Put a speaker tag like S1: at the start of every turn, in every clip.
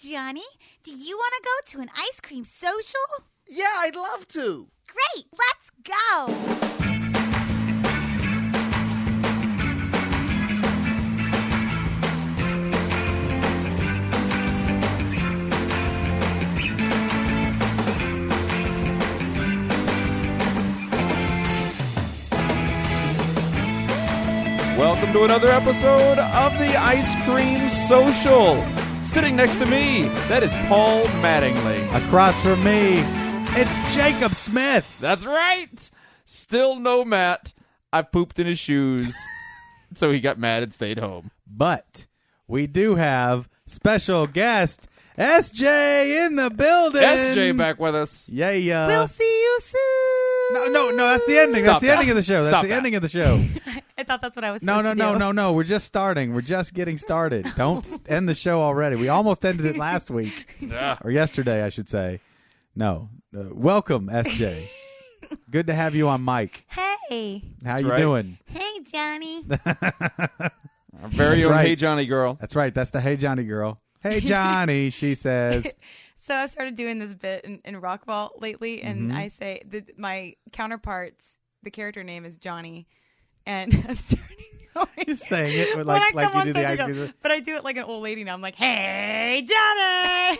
S1: Johnny, do you want to go to an ice cream social?
S2: Yeah, I'd love to.
S1: Great, let's go.
S3: Welcome to another episode of the Ice Cream Social. Sitting next to me, that is Paul Mattingly.
S4: Across from me, it's Jacob Smith.
S3: That's right. Still no Matt. I pooped in his shoes, so he got mad and stayed home.
S4: But we do have special guest SJ in the building.
S3: SJ back with us.
S4: Yeah, yeah.
S1: We'll see you soon.
S4: no, no, no. That's the ending.
S3: Stop
S4: that's the
S3: that.
S4: ending of the show. That's
S3: Stop
S4: the
S3: that.
S4: ending of the show.
S5: I thought that's what I was.
S4: No, no,
S5: supposed to
S4: no,
S5: do.
S4: no, no. We're just starting. We're just getting started. Don't s- end the show already. We almost ended it last week or yesterday, I should say. No. Uh, welcome, SJ. Good to have you on mic.
S1: Hey.
S4: How
S3: That's
S4: you
S3: right.
S4: doing?
S1: Hey, Johnny.
S3: Our very
S4: That's
S3: own
S4: right.
S3: Hey Johnny girl.
S4: That's right. That's the Hey Johnny girl. Hey Johnny, she says.
S5: So I started doing this bit in, in Rockwall lately, and
S4: Mm-hmm.
S5: I say that my counterparts, the character name is Johnny, and I'm starting. Going,
S4: saying it with,
S5: When
S4: like-
S5: I
S4: like
S5: come
S4: you
S5: on
S4: do the
S5: stage, I
S4: ice
S5: go-
S4: cream-
S5: but I do it like an old lady now. I'm like, "Hey, Johnny."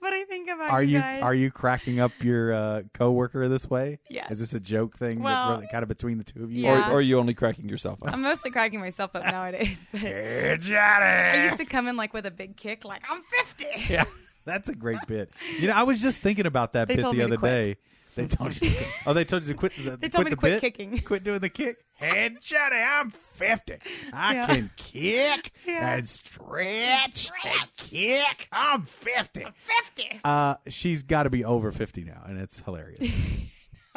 S5: but I think about
S4: Are you
S5: guys.
S4: are you cracking up your uh, coworker this way?
S5: Yes.
S4: Is this a joke thing? that
S5: Well,
S4: really- kind of between the two of you.
S5: yeah.
S3: Or, or are you only cracking yourself up?
S5: I'm mostly cracking myself up nowadays, but
S4: Hey Johnny.
S5: I used to come in like with a big kick, like I'm 50.
S4: Yeah, that's a great bit. You know, I was just thinking about that
S5: They
S4: bit
S5: told
S4: the
S5: me to
S4: other
S5: quit.
S4: day. They told you. To quit. Oh, they told you to quit. The,
S5: They
S4: quit
S5: told me to
S4: the bit?
S5: quit kicking.
S4: Quit doing the kick. Hey Johnny, I'm fifty. I
S5: Yeah.
S4: can kick
S5: Yeah.
S4: and stretch, and kick. I'm fifty.
S5: 50.
S4: Uh, she's got to be over fifty now, and it's hilarious.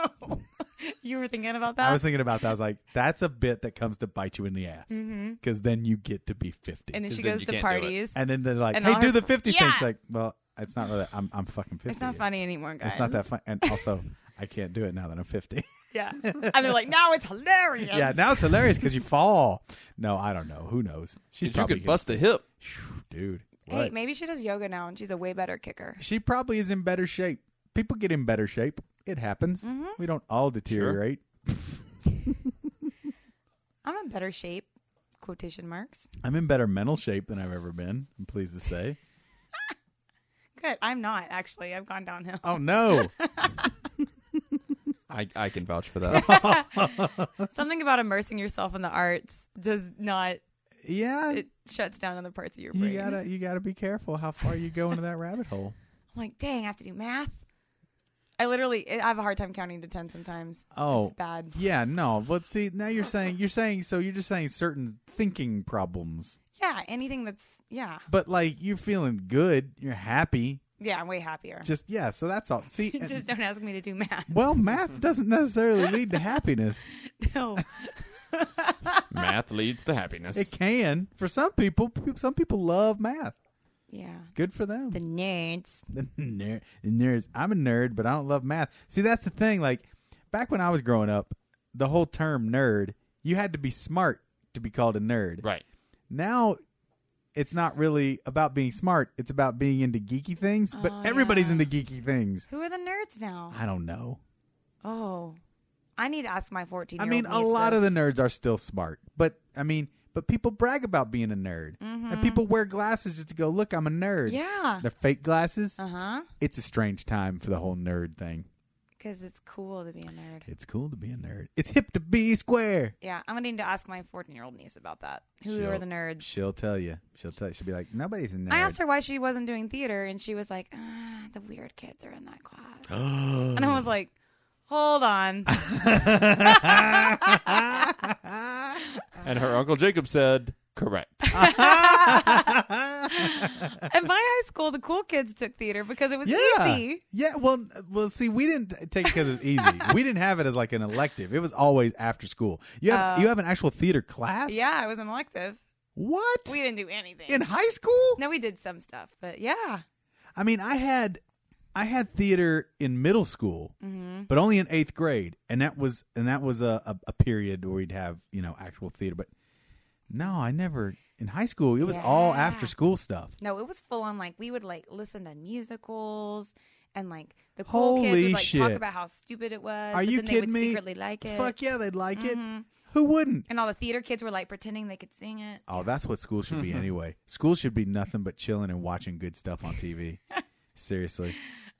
S5: you were thinking about that?
S4: I was thinking about that. I was like, that's a bit that comes to bite you in the ass because then you get to be fifty,
S5: Mm-hmm. and then she
S3: then
S5: goes
S3: you
S5: to
S3: can't do it.
S5: parties.
S4: And then they're like,
S5: And
S4: hey,
S5: all
S4: do
S5: her-
S4: the fifty thing.
S5: Yeah.
S4: It's like, well, it's not really. I'm I'm fucking fifty.
S5: It's not funny anymore, guys.
S4: It's not that fun. And also, I can't do it now that I'm fifty.
S5: Yeah. and they're like, now it's hilarious.
S4: yeah, now it's hilarious because you fall. No, I don't know. Who knows? She's
S3: You
S4: probably
S3: could bust a hip.
S4: dude.
S5: Hey,
S4: what?
S5: maybe she does yoga now and she's a way better kicker.
S4: she probably is in better shape. People get in better shape. It happens.
S5: Mm-hmm.
S4: We don't all deteriorate.
S5: I'm in better shape. Quotation marks.
S4: I'm in better mental shape than I've ever been. I'm pleased to say.
S5: Good. I'm not, actually. I've gone downhill.
S4: Oh no.
S3: I, I can vouch for that.
S5: Something about immersing yourself in the arts does not,
S4: yeah.
S5: it shuts down other parts of your brain.
S4: you gotta you gotta be careful how far you go into that rabbit hole.
S5: I'm like, dang, I have to do math. I literally, I have a hard time counting to 10 sometimes.
S4: Oh.
S5: It's bad.
S4: Yeah, no, but see now you're saying you're saying so you're just saying certain thinking problems.
S5: Yeah. Anything that's, yeah.
S4: But like you're feeling good, you're happy.
S5: Yeah. I'm way happier. Just,
S4: Just yeah, so that's all. See, and-
S5: don't ask me to do math.
S4: well, math doesn't necessarily lead to happiness.
S5: No.
S3: Math leads to happiness.
S4: It can for some people. p- Some people love math.
S5: yeah.
S4: Good for them.
S5: The nerds.
S4: The ner- the nerds. I'm a nerd, but I don't love math. See, that's the thing. Like back when I was growing up, the whole term nerd, you had to be smart to be called a nerd.
S3: Right.
S4: now it's not really about being smart it's about being into geeky things but
S5: Oh,
S4: everybody's
S5: yeah.
S4: into geeky things
S5: Who are the nerds now?
S4: i don't know
S5: Oh, I need to ask my 14
S4: i
S5: year old.
S4: mean a lot of the nerds are still smart but i mean but people brag about being a nerd and people wear glasses just to go look i'm a nerd
S5: Mm-hmm. Yeah.
S4: they're fake glasses
S5: Uh huh.
S4: it's a strange time for the whole nerd thing
S5: Because it's cool to be a nerd.
S4: it's cool to be a nerd it's hip to be square
S5: Yeah, I'm gonna need to ask my 14 year old niece about that. Who
S4: She'll-
S5: are the nerds?
S4: she'll tell you she'll tell you she'll be like nobody's a nerd
S5: I asked her why she wasn't doing theater, and she was like, ah, "The weird kids are in that class." and I was like, "Hold on."
S3: And her Uncle Jacob said, correct.
S5: At my high school, the cool kids took theater because it was
S4: Yeah.
S5: easy.
S4: Yeah. Well, well. See, we didn't take it because it was easy. we didn't have it as like an elective. It was always after school. You have you have an actual theater class.
S5: Oh. Yeah, it was an elective.
S4: What
S5: We didn't do anything.
S4: in high school?
S5: no, we did some stuff, but yeah.
S4: I mean, I had I had theater in middle school,
S5: Mm-hmm.
S4: but only in eighth grade, and that was and that was a, a, a period where we'd have you know actual theater. But no, I never in high school, it was all
S5: Yeah.
S4: after school stuff.
S5: No, it was full on. Like we would like listen to musicals and like the cool kids
S4: Holy
S5: would like talk
S4: shit.
S5: about how stupid it was.
S4: Are
S5: but
S4: you
S5: then
S4: kidding
S5: they would
S4: me?
S5: Secretly like it. Mm-hmm.
S4: Fuck yeah, they'd like it. Who wouldn't?
S5: And all the theater kids were like pretending they could sing it.
S4: Oh, that's what school should be anyway. School should be nothing but chilling and watching good stuff on TV. Seriously.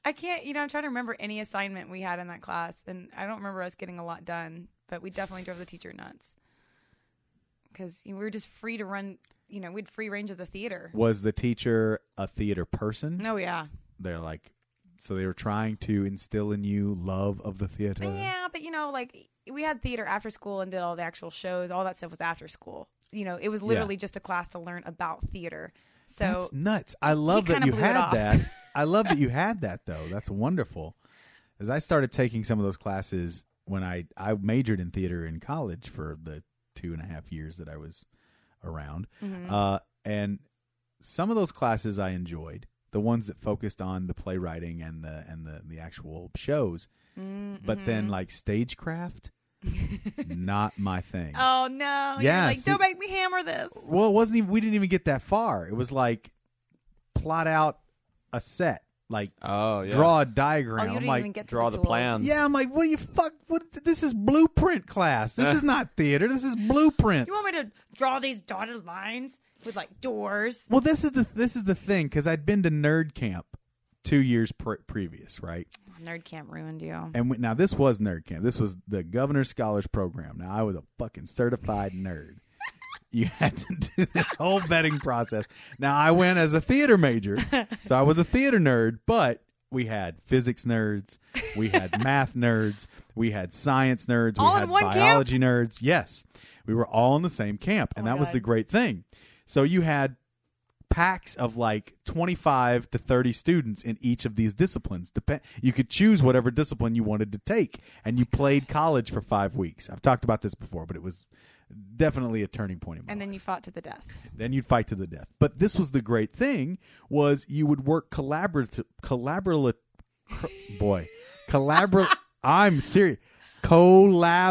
S5: I can't. You know, I'm trying to remember any assignment we had in that class, and I don't remember us getting a lot done. But we definitely drove the teacher nuts because we were just free to run. You know, we had free range of the theater.
S4: Was the teacher a theater person?
S5: Oh yeah.
S4: They're like, so they were trying to instill in you love of the theater.
S5: Yeah, but you know, like we had theater after school and did all the actual shows. All that stuff was after school. You know, it was literally just a class to learn about theater. So
S4: That's nuts. I love that
S5: kinda
S4: you
S5: blew it
S4: had
S5: off.
S4: that. I love that you had that though. That's wonderful. As I started taking some of those classes when I I majored in theater in college for the two and a half years that I was around,
S5: Mm. mm-hmm.
S4: uh, and some of those classes I enjoyed. The ones that focused on the playwriting and the and the the actual shows, uh, but
S5: Mm-hmm.
S4: then like stagecraft, not my thing.
S5: oh no, You're
S4: Yeah,
S5: like
S4: see-
S5: don't make me hammer this. Oh,
S4: Well, it wasn't even. We didn't even get that far. It was like plot out a set, like
S3: Oh yeah.
S4: draw a
S5: Oh,
S4: diagram.
S5: you
S4: I'm
S5: didn't
S4: like,
S5: even get to
S3: draw the
S5: tools.
S3: plans.
S4: yeah, I'm like, what do you fuck? What? This is blueprint class. This is not theater. This is blueprints.
S5: You want me to draw these dotted lines with like doors?
S4: well, this is the this is the thing because I'd been to nerd camp two years pre- previous, right?
S5: Nerd camp ruined you.
S4: And we, now this was nerd camp. This was the governor's scholars program. Now I was a fucking certified nerd. You had to do this whole vetting process. Now I went as a theater major, so I was a theater nerd. But we had physics nerds, we had math nerds, we had science nerds,
S5: All
S4: we
S5: in
S4: had
S5: one camp?
S4: biology nerds. Yes, we were all in the same camp, and
S5: Oh my
S4: that was
S5: God.
S4: the great thing. So you had packs of like 25 to 30 students in each of these disciplines Depen- you could choose whatever discipline you wanted to take and you played college for five weeks i've talked about this before but it was definitely a turning point in my
S5: And then
S4: life.
S5: you fought to the death.
S4: then you'd fight to the death but this was the great thing was you would work collaborative collaborative boy collaborative i'm serious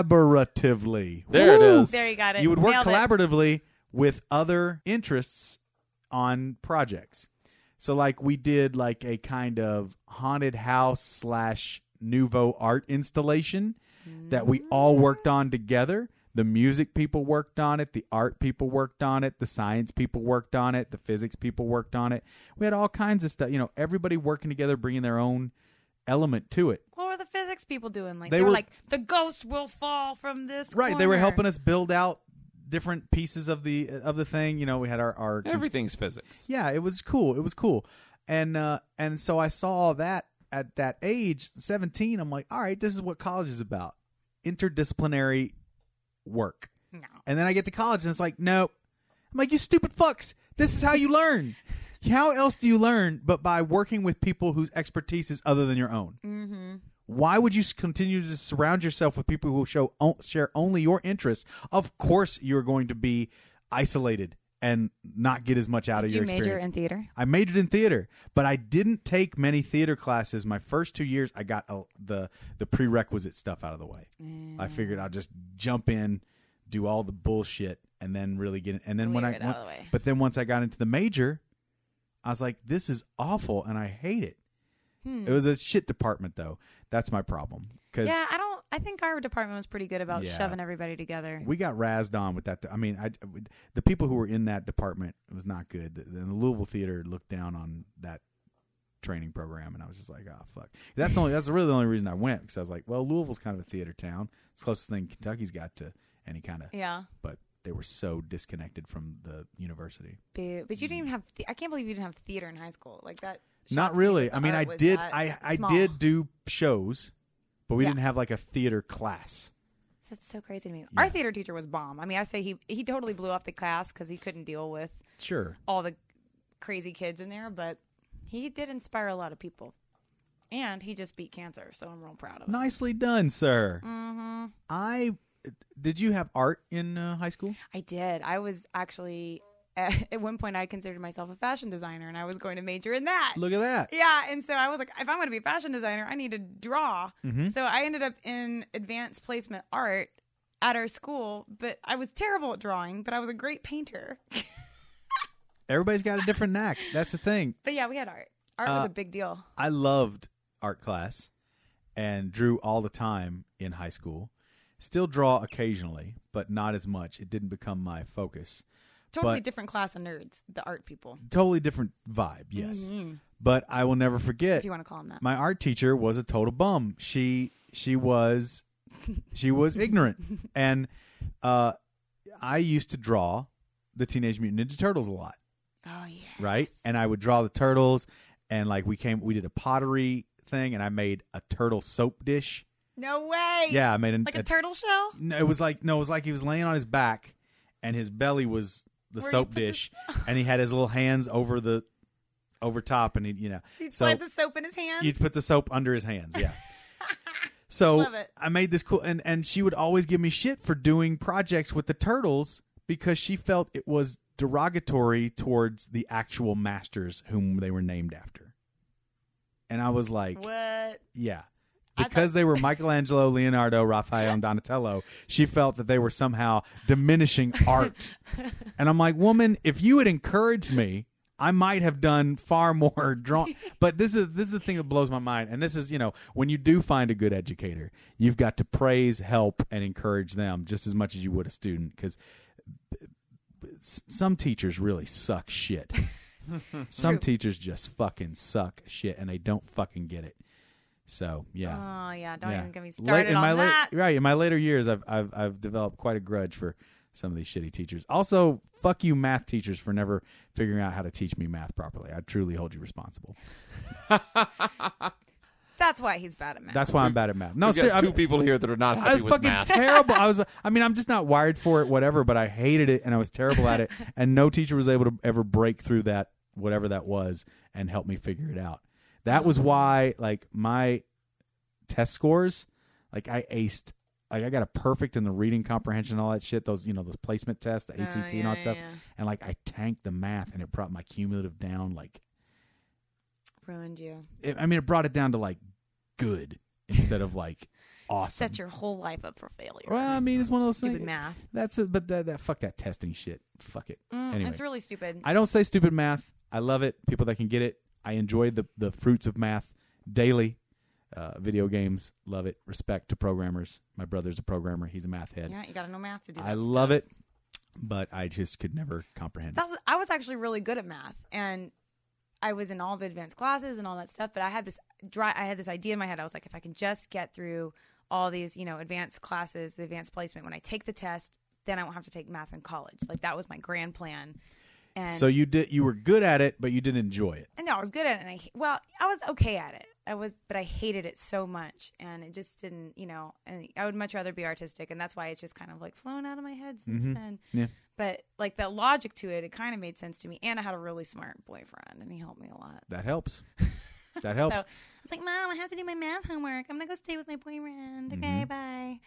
S4: collaboratively
S3: There it
S4: Woo!
S3: is.
S5: There you got it.
S4: You would work
S5: Nailed it.
S4: collaboratively with other interests on projects. So, like, we did like a kind of haunted house slash nouveau art installation that we all worked on together. The music people worked on it, the art people worked on it, the science people worked on it, the physics people worked on it. We had all kinds of stuff, you know, everybody working together, bringing their own element to it.
S5: What were the physics people doing? Like
S4: They
S5: they, were,
S4: were-
S5: like the ghost will fall from this.
S4: Right, they were
S5: corner."
S4: helping us build out different pieces of the of the thing. You know, we had our our
S3: Everything's physics.
S4: yeah, it was cool. It was cool, and uh, and so I saw all that at that age, seventeen. I'm like, all right, this is what college is about: interdisciplinary work.
S5: No.
S4: And then I get to college, and it's like, nope. I'm like, you stupid fucks. This is how you learn. How else do you learn but by working with people whose expertise is other than your own?
S5: Mm-hmm.
S4: Why would you s- continue to surround yourself with people who show o- share only your interests? Of course, you're going to be isolated and not get as much out
S5: Did
S4: of
S5: you
S4: your
S5: major
S4: experience.
S5: in theater?
S4: I majored in theater, but I didn't take many theater classes. My first two years, I got uh, the the prerequisite stuff out of the way. I figured I'll just jump in, do all the bullshit, and then really get. In. And then when I
S5: Clear it out of the way.
S4: but then once I got into the major, I was like, this is awful, and I hate it. It was a shit department, though. That's my problem because
S5: Hmm. Mm. Yeah, I don't. I think our department was pretty good about
S4: Yeah.
S5: shoving everybody together.
S4: we got razzed on with that. I mean, I the people who were in that department it was not good. The, the Louisville Theater looked down on that training program, and I was just like, oh fuck. That's only that's really the only reason I went because I was like, well, Louisville's kind of a theater town. It's the closest thing Kentucky's got to any kind of.
S5: yeah,
S4: But they were so disconnected from the university.
S5: boo. But you didn't even have. The- I can't believe you didn't have theater in high school. Like that.
S4: Mm. not
S5: shocks me
S4: really.
S5: that the
S4: I mean,
S5: art
S4: I
S5: was
S4: did.
S5: that
S4: I I
S5: small.
S4: did do shows, but we
S5: Yeah.
S4: didn't have like a theater class.
S5: That's so crazy to me. Our theater teacher was bomb. I mean, I say he he totally blew off the class because he couldn't deal with
S4: Sure.
S5: all the crazy kids in there. But he did inspire a lot of people, and he just beat cancer. So I'm real proud of him.
S4: Nicely done, sir. Mm-hmm. I did you have art in uh, high school?
S5: I did. I was actually at, at one point I considered myself a fashion designer and I was going to major in that.
S4: Look at that.
S5: Yeah, and so I was like, if I'm going to be a fashion designer, I need to draw.
S4: Mm-hmm.
S5: So I ended up in advanced placement art at our school, but I was terrible at drawing, but I was a great painter.
S4: Everybody's got a different knack. That's the thing.
S5: But yeah, we had art. Art was
S4: Uh,
S5: a big deal.
S4: I loved art class and drew all the time in high school. Still draw occasionally, but not as much. It didn't become my focus.
S5: Totally
S4: but-
S5: different class of nerds, the art people,
S4: Totally different vibe, yes.
S5: Mm-hmm.
S4: But I will never
S5: if
S4: forget
S5: you want to call them that.
S4: my art teacher was a total bum. She she was she was ignorant. And uh I used to draw the Teenage Mutant Ninja Turtles a lot.
S5: oh yeah.
S4: right? And I would draw the turtles, and like we came, we did a pottery thing, and I made a turtle soap dish.
S5: No way.
S4: Yeah, I made an,
S5: Like a turtle shell.
S4: no, it was like no, it was like he was laying on his back, and his belly was the
S5: Where you
S4: soap
S5: put the
S4: dish, and he had his little hands over the over top, and he, you know,
S5: So you
S4: so
S5: slide the soap in his hand.
S4: you'd put the soap under his hands, yeah. So
S5: Love it.
S4: I made this cool, and and she would always give me shit for doing projects with the turtles because she felt it was derogatory towards the actual masters whom they were named after. And I was like,
S5: what?
S4: yeah.
S5: I thought-
S4: Because they were Michelangelo, Leonardo, Raphael, and Donatello, she felt that they were somehow diminishing art. and I'm like, woman, if you had encouraged me, I might have done far more drawing. But this is this is the thing that blows my mind. And this is, you know, when you do find a good educator, you've got to praise, help, and encourage them just as much as you would a student. Because some teachers really suck shit. some teachers just fucking suck shit, and they don't fucking get it. So yeah.
S5: Oh yeah. Don't
S4: Yeah.
S5: even get me
S4: Late-
S5: started
S4: in
S5: on
S4: my late-
S5: that.
S4: right, in my later years, I've I've I've developed quite a grudge for some of these shitty teachers. Also, fuck you, math teachers, for never figuring out how to teach me math properly. I truly hold you responsible.
S5: That's why he's bad at math.
S4: That's why I'm bad at math. No,
S3: We
S4: ser-
S3: got two
S4: I'm-
S3: people here that are not
S4: I
S3: happy
S4: was
S3: with
S4: fucking
S3: math.
S4: terrible. I was. I mean, I'm just not wired for it, whatever. But I hated it, and I was terrible at it. And no teacher was able to ever break through that, whatever that was, and help me figure it out. That
S5: Mm-hmm.
S4: was why, like my test scores, like I aced. Like I got a perfect in the reading comprehension, and all that shit. Those you know those placement tests, the
S5: Oh,
S4: ACT, and all
S5: yeah,
S4: that stuff.
S5: yeah, yeah.
S4: And like I tanked the math, and it brought my cumulative down. Like
S5: Ruined you.
S4: it, I mean, it brought it down to like good instead of like awesome.
S5: Set your whole life up for failure.
S4: well, I mean, it's one of those
S5: Stupid
S4: things.
S5: math.
S4: That's it, but that, that fuck that testing shit. Fuck it.
S5: Mm,
S4: anyway,
S5: It's really stupid.
S4: I don't say stupid math. I love it. People that can get it. I enjoy the the fruits of math daily. Uh, video games, love it. Respect to programmers. My brother's a programmer. He's a math head.
S5: yeah, you gotta know math to do that.
S4: I love it, but I just could never comprehend.
S5: That was, I was actually really good at math, and I was in all the advanced classes and all that stuff. But I had this dry, I had this idea in my head. I was like, if I can just get through all these, you know, advanced classes, the advanced placement, when I take the test, then I won't have to take math in college. Like that was my grand plan. And
S4: it. So you did. You were good at it, but you didn't enjoy it.
S5: and no, I was good at it. And I well, I was okay at it. I was, but I hated it so much, and it just didn't, you know. And I would much rather be artistic, and that's why it's just kind of like flown out of my head since then.
S4: Yeah.
S5: But like the logic to it, it kind of made sense to me. And I had a really smart boyfriend, and he helped me a lot.
S4: That helps. That helps.
S5: So I was like, Mom, I have to do my math homework. I'm gonna go stay with my boyfriend. Okay, bye.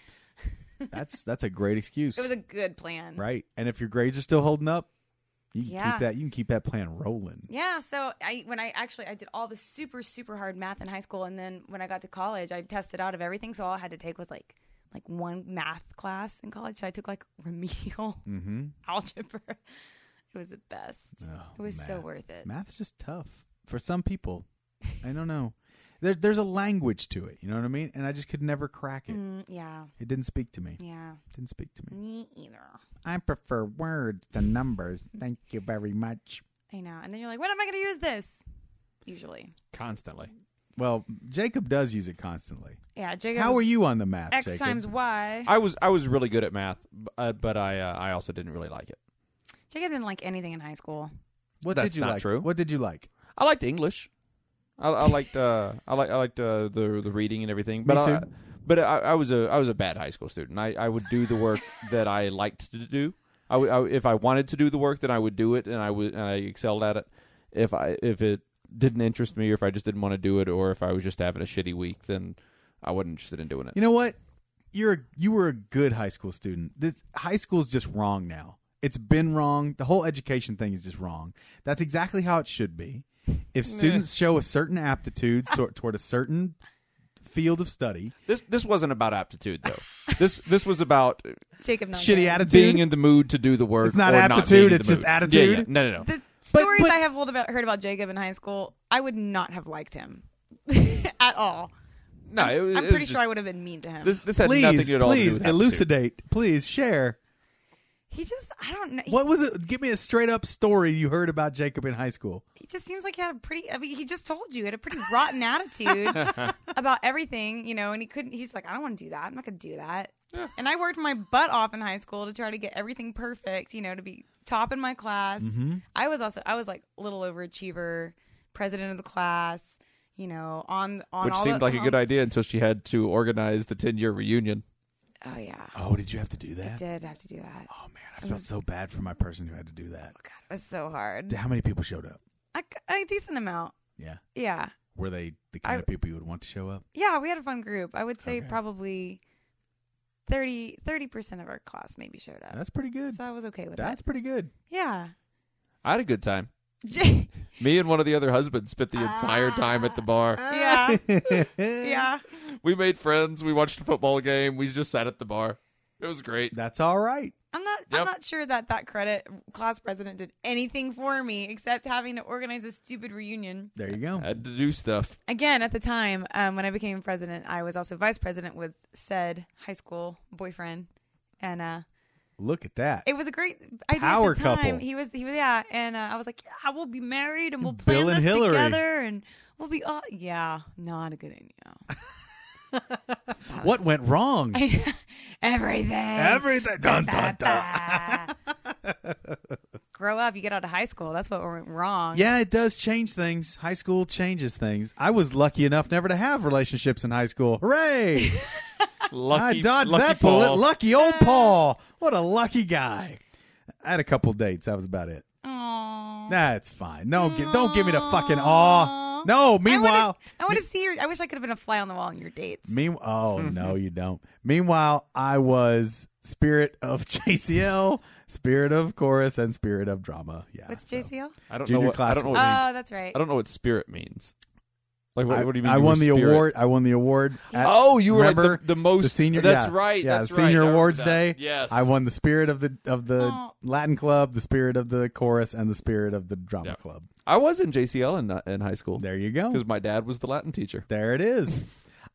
S4: That's that's a great excuse,
S5: It was a good plan.
S4: right? And if your grades are still holding up, you can
S5: Yeah.
S4: keep that. You can keep that plan rolling.
S5: Yeah, so I when I actually I did all the super super hard math in high school, and then when I got to college, I tested out of everything. So all I had to take was like like one math class in college. So I took like remedial
S4: Mm-hmm.
S5: algebra. It was the best.
S4: Oh,
S5: it was so
S4: math.
S5: worth it.
S4: Math's just tough for some people. I don't know. There, there's a language to it. You know what I mean? And I just could never crack it.
S5: Mm, yeah,
S4: It didn't speak to me.
S5: yeah,
S4: Didn't speak to me.
S5: me either.
S4: I prefer words to numbers. Thank you very much.
S5: I know. And then you're like, when am I going to use this? Usually,
S3: Constantly.
S4: Well, Jacob does use it constantly.
S5: yeah. Jacob,
S4: How
S5: was
S4: are you on the math,
S5: X
S4: Jacob?
S5: times Y.
S3: I was I was really good at math, b- uh, but I uh, I also didn't really like it.
S5: Jacob didn't like anything in high school.
S4: what
S3: That's
S4: did you
S3: not
S4: like?
S3: true.
S4: What did you like?
S3: I liked English. I, I liked uh, I like I liked uh, the the reading and everything.
S4: Me
S3: But I,
S4: too.
S3: but I, I was a I was a bad high school student. I, I would do the work that I liked to do. I, would- I would- if I wanted to do the work, then I would do it, and I would and I excelled at it. If I if it didn't interest me, or if I just didn't want to do it, or if I was just having a shitty week, then I wasn't interested in doing it.
S4: You know what? You're a, you were a good high school student. This high school's just wrong now. It's been wrong. The whole education thing is just wrong. That's exactly how it should be. If students show a certain aptitude sort, toward a certain field of study,
S3: This this wasn't about aptitude though. this this was about
S5: Jacob, not
S4: shitty
S5: good.
S4: attitude.
S3: being in the mood to do the work.
S4: It's not
S3: or
S4: aptitude,
S3: being in
S4: it's
S3: the
S4: just
S3: mood. Yeah,
S4: attitude.
S3: yeah. No, no, no.
S5: The
S4: But-
S5: stories
S4: but-
S5: I have heard about, heard about Jacob in high school, I would not have liked him at all.
S3: No, it, was-
S5: I'm
S3: it
S5: pretty
S3: was
S5: sure
S3: just-
S5: I would have been mean to him.
S3: This, this had nothing
S4: Please,
S3: to do at all. to do
S4: please
S3: with aptitude.
S4: elucidate. Please share.
S5: he just, I don't know. He,
S4: What was it? Give me a straight up story you heard about Jacob in high school.
S5: he just seems like he had a pretty, I mean, he just told you, he had a pretty rotten attitude about everything, you know, and he couldn't, he's like, I don't want to do that. I'm not going to do that. And I worked my butt off in high school to try to get everything perfect, you know, to be top in my class.
S3: Mm-hmm.
S4: Mm-hmm.
S5: I was also, I was like little overachiever, president of the class, you know, on, on
S3: Which
S5: all
S3: seemed
S5: the,
S3: like a good idea until she had to organize the 10 year reunion.
S5: Oh yeah.
S4: Oh, did you have to do
S5: I
S4: that?
S5: did Um, have to do that.
S4: Oh man, I felt so bad for my person who had to do that.
S5: God, it was so hard.
S4: How many people showed up?
S5: A, a decent amount.
S4: Yeah.
S5: Yeah.
S4: Were they the kind
S5: I-
S4: of people you would want to show up?
S5: Yeah, we had a fun group. I would say
S4: Okay.
S5: probably 30 percent of our class maybe showed up.
S4: That's pretty good.
S5: so I was okay with that.
S4: That's pretty good.
S5: Yeah.
S3: I had a good time.
S5: J-
S3: Me and one of the other husbands spent the entire time at the
S5: Ah.
S3: bar.
S5: yeah. yeah.
S3: We made friends. We watched a football game. We just sat at the bar. It was great.
S4: That's all right.
S5: I'm not I'm
S3: Yep.
S5: not sure that that credit class president did anything for me except having to organize a stupid reunion.
S4: There you go.
S3: I had to do stuff.
S5: Again, at the time um, when I became president, I was also vice president with said high school boyfriend and uh
S4: Look at that.
S5: It was a great idea
S4: Power
S5: at the time.
S4: couple.
S5: He was, he was, yeah, and uh, I was like, yeah, we'll be married and we'll plan
S4: Bill and
S5: this
S4: Hillary.
S5: together, and we'll be, all yeah, not a good idea.
S4: what went wrong?
S5: Everything.
S4: Everything. Dun, dun, dun.
S5: Grow up. You get out of high school. That's what went wrong.
S4: Yeah, it does change things. High school changes things. I was lucky enough never to have relationships in high school. Hooray!
S3: Lucky,
S4: I dodged
S3: lucky
S4: that
S3: Paul.
S4: bullet. Lucky old Paul. What a lucky guy. I had a couple dates. That was about it.
S5: Aww.
S4: That's fine. No, gi- don't give me the fucking aw. No. Meanwhile,
S5: I want to see your. I wish I could have been a fly on the wall in your dates.
S4: Mean oh no, you don't. Meanwhile, I was spirit of JCL, spirit of chorus, and spirit of drama. Yeah.
S5: What's
S4: so-
S5: JCL?
S3: I don't know
S4: Junior
S3: what, I
S4: class
S3: don't know
S5: Oh,
S3: what,
S4: was-
S5: that's right.
S3: I don't know what spirit means. Like, what,
S4: I,
S3: what do you mean?
S4: I
S3: you
S4: won
S3: were
S4: the
S3: spirit?
S4: award. I won the award. at-
S3: Oh, you were like
S4: remember
S3: the, the most
S4: the senior.
S3: That's
S4: yeah,
S3: right.
S4: Yeah,
S3: that's right. I
S4: senior
S3: remember
S4: awards
S3: that.
S4: day.
S3: Yes,
S4: I won the spirit of the of the
S5: Oh.
S4: Latin club, the spirit of the chorus, and the spirit of the drama
S3: Yeah.
S4: club.
S3: I was in JCL in, in high school
S4: There you go.
S3: because my dad was the Latin teacher.
S4: There it is.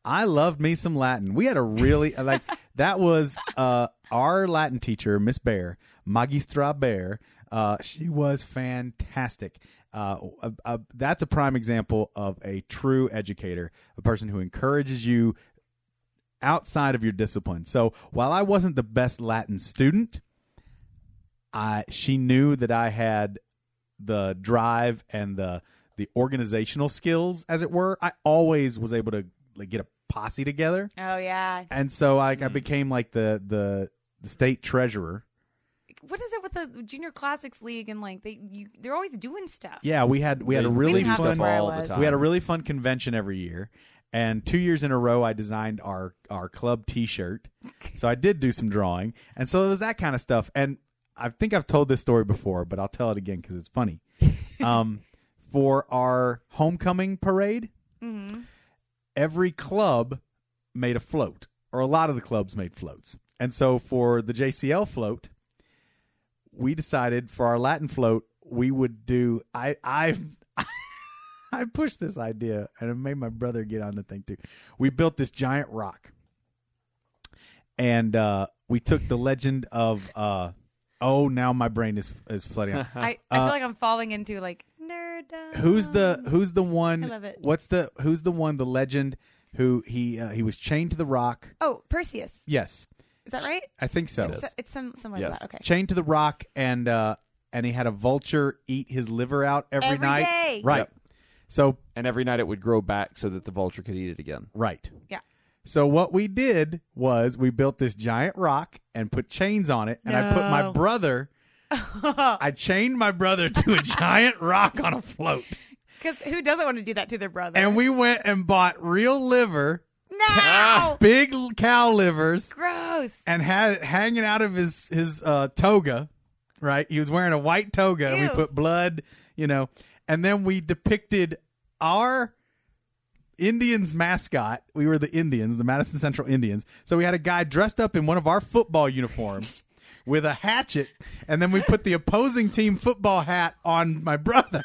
S4: I loved me some Latin. We had a really like that was uh our Latin teacher, Miss Bear, Magistra Bear. Uh, she was fantastic. Uh, uh, uh, that's a prime example of a true educator, a person who encourages you outside of your discipline. So while I wasn't the best Latin student, I she knew that I had the drive and the the organizational skills, as it were. I always was able to like get a posse together,
S5: oh yeah.
S4: and so I, I became like the the the state treasurer.
S5: What is it with the junior classics league and like they? You, they're always doing stuff.
S4: Yeah, we had we had a
S3: They
S4: really
S5: didn't
S3: used
S5: have to
S4: fun
S3: us
S5: where I
S3: all
S5: was.
S3: the time.
S4: We had a really fun convention every year, and two years in a row, I designed our our club T-shirt. So I did do some drawing, and so it was that kind of stuff. And I think I've told this story before, but I'll tell it again because it's funny. um, for our homecoming parade,
S5: Mm-hmm.
S4: every club made a float, or a lot of the clubs made floats. And so for the JCL float, we decided for our Latin float, we would do. I I I pushed this idea, and it made my brother get on the thing too. We built this giant rock, and uh, we took the legend of. Uh, oh, now my brain is is flooding. out.
S5: I, I feel like I'm falling into like nerd.
S4: Uh, Who's the Who's the one?
S5: I love it.
S4: What's the Who's the one? The legend who he uh, he was chained to the rock.
S5: Oh, Perseus.
S4: Yes,
S5: Is that right?
S4: I think so.
S5: So it's some someone
S3: Yes.
S5: that. Okay.
S4: Chained to the rock, and uh, and he had a vulture eat his liver out every,
S5: Every
S4: night.
S5: day.
S4: Right.
S3: Yep.
S4: So
S3: and every night it would grow back so that the vulture could eat it again.
S4: right.
S5: Yeah.
S4: So what we did was we built this giant rock and put chains on it, and I put my
S5: No.
S4: brother. I chained my brother to a giant rock on a float,
S5: Because who doesn't want to do that to their brother?
S4: and we went and bought real liver,
S5: no.
S4: big l- cow livers,
S5: Gross.
S4: and had it hanging out of his his uh, toga. Right, he was wearing a white toga. and We
S5: Ew.
S4: put blood, you know, and then we depicted our Indians mascot. We were the Indians, the Madison Central Indians. So we had a guy dressed up in one of our football uniforms with a hatchet, and then we put the opposing team football hat on my brother.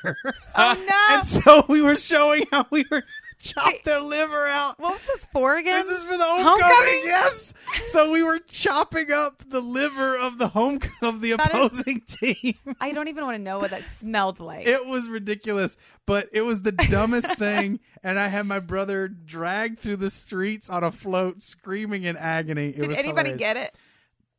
S5: Oh no!
S4: and so we were showing how we were chop their liver out.
S5: what was this for again?
S4: This is for the homecoming.
S5: Homecoming?
S4: Yes. So we were chopping up the liver of the home of the
S5: That is-
S4: opposing team.
S5: I don't even want to know what that smelled like.
S4: It was ridiculous, but it was the dumbest thing. And I had my brother dragged through the streets on a float, screaming in agony. It
S5: Did
S4: was
S5: anybody
S4: hilarious.
S5: get it?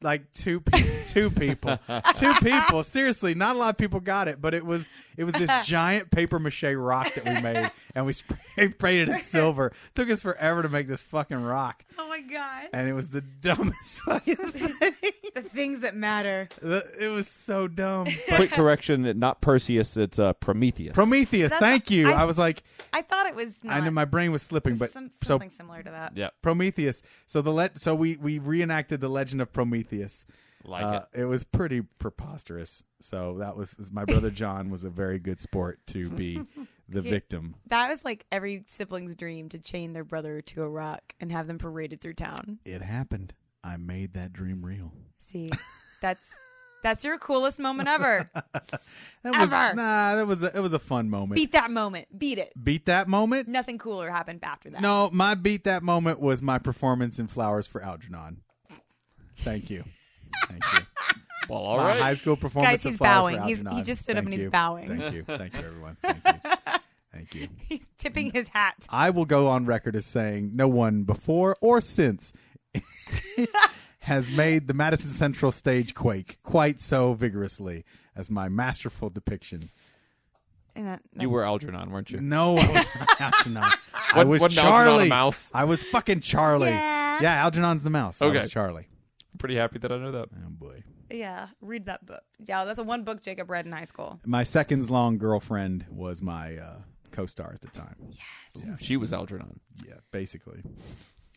S4: Like two, pe- two people, two people. Seriously, not a lot of people got it, but it was it was this giant paper mache rock that we made, and we spray painted it silver. took us forever to make this fucking rock,
S5: Oh my god!
S4: and it was the dumbest fucking thing.
S5: the things that matter.
S4: The- It was so dumb.
S3: Quick correction, not Perseus, it's uh, Prometheus.
S4: Prometheus,
S5: That's-
S4: thank you.
S5: I-
S4: I, was like,
S5: I thought it was. Not,
S4: I know my brain was slipping, but
S5: some-
S4: so
S5: something similar to that.
S3: Yeah,
S4: Prometheus. So the let so we we reenacted the legend of Prometheus.
S3: like
S4: Uh, it was pretty preposterous. So that was, was my brother John was a very good sport to be the victim.
S5: That was like every sibling's dream to chain their brother to a rock and have them paraded through town.
S4: It happened. I made that dream real.
S5: See, that's that's your coolest moment ever.
S4: That was
S5: Ever.
S4: nah. That was a, it was a fun moment.
S5: Beat that moment. Beat it.
S4: Beat that moment.
S5: Nothing cooler happened after that.
S4: No, my beat that moment was my performance in Flowers for Algernon. Thank you. Thank you.
S3: it. Well, all
S4: my
S3: right.
S4: high school performance.
S5: Guys,
S4: of
S5: he's
S4: Flowers for
S5: bowing. He's- he
S4: Algernon.
S5: just stood up
S4: Thank
S5: and he's
S4: you.
S5: bowing.
S4: Thank you. Thank you, everyone. Thank you. Thank you.
S5: He's tipping his hat.
S4: I will go on record as saying no one before or since has made the Madison Central stage quake quite so vigorously as my masterful depiction.
S5: And that- that-
S3: You were Algernon, weren't you?
S4: No, I was not Algernon. I
S3: What-
S4: was
S3: wasn't Algernon a
S4: Charlie.
S3: mouse?
S4: I was fucking Charlie.
S1: Yeah.
S4: Algernon's the mouse. I
S3: Okay.
S4: was Charlie.
S3: Pretty happy that I know that.
S4: Oh boy.
S5: yeah, read that book. Yeah, that's the one book Jacob read in high school.
S4: My seconds long girlfriend was my uh, co-star at the time.
S3: She was Algernon.
S4: Yeah, basically.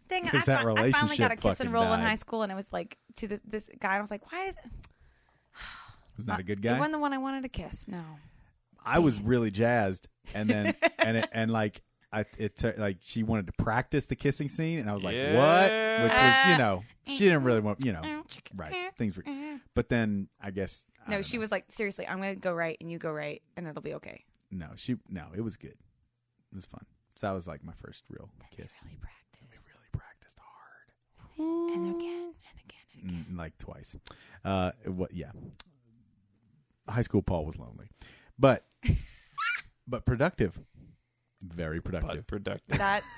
S5: Dang, it, I,
S4: Because that
S5: fi- I finally got a
S4: relationship
S5: kiss and
S4: fucking
S5: roll in
S4: died.
S5: high school, and I was like to this, this guy, and I was like, why is
S4: Was not a good
S5: It
S4: guy.
S5: wasn't Uh, the one I wanted to kiss. No.
S4: I was really jazzed, and then and it, and like I it took like she wanted to practice the kissing scene, and I was like, what? Which was you know she didn't really want
S5: Oh,
S4: you know
S5: eh,
S4: right things were, but then I guess I
S5: Uh, No,
S4: don't
S5: she
S4: know.
S5: was like, seriously, I'm going to go right and you go right and it'll be okay.
S4: no she no it was good it was fun so that was like my first real kiss really practiced really practiced hard and again and again and again Mm, like twice uh what yeah high school Paul was lonely but but productive very productive
S3: But productive.
S5: That.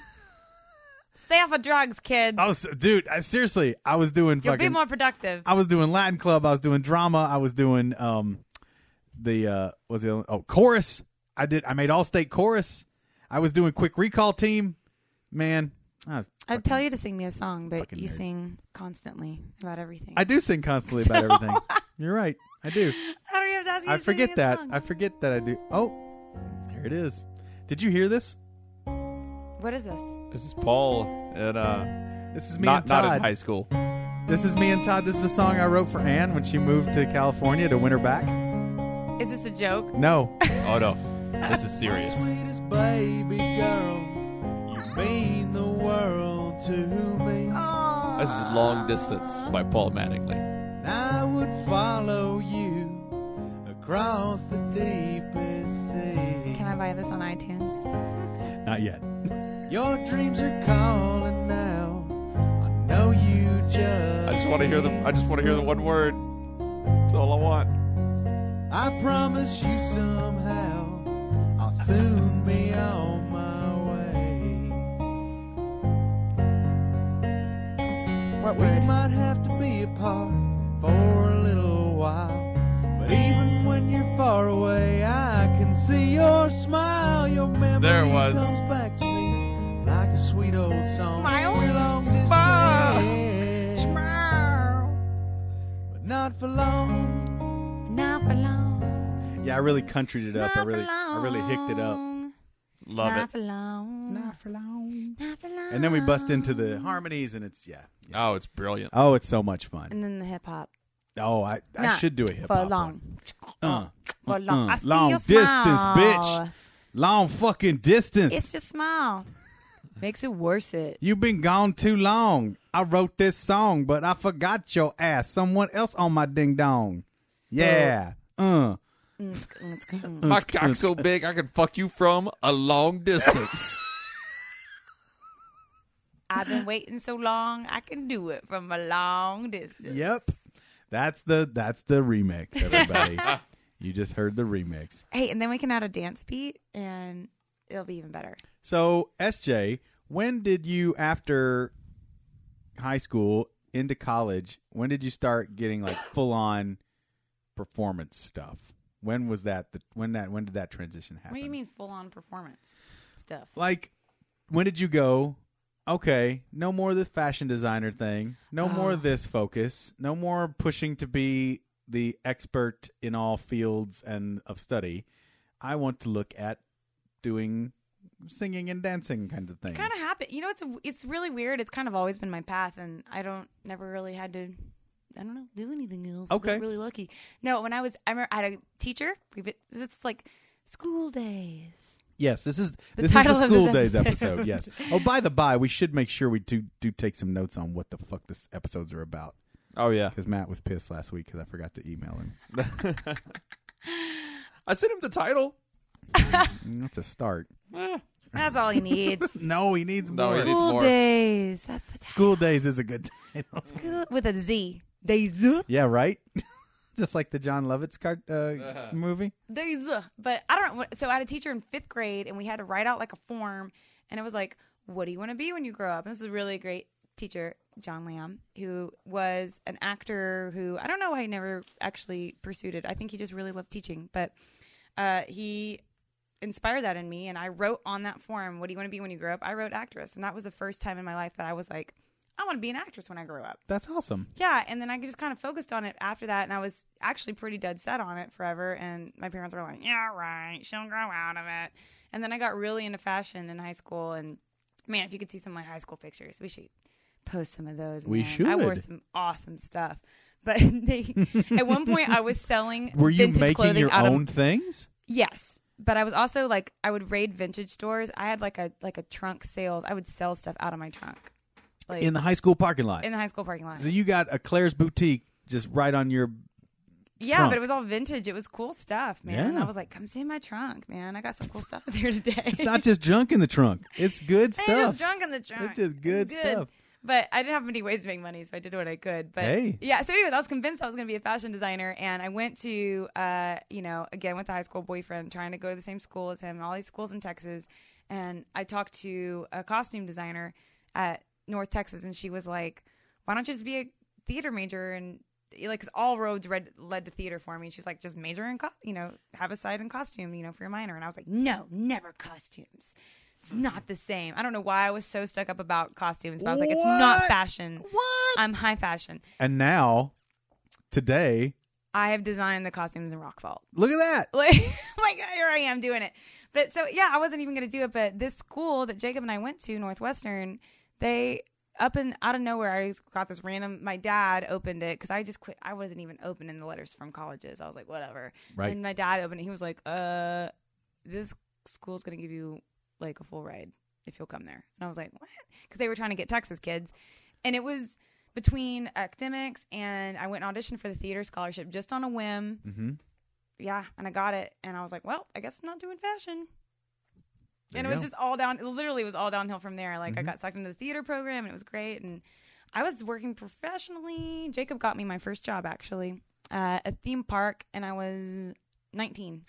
S5: Stay off of drugs, kids.
S4: I was, dude. I, seriously, I was doing
S5: You'll be
S4: fucking.
S5: more productive.
S4: I was doing Latin club. I was doing drama. I was doing um, the uh, was the other- oh chorus. I did. I made all state chorus. I was doing quick recall team. Man, I,
S5: I'd tell you to sing me a song, but
S4: fucking
S5: you
S4: nerd.
S5: sing constantly about everything.
S4: I do sing constantly about everything. You're right. I do.
S5: I don't even have to ask you
S4: I
S5: to sing me
S4: forget
S5: a
S4: that.
S5: song.
S4: I forget that I do. Oh, here it is. Did you hear this?
S5: What is this?
S3: This is Paul and uh,
S4: This is me
S3: not
S4: and
S3: not
S4: Todd.
S3: in high school.
S4: This is me and Todd. This is the song I wrote for Anne when she moved to California to win her back.
S5: Is this a joke?
S4: No,
S3: Oh no, this is serious.
S6: Sweetest baby girl, you mean the world to me.
S3: This is long distance by Paul Mattingly.
S6: And I would follow you across the deepest sea.
S5: Can I buy this on iTunes?
S4: not yet.
S6: Your dreams are calling now. I know you just.
S3: I just want to hear the. I just want to hear the one word. That's all I want.
S6: I promise you somehow I'll soon be on my
S5: What
S6: way. We
S5: word?
S6: might have to be apart for a little while, but even when you're far away, I can see your smile. Your memory
S3: There it was.
S6: comes back to me like a sweet old song.
S1: Smile?
S6: We long to
S3: Smile.
S6: stay, but not for long.
S5: Not for long.
S4: Yeah, I really countryed it up. I really, I really hicked it up.
S3: Love
S5: Not
S3: it.
S5: for long. Not for long. Not for long.
S4: And then we bust into the harmonies, and it's yeah.
S3: Oh, it's brilliant.
S4: Oh, it's so much fun.
S5: And then the hip hop.
S4: Oh, I, I
S5: Not
S4: should do a hip
S5: For
S4: hop.
S5: long.
S4: Uh,
S5: For long.
S4: uh,
S5: I see
S4: long
S5: your
S4: distance,
S5: smile.
S4: bitch. Long fucking distance.
S5: It's just small. Makes it worth it.
S4: You've been gone too long. I wrote this song, but I forgot your ass. Someone else on my ding dong. Yeah. Uh.
S3: My cock's so big I can fuck you from a long distance.
S5: I've been waiting so long. I can do it from a long distance.
S4: Yep. That's the that's the remix, everybody. you just heard the remix.
S5: Hey, and then we can add a dance beat, and it'll be even better.
S4: So SJ, when did you after high school into college, when did you start getting like full on performance stuff? When was that the when that when did that transition happen?
S5: What do you mean full on performance stuff?
S4: Like, when did you go? Okay, no more the fashion designer thing. No more
S5: Oh.
S4: this focus. No more pushing to be the expert in all fields and of study. I want to look at doing singing and dancing kinds of things.
S5: kind of happened. You know, it's it's really weird. It's kind of always been my path, and I don't never really had to. I don't know, do anything else. I got
S4: Okay.
S5: really lucky. No, when I was, I remember I had a teacher. We, bit- this is like school days.
S4: yes, this is
S5: The
S4: this is
S5: title
S4: the
S5: of this
S4: school days
S5: episode.
S4: episode. Yes. Oh, by the by, we should make sure we do do take some notes on what the fuck this episodes are about
S3: oh yeah,
S4: because Matt was pissed last week because I forgot to email him.
S3: I sent him the title.
S4: Mm, That's a start.
S5: That's all he needs.
S4: No, he needs
S3: No,
S4: more.
S3: he- needs
S5: school
S3: more.
S5: days. That's the t-
S4: School days is a good title.
S5: good with a Z. Days.
S4: yeah, right. Just like the John Lovitz card, uh,
S3: Uh-huh.
S4: movie.
S5: days. But I don't know. So I had a teacher in fifth grade, and we had to write out like a form, and it was like, "What do you want to be when you grow up?" And this was a really great teacher, John Lamb, who was an actor who I don't know why he never actually pursued it. I think he just really loved teaching, but uh, he inspired that in me, and I wrote on that form, "What do you want to be when you grow up?" I wrote actress, and that was the first time in my life that I was like, "I want to be an actress when I grow up."
S4: That's awesome.
S5: Yeah, and then I just kind of focused on it after that, and I was actually pretty dead set on it forever. And my parents were like, "Yeah, right, she'll grow out of it." And then I got really into fashion in high school, and man, if you could see some of my high school pictures, we should post some of those.
S4: We
S5: man. I wore
S4: should.
S5: some awesome stuff, but they, at one point I was selling
S4: Were you
S5: vintage
S4: making
S5: clothing
S4: your
S5: out
S4: own
S5: Of,
S4: things?
S5: yes. But I was also like I would raid vintage stores. I had like a like a trunk sales. I would sell stuff out of my trunk, like
S4: In the high school parking lot.
S5: in the high school parking lot.
S4: so you got a Claire's boutique just right on your.
S5: Yeah,
S4: trunk.
S5: but it was all vintage. It was cool stuff, man. And
S4: Yeah.
S5: I was like, come see my trunk, man. I got some cool stuff in here today.
S4: It's not just junk in the trunk. It's good
S5: I ain't
S4: stuff.
S5: just drunk in the trunk.
S4: It's just good stuff.
S5: But I didn't have many ways to make money, so I did what I could. But
S4: Hey.
S5: yeah, so anyways, I was convinced I was going to be a fashion designer, and I went to, uh, you know, again with a high school boyfriend, trying to go to the same school as him, all these schools in Texas, and I talked to a costume designer at North Texas, and she was like, "Why don't you just be a theater major and eh, like 'cause all roads read, led to theater for me?" She's like, "Just major in, co- you know, have a side in costume, you know, for your minor," and I was like, "No, never costumes." It's not the same. I don't know why I was so stuck up about costumes, but I was like, it's not
S4: What?
S5: fashion.
S2: What?
S5: I'm high fashion.
S4: and now, today,
S5: I have designed the costumes in Rockfall.
S4: look at that.
S5: Like, like here I am doing it. But so yeah, I wasn't even gonna do it. But this school that Jacob and I went to, Northwestern, they up in out of nowhere, I just got this random. My dad opened it because I just quit. I wasn't even opening the letters from colleges. I was like, whatever.
S4: Right.
S5: And my dad opened it. He was like, uh, this school's gonna give you like a full ride if you'll come there. And I was like, what? Because they were trying to get Texas kids, and it was between academics and I went and auditioned for the theater scholarship just on a whim
S4: Mm-hmm.
S5: yeah, and I got it, and I was like, well, I guess I'm not doing fashion.
S4: There
S5: and
S4: you
S5: it was
S4: go. Mm-hmm.
S5: just all down. It literally was all downhill from there. Like I got sucked into the theater program, and it was great. And I was working professionally. Jacob got me my first job actually uh, a theme park, and I was 19.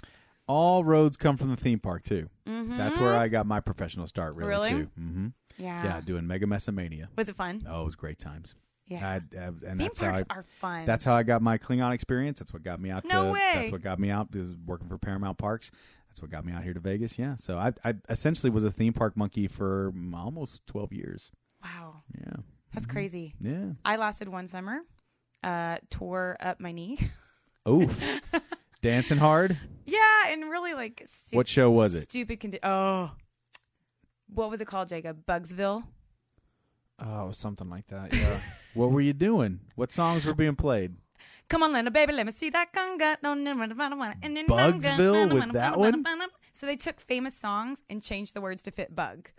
S4: All roads come from the theme park too. That's where I got my professional start, really.
S5: Mm-hmm. Really?
S4: Too. hmm
S5: Yeah.
S4: Yeah, doing Mega Mesomania.
S5: Was it fun?
S4: Oh, it was great times.
S5: Yeah.
S4: I, I, and
S5: theme
S4: that's
S5: parks
S4: how I,
S5: are fun.
S4: That's how I got my Klingon experience. That's what got me out.
S5: No
S4: to,
S5: way.
S4: That's what got me out. Is working for Paramount Parks. That's what got me out here to Vegas. Yeah. So I, I essentially was a theme park monkey for mm, almost twelve years.
S5: wow.
S4: Yeah.
S5: That's crazy.
S4: Yeah.
S5: I lasted one summer. Uh, tore up my knee.
S4: Oh, dancing hard.
S5: yeah, and really like. Super-
S4: What show was it?
S5: Stupid condi- Oh, what was it called, Jacob? Bugsville.
S3: Oh, something like that. Yeah.
S4: What were you doing? What songs were being played?
S5: Come on, little baby, let me see that conga. No, no, no, no, no, no, no, no,
S4: Bugsville with that one?
S5: So they took famous songs and changed the words to fit bug.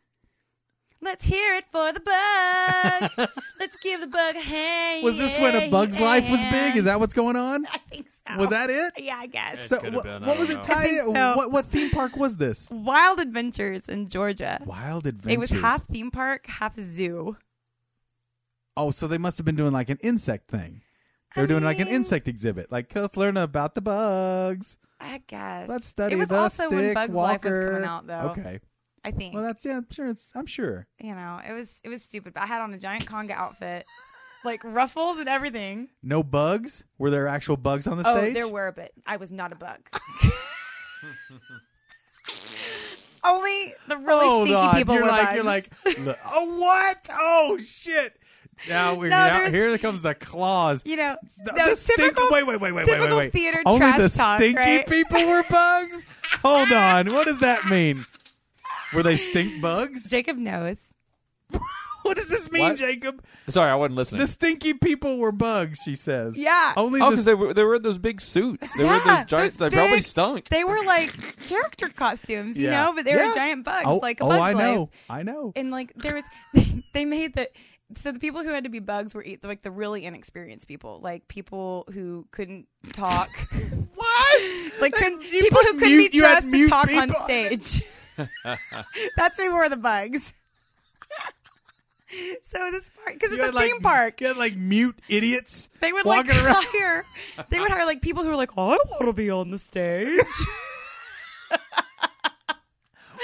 S5: Let's hear it for the bug. Let's give the bug a hand.
S4: Was this when A Bug's Life was big? Is that what's going on?
S5: I think so.
S4: Was that it?
S5: Oh, Yeah, I guess.
S4: So
S3: could've
S4: wha-
S3: been, I
S4: what was
S3: don't
S4: it
S3: know.
S4: tied?
S5: think so.
S4: What what theme park was this?
S5: Wild Adventures in Georgia.
S4: Wild Adventures.
S5: It was half theme park, half zoo.
S4: Oh, so they must have been doing like an insect thing. They
S5: I
S4: were doing like an
S5: mean-
S4: insect exhibit. Like let's learn about the bugs.
S5: I guess.
S4: Let's study
S5: It was
S4: the
S5: also when
S4: stick
S5: Bugs Life was
S4: walker.
S5: coming out, though.
S4: Okay.
S5: I think.
S4: Well, that's yeah. I'm sure. It's I'm sure.
S5: you know, it was it was stupid. But I had on a giant conga outfit, like ruffles and everything.
S4: No bugs. Were there actual bugs on the
S5: Oh,
S4: stage?
S5: there were, but I was not a bug. Only the really
S4: Hold
S5: stinky
S4: on.
S5: people
S4: you're
S5: were
S4: like
S5: bugs.
S4: you're like. "Look- oh what? Oh shit. Now we're
S5: No,
S4: now,
S5: there's-
S4: here comes the claws.
S5: you know,
S4: The-
S5: no,
S4: the stink-
S5: typical,
S4: wait, wait, wait, wait, wait,
S5: typical
S4: wait, wait.
S5: theater
S4: Only
S5: trash
S4: the
S5: talk,
S4: stinky
S5: right?
S4: people were bugs. Hold on, what does that mean? Were they stink bugs?
S5: Jacob knows.
S4: Oh. What does this mean,
S3: What?
S4: Jacob?
S3: Sorry, I wasn't listening.
S4: The stinky people were bugs. She says.
S5: Yeah.
S4: Only
S3: Oh,
S4: the
S3: because they were they were those big suits. They were
S5: Yeah,
S3: those giant.
S5: those
S3: they probably
S5: big-
S3: stunk.
S5: They were like character costumes, you
S4: Yeah.
S5: know, but they
S4: Yeah.
S5: were giant bugs,
S4: Oh,
S5: like a
S4: oh
S5: bug's
S4: I know.
S5: life.
S4: I know.
S5: And like there was, they made the so the people who had to be bugs were e- like the really inexperienced people, like people who couldn't talk,
S4: What?
S5: like couldn't,
S4: You
S5: people
S4: put
S5: who couldn't
S4: mute-
S5: be
S4: you had
S5: trusted to
S4: mute
S5: talk on
S4: people.
S5: stage. That's who were the bugs. so this part because
S4: You
S5: it's a
S4: had, like,
S5: theme park.
S4: You had like mute idiots.
S5: They would like
S4: walking around.
S5: hire. They would hire like people who were like, I want to be on the stage.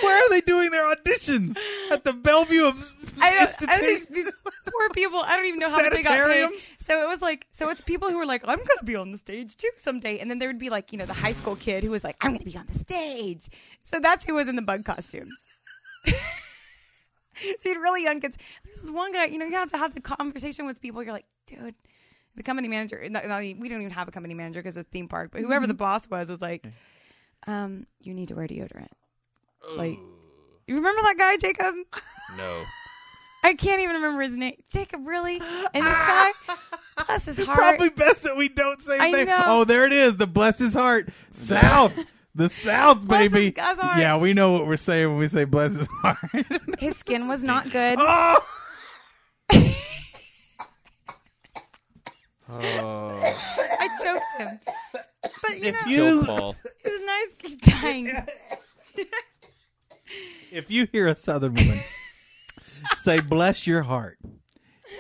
S4: Where are they doing their auditions at the Bellevue of
S5: I don't, I don't
S4: Institution?
S5: think these poor people. I don't even know how much they got paid.
S4: Sanitariums?
S5: So it was like, so it's people who were like, I'm gonna be on the stage too someday, and then there would be like, you know, the high school kid who was like, I'm gonna be on the stage. So that's who was in the bug costumes. so you'd really young kids. There's this one guy, you know, you have to have the conversation with people. You're like, dude. The company manager, no, no, we don't even have a company manager because it's a theme park, but whoever the boss was was like, um, you need to wear deodorant. Like, you remember that guy, Jacob?
S3: No.
S5: I can't even remember his name. Jacob, really? And this guy, bless his heart.
S4: Probably best that we don't say his
S5: I
S4: name.
S5: know.
S4: Oh, there it is. The bless his heart. South. The South,
S5: Bless his
S4: baby.
S5: guy's heart.
S4: Yeah, we know what we're saying when we say bless his heart.
S5: his skin was not good.
S4: oh!
S5: I choked him. But you know,
S4: If
S3: Kill
S4: you
S3: Paul.
S5: he's a nice. He's dying.
S4: if you hear a Southern woman say bless your heart,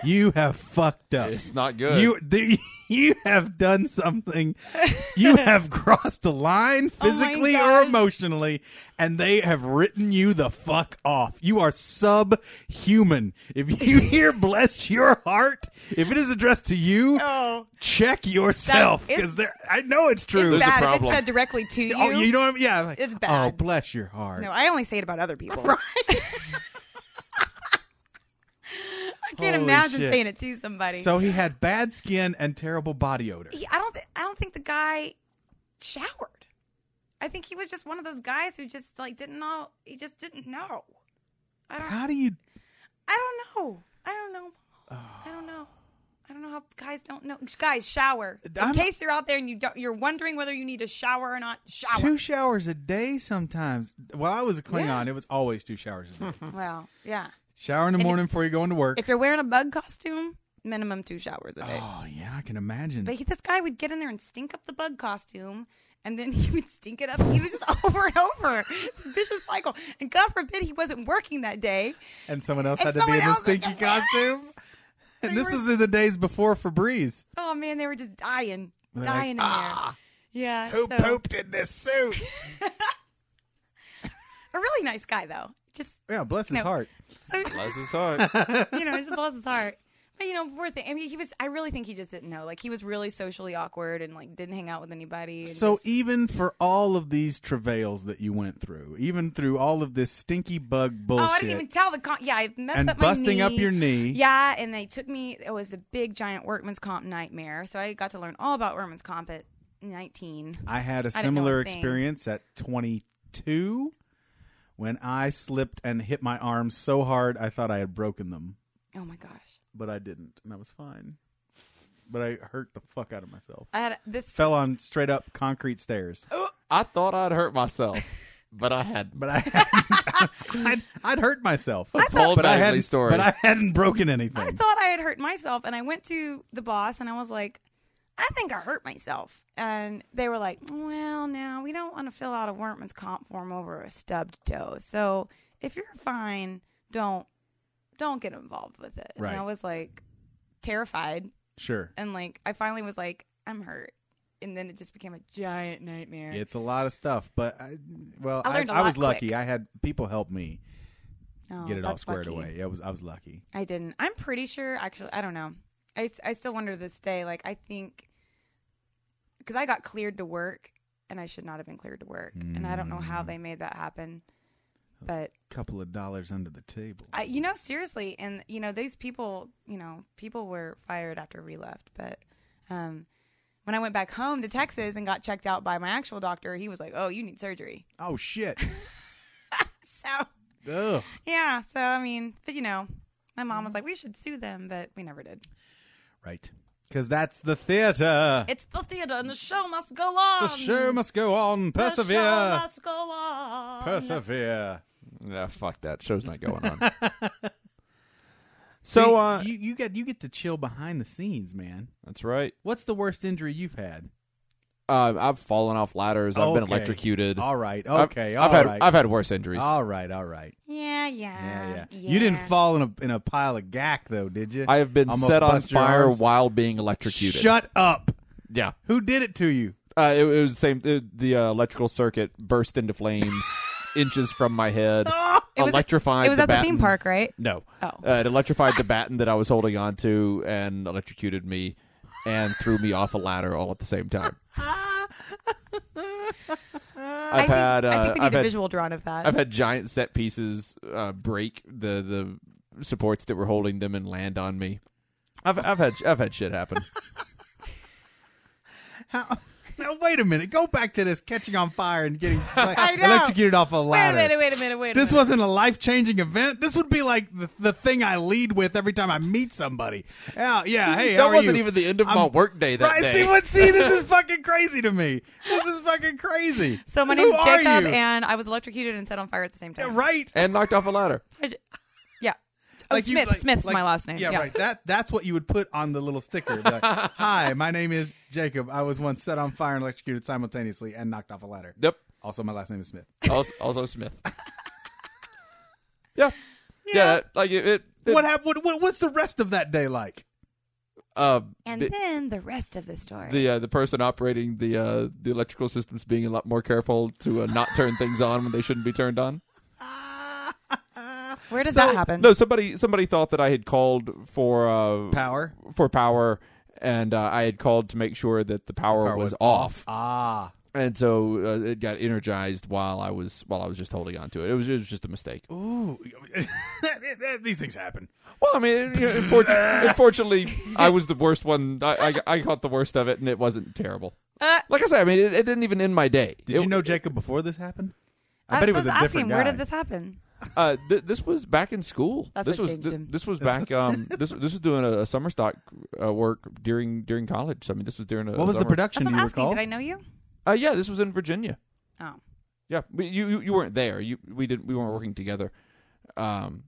S4: you have fucked up.
S3: It's not good.
S4: You the, you have done something. You have crossed a line
S5: Oh my
S4: physically or
S5: gosh.
S4: emotionally, and they have written you the fuck off. You are subhuman. If you hear "bless your heart," if it is addressed to you,
S5: Oh,
S4: check yourself
S5: it's-
S4: because I know it's
S5: it's
S4: true.
S3: a
S5: bad if
S3: problem.
S5: it's said directly to you.
S4: oh, you know what I mean? Yeah, like,
S5: It's
S4: Oh,
S5: bad.
S4: bless your heart.
S5: no, I only say it about other people. I can't
S4: Holy
S5: imagine
S4: shit.
S5: saying it to somebody.
S4: so he had bad skin and terrible body odor.
S5: He- I don't. Th- I don't think the guy showered. I think he was just one of those guys who just like didn't know. He just didn't know. I don't.
S4: How do you?
S5: I don't know. I don't know. I don't know. I don't know how guys don't know. Guys, shower. In
S4: I'm-
S5: case you're out there and you don't, you're wondering whether you need a shower or not, shower.
S4: Two showers a day sometimes. While I was a Klingon, it was always two showers a day.
S5: Well, yeah.
S4: Shower in the
S5: And if-
S4: morning before you go into work.
S5: If you're wearing a bug costume, minimum two showers a day.
S4: oh yeah, I can imagine.
S5: But he, this guy would get in there and stink up the bug costume, and then he would stink it up. He was just over and over. It's a vicious cycle. And God forbid he wasn't working that day.
S4: and someone else
S5: and
S4: had to be in
S5: someone
S4: a
S5: else had
S4: stinky
S5: to wear it.
S4: costume. And
S5: They
S4: this
S5: were-
S4: was in the days before Febreze.
S5: Oh man, they were just dying,
S4: They're like,
S5: dying in
S4: "Ah,
S5: there. Yeah.
S4: Who
S5: so-
S4: pooped in this suit?
S5: A really nice guy though. Just
S4: yeah, bless his
S5: No.
S4: heart.
S5: so
S3: Bless his heart.
S5: you know, just bless his heart. But you know, worth it. I mean, he was. I really think he just didn't know. Like he was really socially awkward and like didn't hang out with anybody. And
S4: So
S5: just-
S4: even for all of these travails that you went through, even through all of this stinky bug
S5: oh,
S4: bullshit,
S5: I didn't even tell the con. Yeah, I messed
S4: and
S5: up my
S4: busting up your knee.
S5: Yeah, and they took me. It was a big giant workman's comp nightmare. So I got to learn all about workman's comp at nineteen.
S4: I had a
S5: know a
S4: similar
S5: thing.
S4: experience at 22 when I slipped and hit my arms so hard I thought I had broken them,
S5: Oh my gosh,
S4: but I didn't, and I was fine. But I hurt the fuck out of myself.
S5: I had this. Oh.
S4: Fell on straight up concrete stairs.
S3: I thought I'd hurt myself. but I had
S4: but I hadn't- I'd, I'd hurt myself.
S3: Paul
S4: but I
S3: Bagley
S4: hadn't,
S3: story.
S4: But I hadn't broken
S5: I
S4: anything.
S5: thought I had hurt myself, and I went to the boss and I was like, I think I hurt myself. And they were like, Well, now we don't want to fill out a workman's comp form over a stubbed toe. So if you're fine, don't don't get involved with it.
S4: Right.
S5: And I was like terrified,
S4: Sure.
S5: and like I finally was like, I'm hurt, and then it just became a giant nightmare.
S4: It's a lot of stuff, but I, well,
S5: I
S4: I,
S5: learned a
S4: I was
S5: lot
S4: lucky.
S5: quick.
S4: I had people help me
S5: Oh,
S4: get it all
S5: that's
S4: squared
S5: lucky.
S4: away. I was I was lucky.
S5: I didn't. I'm pretty sure, actually. I don't know. I, s- I still wonder to this day. Like, I think because I got cleared to work and I should not have been cleared to work. And I don't know
S4: Mm.
S5: how they made that happen. But
S4: Couple of dollars under the table.
S5: I, you know, seriously, and you know, these people, you know, people were fired after we left. But um, when I went back home to Texas and got checked out by my actual doctor, he was like, "Oh, you need surgery."
S4: oh shit.
S5: So
S4: Ugh.
S5: yeah, so I mean, but you know, my mom was like, "We should sue them," but we never did.
S4: Right. Because that's the theater.
S5: It's the theater, and the show must go on.
S4: the show must go on.
S5: The
S4: Persevere.
S5: show must go on.
S4: Persevere.
S3: nah, fuck that show's not going on. so uh,
S4: you, you get you get to chill behind the scenes, man.
S3: that's right.
S4: What's the worst injury you've had?
S3: Uh, I've fallen off ladders. I've been
S4: Okay.
S3: electrocuted.
S4: All right.
S3: I've-
S4: Okay.
S3: I've,
S4: all
S3: had
S4: right.
S3: I've had worse injuries.
S4: all right. All right.
S5: yeah, yeah,
S4: Yeah, yeah.
S5: yeah,
S4: You didn't fall in a in a pile of gack though, did you?
S3: I have been
S4: Almost
S3: set on
S4: bust your
S3: fire
S4: arms?
S3: while being electrocuted.
S4: Shut up.
S3: Yeah,
S4: Who did it to you?
S3: uh, it, it was the same. The, the uh, electrical circuit burst into flames, inches from my head,
S5: It was-
S3: electrified.
S5: It was
S3: the
S5: at the
S3: baton.
S5: theme park, right?
S3: No,
S5: Oh.
S3: uh, it electrified the baton that I was holding on to and electrocuted me, and threw me off a ladder all at the same time. I've
S5: think,
S3: had uh,
S5: I think we need
S3: have
S5: a
S3: had
S5: visual drawn of that.
S3: I've had giant set pieces uh, break the the supports that were holding them and land on me. I've I've had I've had shit happen.
S4: How? Now wait a minute. Go back to this catching on fire and getting like,
S5: I know.
S4: electrocuted off a
S5: wait a
S4: ladder.
S5: minute, wait a minute, wait a
S4: This
S5: minute.
S4: wasn't a life changing event. This would be like the, the thing I lead with every time I meet somebody. Yeah, yeah. Hey, how
S3: that
S4: are
S3: wasn't
S4: you?
S3: even the end of my
S4: I'm-
S3: workday that
S4: right,
S3: day.
S4: see what? See, this is fucking crazy to me. This is fucking crazy.
S5: So my
S4: Who
S5: name's
S4: are
S5: Jacob,
S4: you?
S5: and I was electrocuted and set on fire at the same time.
S4: right,
S3: and knocked off a ladder.
S5: I ju- yeah. Oh,
S4: Like you-
S5: Smith.
S4: like-
S5: Smith's
S4: like-
S5: my last name.
S4: Yeah, right. That that's what you would put on the little sticker. Like, Hi, my name is Jacob. I was once set on fire and electrocuted simultaneously and knocked off a ladder.
S3: Yep.
S4: Also, my last name is Smith.
S3: Also, also Smith. yeah. yeah, Like it. it, it
S4: What happened? What, what's the rest of that day like?
S3: Uh,
S5: And
S3: the,
S5: then the rest of the story.
S3: the, uh, the person operating the uh, the electrical systems being a lot more careful to uh, not turn things on when they shouldn't be turned on.
S5: Where did
S4: So-
S5: that happen?
S3: No, somebody somebody thought that I had called for uh,
S4: Power.
S3: for power, and uh, I had called to make sure that the power,
S4: Power
S3: was,
S4: was
S3: off,
S4: Ah,
S3: and so uh, it got energized while I was while I was just holding on to it. It was, it was just a mistake.
S4: ooh, these things happen.
S3: Well, I mean, you know, unfor- unfortunately, I was the worst one. I, I I caught the worst of it, and it wasn't terrible.
S5: Uh,
S3: Like I said, I mean, it, it didn't even end my day.
S4: Did
S3: It-
S4: you know Jacob before this happened? I
S5: I
S4: bet he
S5: was
S4: was a
S5: asking,
S4: different guy.
S5: where did this happen?
S3: Uh, th- this was back in school.
S5: That's
S3: this
S5: what
S3: was
S5: changed
S3: th-
S5: him.
S3: this was back um this this was doing a, a summer stock uh, work during during college. I mean, this was during a
S4: what was the
S3: summer-
S4: production?
S5: That's what
S4: you
S5: I'm asking.
S4: recall?
S5: Did I know you?
S3: Uh, yeah, this was in Virginia.
S5: Oh.
S3: Yeah, but you, you you weren't there. You we didn't we weren't working together. Um,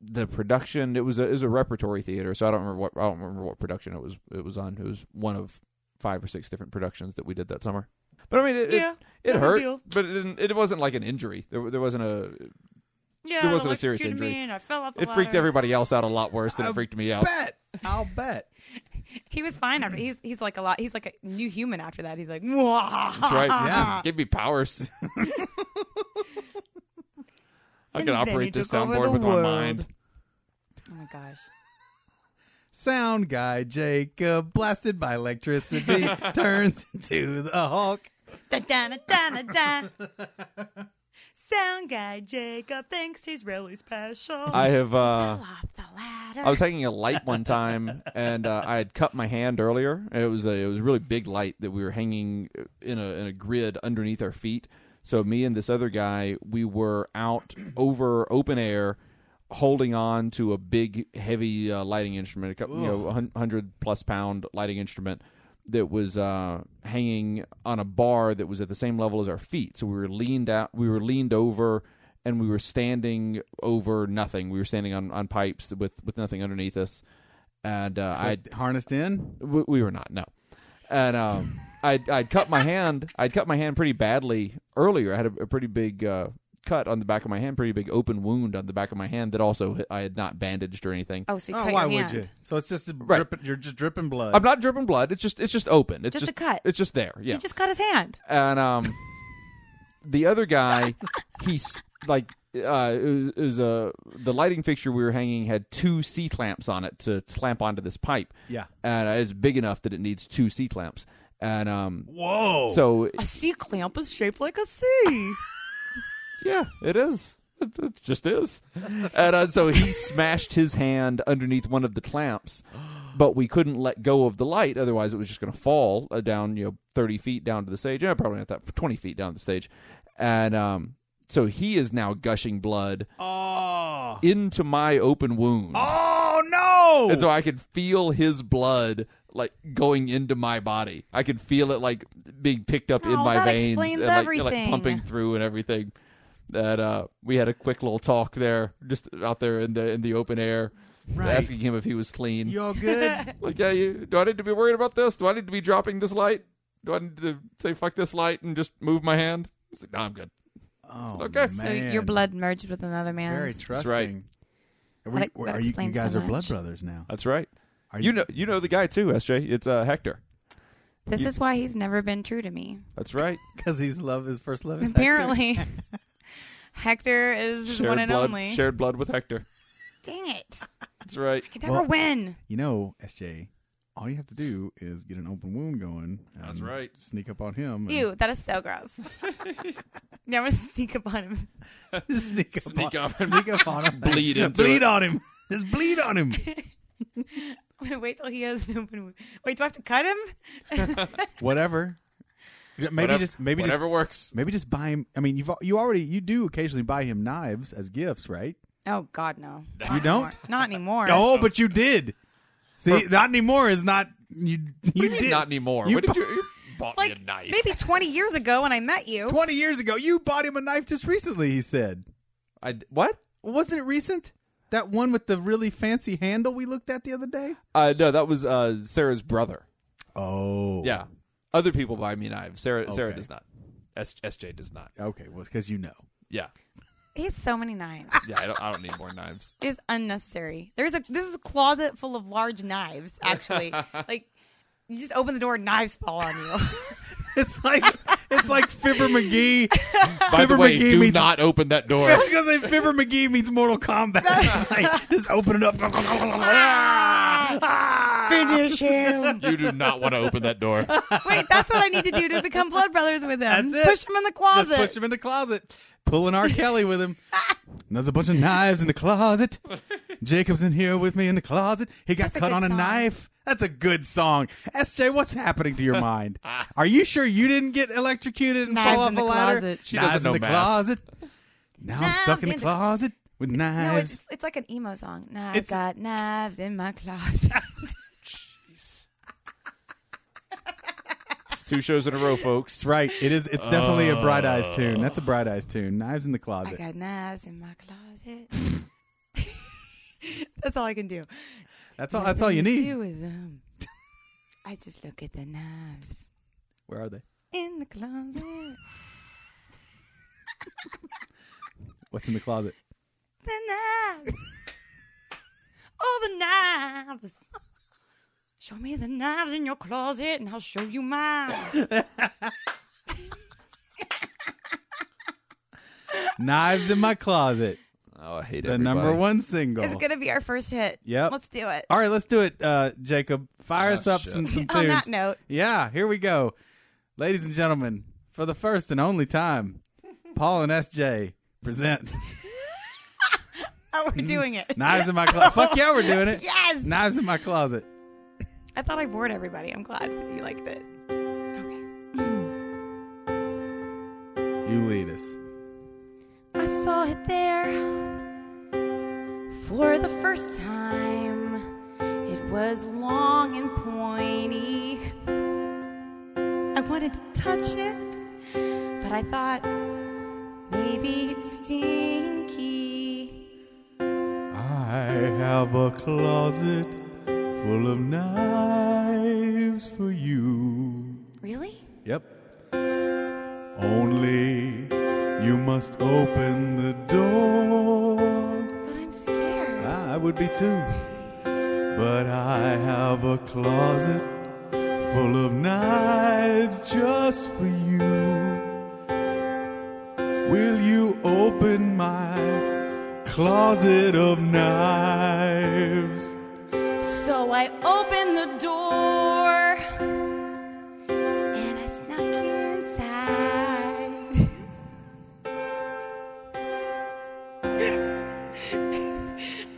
S3: the production it was a it was a repertory theater, so I don't remember what I don't remember what production it was it was on. It was one of five or six different productions that we did that summer. But I mean, it
S5: Yeah,
S3: it, it
S5: no big
S3: hurt,
S5: deal.
S3: but it didn't, it wasn't like an injury. There there wasn't a
S5: Yeah.
S3: There wasn't a serious electrocuted me injury.
S5: I fell off
S3: it freaked everybody else out a lot worse than
S4: I
S3: it freaked me out.
S4: bet. I'll bet.
S5: He was fine after. He's he's like a lot. He's like a new human after that. He's like, Wah.
S3: That's right.
S4: Yeah.
S3: Give me powers. I can
S5: And then
S3: operate
S5: he
S3: this
S5: took over
S3: soundboard
S5: the
S3: with
S5: world.
S3: my mind.
S5: Oh my gosh.
S4: Sound guy Jacob, blasted by electricity, turns into the Hulk.
S5: Da, da, da, da, da, da. Sound guy Jacob thinks he's really special.
S3: I have. Uh,
S5: Off the ladder.
S3: I was hanging a light one time, and uh, I had cut my hand earlier. And it was a it was a really big light that we were hanging uh, in a in a grid underneath our feet. So me and this other guy, we were out over open air, holding on to a big heavy uh, lighting instrument, a couple, you know, hundred plus pound lighting instrument that was uh, hanging on a bar that was at the same level as our feet. So we were leaned out, we were leaned over, and we were standing over nothing. We were standing on, on pipes with with nothing underneath us. And uh, I
S4: harnessed in.
S3: we, we were not no and um I'd, I'd cut my hand i'd cut my hand pretty badly earlier i had a, a pretty big uh, cut on the back of my hand pretty big open wound on the back of my hand that also i had not bandaged or anything
S5: Oh, so you
S4: Oh,
S5: cut
S4: why
S5: your
S4: would
S5: hand.
S4: you? So it's just dripping. You're just dripping blood.
S3: i'm not dripping blood it's just it's just open it's
S5: Just
S3: just,
S5: a cut.
S3: it's just there yeah
S5: He just cut his hand.
S3: and um the other guy he's like uh it was, it was a the lighting fixture we were hanging had two c clamps on it to clamp onto this pipe
S4: Yeah.
S3: and it's big enough that it needs two c clamps and um
S4: Whoa.
S3: so
S5: A C clamp is shaped like a C.
S3: Yeah, it is. It, it just is. and uh, so he smashed his hand underneath one of the clamps, but we couldn't let go of the light. Otherwise, it was just going to fall uh, down, you know, 30 feet down to the stage. Yeah, probably not that, 20 feet down the stage. And um, so he is now gushing blood
S4: Ah. Oh.
S3: into my open wound.
S4: Oh no.
S3: And so I could feel his blood like going into my body. I could feel it like being picked up in
S5: Oh,
S3: my
S5: that
S3: veins
S5: explains
S3: and like,
S5: everything.
S3: like pumping through and everything. That uh, we had a quick little talk there, just out there in the in the open air, asking him if he was clean.
S4: you all good?
S3: Like, yeah, you, do I need to be worried about this? Do I need to be dropping this light? Do I need to say fuck this light and just move my hand? He's like, no, I'm good.
S4: oh,
S3: Okay.
S5: so
S4: man.
S5: your blood merged with another
S4: Very
S5: man's.
S4: trusting.
S3: right.
S4: Are, we,
S5: That-
S4: are
S5: that
S4: you, you
S5: explains
S4: guys
S5: so
S4: are blood
S5: much.
S4: brothers now.
S3: That's right.
S4: Are
S3: You know, you know the guy too, SJ. It's uh, Hector.
S5: This
S3: You-
S5: is why he's never been true to me.
S3: That's right.
S4: because he's love his first love is Hector.
S5: Apparently, Hector is his one and
S3: blood,
S5: only.
S3: shared blood with Hector.
S1: Dang it.
S3: That's right.
S5: Could never
S4: Well-
S5: win.
S4: You know, SJ. All you have to do is get an open wound going.
S3: That's
S4: and
S3: right.
S4: Sneak up on him. and-
S5: Ew, that is so gross. now I'm gonna sneak up on him.
S4: sneak up,
S3: Sneak
S4: on,
S3: up.
S4: sneak up on him.
S3: Bleed into
S4: bleed
S3: it.
S4: on him. Just bleed on him.
S5: I'm gonna wait till he has an open wound. Wait, do I have to cut him?
S4: Whatever. Maybe just maybe just
S3: works.
S4: Maybe just buy him. I mean, you've al- you already you do occasionally buy him knives as gifts, right?
S5: Oh God, no.
S4: You don't?
S5: Not anymore.
S4: Oh, but you did. See, not anymore is not you. You did
S3: Not anymore.
S4: You
S3: what did
S4: bu-
S3: you, you bought
S5: Like
S3: me a knife?
S5: maybe 20 years ago when I met you.
S4: Twenty years ago, you bought him a knife just recently. He said,
S3: I, what?
S4: "Wasn't it recent? That one with the really fancy handle we looked at the other day."
S3: Uh, no, that was uh, Sarah's brother.
S4: Oh,
S3: Yeah, other people buy me knives. Sarah, Sarah
S4: Okay.
S3: does not. S, SJ does not.
S4: Okay, well, because you know.
S3: Yeah,
S5: He has so many knives.
S3: yeah. I don't. I don't need more knives.
S5: It is unnecessary. There's a this is a closet full of large knives. Actually, like you just open the door, and knives fall on you.
S4: It's like it's like Fibber McGee.
S3: By the
S4: Fibber
S3: way,
S4: McGee
S3: do
S4: meets-
S3: not open that door.
S4: I was gonna say Fibber McGee meets Mortal Kombat. It's like, just open it up.
S5: Ah.
S1: Finish him.
S3: you do not want to open that door.
S5: Wait, that's what I need to do to become blood brothers with him.
S4: That's it.
S5: Push him in the closet.
S4: Just push him in the closet. Pulling R. Kelly with him. And There's a bunch of knives in the closet. Jacob's in here with me in the closet. He got
S5: That's a
S4: cut
S5: good
S4: on a
S5: song.
S4: knife. That's a good song. SJ, what's happening to your mind? Are you sure you didn't get electrocuted and
S5: Knives
S4: fall off
S5: in
S4: a
S5: the
S4: ladder?
S5: closet. She
S3: doesn't
S4: knives in
S3: know
S4: the
S3: math.
S4: closet. Now I'm stuck
S1: Knives
S4: in the
S1: in the-
S4: closet with
S5: no,
S4: knives.
S5: it's it's like an emo song. Now I've
S4: It's-
S5: got knives in my closet.
S3: It's two shows in a row, folks.
S4: That's right. It is. It's definitely a Bright Eyes tune. That's a Bright Eyes tune. Knives in the
S5: Oh. I
S4: closet.
S5: got knives in my closet. that's all I can do.
S4: That's all. That's all you need.
S5: Do with them. I just look at the knives
S4: Where are they?
S5: in the closet.
S4: What's in the closet?
S5: the knives. All the knives. Show me the knives in your closet and I'll show you
S4: Oh.
S5: mine.
S4: Knives in my closet.
S3: Oh, I hate
S4: The
S3: everybody.
S4: number one single.
S5: It's going to be our first hit.
S4: Yep.
S5: Let's do it.
S4: All right, let's do it, uh, Jacob. Fire us up some some tunes.
S5: On that note,
S4: Yeah, here we go, ladies and gentlemen. For the first and only time, Paul and SJ present
S5: oh, we're doing it.
S4: knives in my closet. Fuck yeah, we're doing it.
S5: Yes.
S4: Knives in my closet.
S5: I thought I bored everybody. I'm glad you liked it. Okay.
S4: You lead us.
S5: I saw it there for the first time. It was long and pointy. wanted to touch it, but I thought maybe it's stinky.
S4: I have a closet full of knives for you.
S5: Really?
S4: Yep. Only you must open the door. Ah,
S5: But I'm scared.
S4: I would be too. But I have a closet full of knives just for you. Will you open my closet of knives?
S5: So I opened the door and I snuck inside. I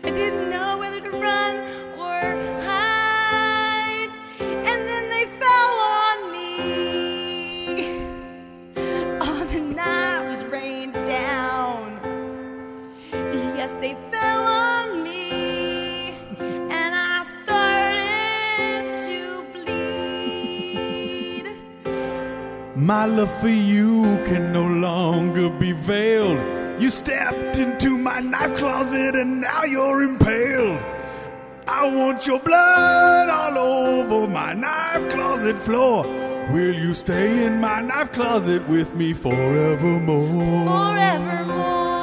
S5: didn't know whether to run or hide, and then they fell on me. All the knives rained down. Yes, they fell on me, and I started to bleed.
S4: My love for you can no longer be veiled. You stepped into my knife closet and now you're impaled. I want your blood all over my knife closet floor. Will you stay in my knife closet with me forevermore?
S5: Forevermore,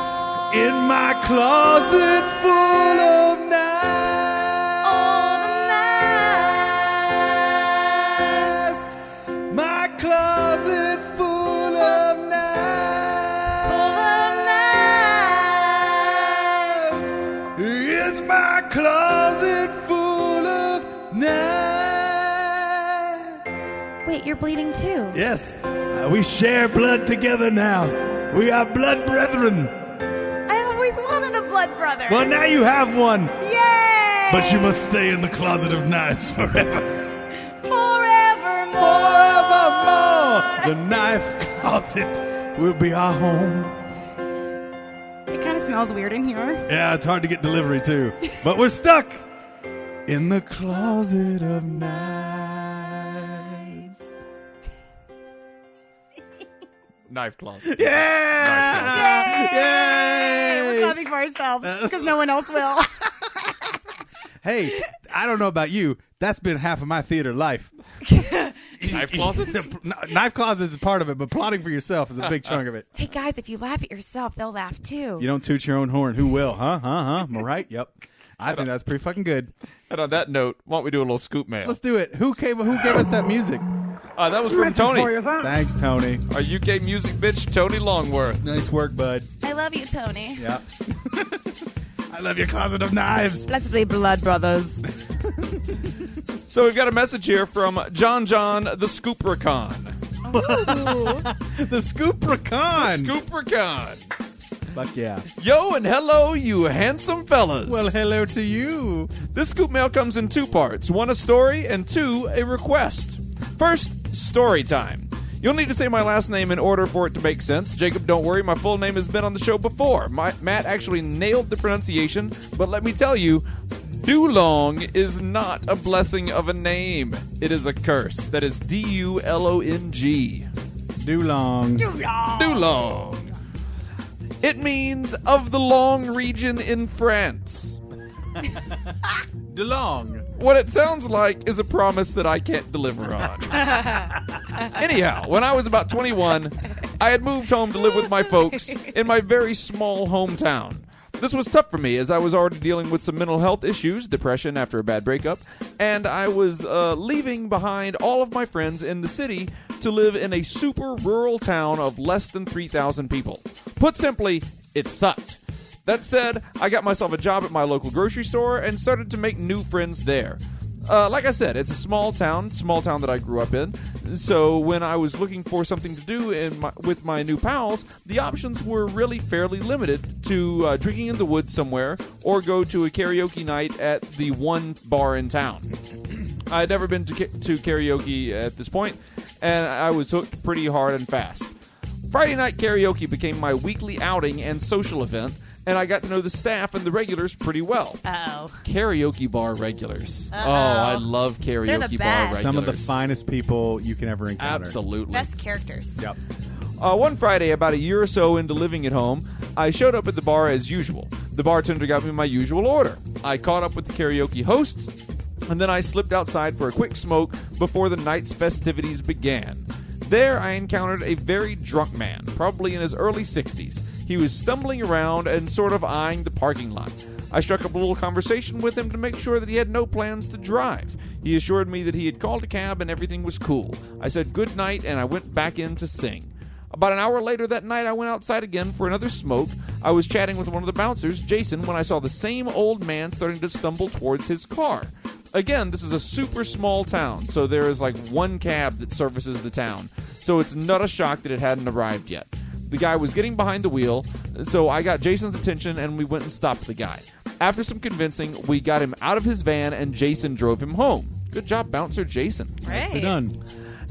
S4: In my closet full of
S5: all
S4: knives.
S5: the night.
S4: My closet full of knives. It's my closet full of knives.
S5: Wait, you're bleeding too.
S4: Yes, uh, we share blood together now. We are blood brethren.
S5: I always wanted a blood brother.
S4: Well, now you have one,
S5: Yay!
S4: but you must stay in the closet of knives forever.
S5: Forevermore.
S4: Forevermore. The knife closet will be our home.
S5: It kind of smells weird in here.
S4: Yeah, it's hard to get delivery too. But we're stuck in the closet of knives.
S3: Knife closet.
S4: Yeah!
S5: We're
S4: Yay!
S5: clapping for ourselves
S4: Uh,
S5: because no one else will.
S4: Hey, I don't know about you. That's been half of my theater life.
S3: Knife closets?
S4: The- kn- Knife closets is part of it, but plotting for yourself is a big chunk of it.
S5: hey guys, if you laugh at yourself, they'll laugh too.
S4: You don't toot your own horn. Who will? Huh? Huh? Huh? Am I right? Yep. I think that's pretty fucking good.
S3: and on that note, why don't we do a little scoop mail?
S4: Let's do it. Who came? Who gave us that music?
S3: Uh, that was from Tony,
S4: Thanks, Tony.
S3: our UK music bitch, Tony Longworth.
S4: Nice work, bud.
S5: I love you, Tony.
S4: Yeah. I love your closet of knives.
S5: Let's be blood brothers.
S3: So we've got a message here from John John the Scoopricon.
S4: The scoop pecan.
S3: Scoopricon.
S4: Fuck yeah.
S3: Yo and hello, you handsome fellas.
S4: Well, hello to you.
S3: This scoop mail comes in two parts one, a story, and two, a request. First, story time. You'll need to say my last name in order for it to make sense. Jacob, don't worry, my full name has been on the show before. My, Matt actually nailed the pronunciation, but let me tell you, Dulong is not a blessing of a name. It is a curse. That is D U L O N G.
S4: Dulong.
S3: Dulong. It means of the long region in France.
S4: Dulong.
S3: What it sounds like is a promise that I can't deliver on. Anyhow, when I was about 21, I had moved home to live with my folks in my very small hometown. This was tough for me as I was already dealing with some mental health issues, depression after a bad breakup, and I was uh, leaving behind all of my friends in the city to live in a super rural town of less than 3,000 people. Put simply, it sucked. That said, I got myself a job at my local grocery store and started to make new friends there. Uh, like I said, it's a small town, small town that I grew up in. So when I was looking for something to do in my, with my new pals, the options were really fairly limited to uh, drinking in the woods somewhere or go to a karaoke night at the one bar in town. I had never been to, ca- to karaoke at this point, and I was hooked pretty hard and fast. Friday night karaoke became my weekly outing and social event, and I got to know the staff and the regulars pretty well.
S1: Oh.
S3: Karaoke bar regulars. Oh, I love karaoke
S1: They're the
S3: bar regulars.
S1: best.
S4: Some of the finest people you can ever encounter.
S3: Absolutely.
S5: Best characters.
S4: Yep.
S3: Uh, one Friday, about a year or so into living at home, I showed up at the bar as usual. The bartender got me my usual order. I caught up with the karaoke hosts, and then I slipped outside for a quick smoke before the night's festivities began. There, I encountered a very drunk man, probably in his early 60s. He was stumbling around and sort of eyeing the parking lot. I struck up a little conversation with him to make sure that he had no plans to drive. He assured me that he had called a cab and everything was cool. I said good night and I went back in to sing. About an hour later that night, I went outside again for another smoke. I was chatting with one of the bouncers, Jason, when I saw the same old man starting to stumble towards his car. Again, this is a super small town, so there is like one cab that services the town. So it's not a shock that it hadn't arrived yet. The guy was getting behind the wheel, so I got Jason's attention and we went and stopped the guy. After some convincing, we got him out of his van and Jason drove him home. Good job, bouncer Jason.
S4: So
S5: Right.
S4: done.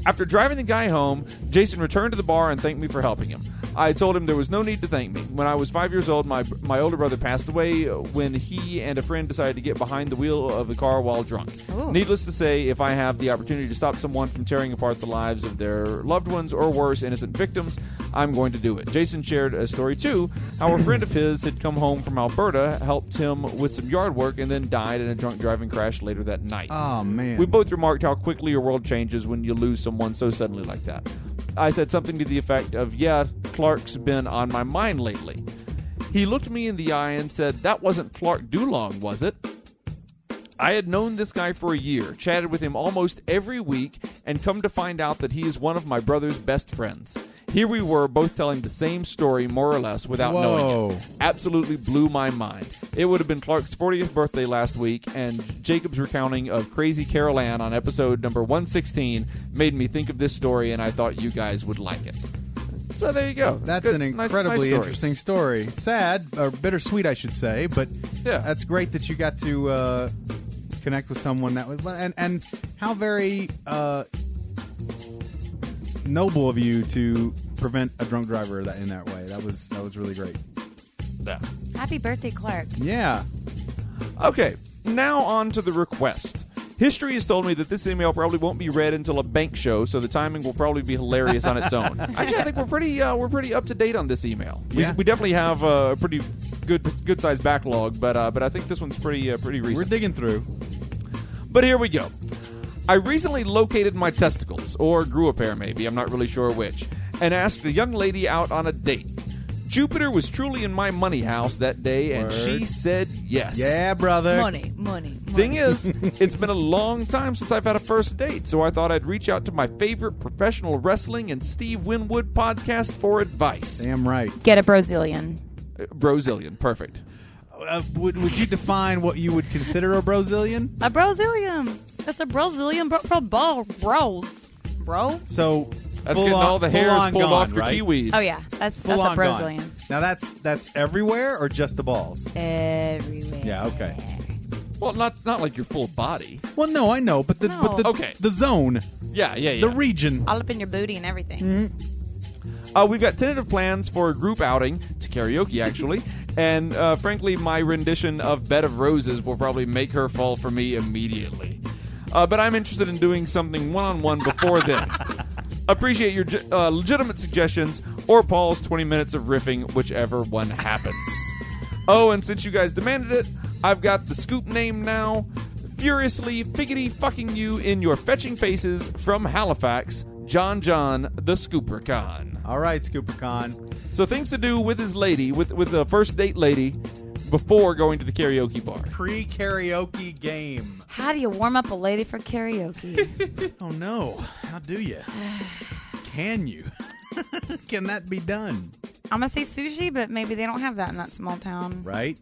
S3: After driving the guy home, Jason returned to the bar and thanked me for helping him. I told him there was no need to thank me. When I was five years old, my my older brother passed away uh, when he and a friend decided to get behind the wheel of the car while drunk. Needless to say, if I have the opportunity to stop someone from tearing apart the lives of their loved ones or worse, innocent victims, I'm going to do it. Jason shared a story too how a friend of his had come home from Alberta, helped him with some yard work, and then died in a drunk driving crash later that night.
S4: Oh man.
S3: We both remarked how quickly your world changes when you lose someone so suddenly like that. I said something to the effect of, Yeah, Clark's been on my mind lately. He looked me in the eye and said, That wasn't Clark Dulong, was it? I had known this guy for a year, chatted with him almost every week, and come to find out that he is one of my brother's best friends. Here we were, both telling the same story, more or less, without knowing
S4: Whoa.
S3: it. Absolutely blew my mind. It would have been Clark's 40th birthday last week, and Jacob's recounting of Crazy Carol Ann on episode number 116 made me think of this story, and I thought you guys would like it. So there you go.
S4: That's
S3: Good-
S4: an
S3: nice- nice
S4: incredibly
S3: story.
S4: interesting story. Sad or bittersweet, I should say, but
S3: Yeah.
S4: that's great that you got to uh, connect with someone that was and and how very uh, noble of you to prevent a drunk driver that in that way. That was that was really great.
S3: Yeah.
S5: Happy birthday, Clark.
S4: Yeah,
S3: Okay, now on to the request. History has told me that this email probably won't be read until a bank show, so the timing will probably be hilarious on its own. Actually, I think we're pretty uh, we're pretty up to date on this email. We,
S4: Yeah.
S3: we definitely have uh, a pretty good good sized backlog, but uh, but I think this one's pretty uh, pretty recent.
S4: we're digging through.
S3: But here we go. I recently located my testicles, or grew a pair maybe, I'm not really sure which, and asked a young lady out on a date. Jupiter was truly in my money house that day, and she
S4: Word.
S3: said yes.
S4: Yeah, brother.
S1: Money, money, money.
S3: Thing is, it's been a long time since I've had a first date, so I thought I'd reach out to my favorite professional wrestling and Steve Winwood podcast for advice.
S4: Damn right.
S5: Get a Brazilian.
S3: Uh, Brozillion, perfect.
S4: Uh, would, would you define what you would consider a Brazilian?
S5: A Brazilian. That's a Brazilian bro, bro, bro, bros. Bro?
S4: So
S3: That's
S4: full
S3: getting
S4: on-
S3: all the
S4: full
S3: hairs
S4: on
S3: pulled
S4: gone,
S3: off your
S4: right?
S3: kiwis.
S5: Oh, yeah. That's,
S4: Full
S5: that's a
S4: on gone.
S5: Brazilian.
S4: Now that's that's everywhere or just the balls?
S1: Everywhere.
S4: Yeah, okay.
S3: Well, not not like your full body.
S4: Well, no, I know, but the but the
S5: No.
S3: Okay.
S4: the zone,
S3: Yeah, yeah, yeah.
S4: the region.
S5: All up in your booty and everything.
S3: Uh, we've got tentative plans for a group outing to karaoke, actually. and uh, frankly, my rendition of Bed of Roses will probably make her fall for me immediately. Uh, but I'm interested in doing something one on one before then. Appreciate your ge- uh, legitimate suggestions or Paul's 20 minutes of riffing, whichever one happens. Oh, and since you guys demanded it, I've got the scoop name now. Furiously figgity fucking you in your fetching faces from Halifax, John John the Scoopercon.
S4: All right, ScooperCon.
S3: So things to do with his lady, with with the first date lady, before going to the karaoke bar.
S4: Pre karaoke game.
S5: How do you warm up a lady for karaoke?
S4: Oh no, how do you? Can you? Can that be done?
S5: I'm going to say sushi, but maybe they don't have that in that small town.
S4: Right?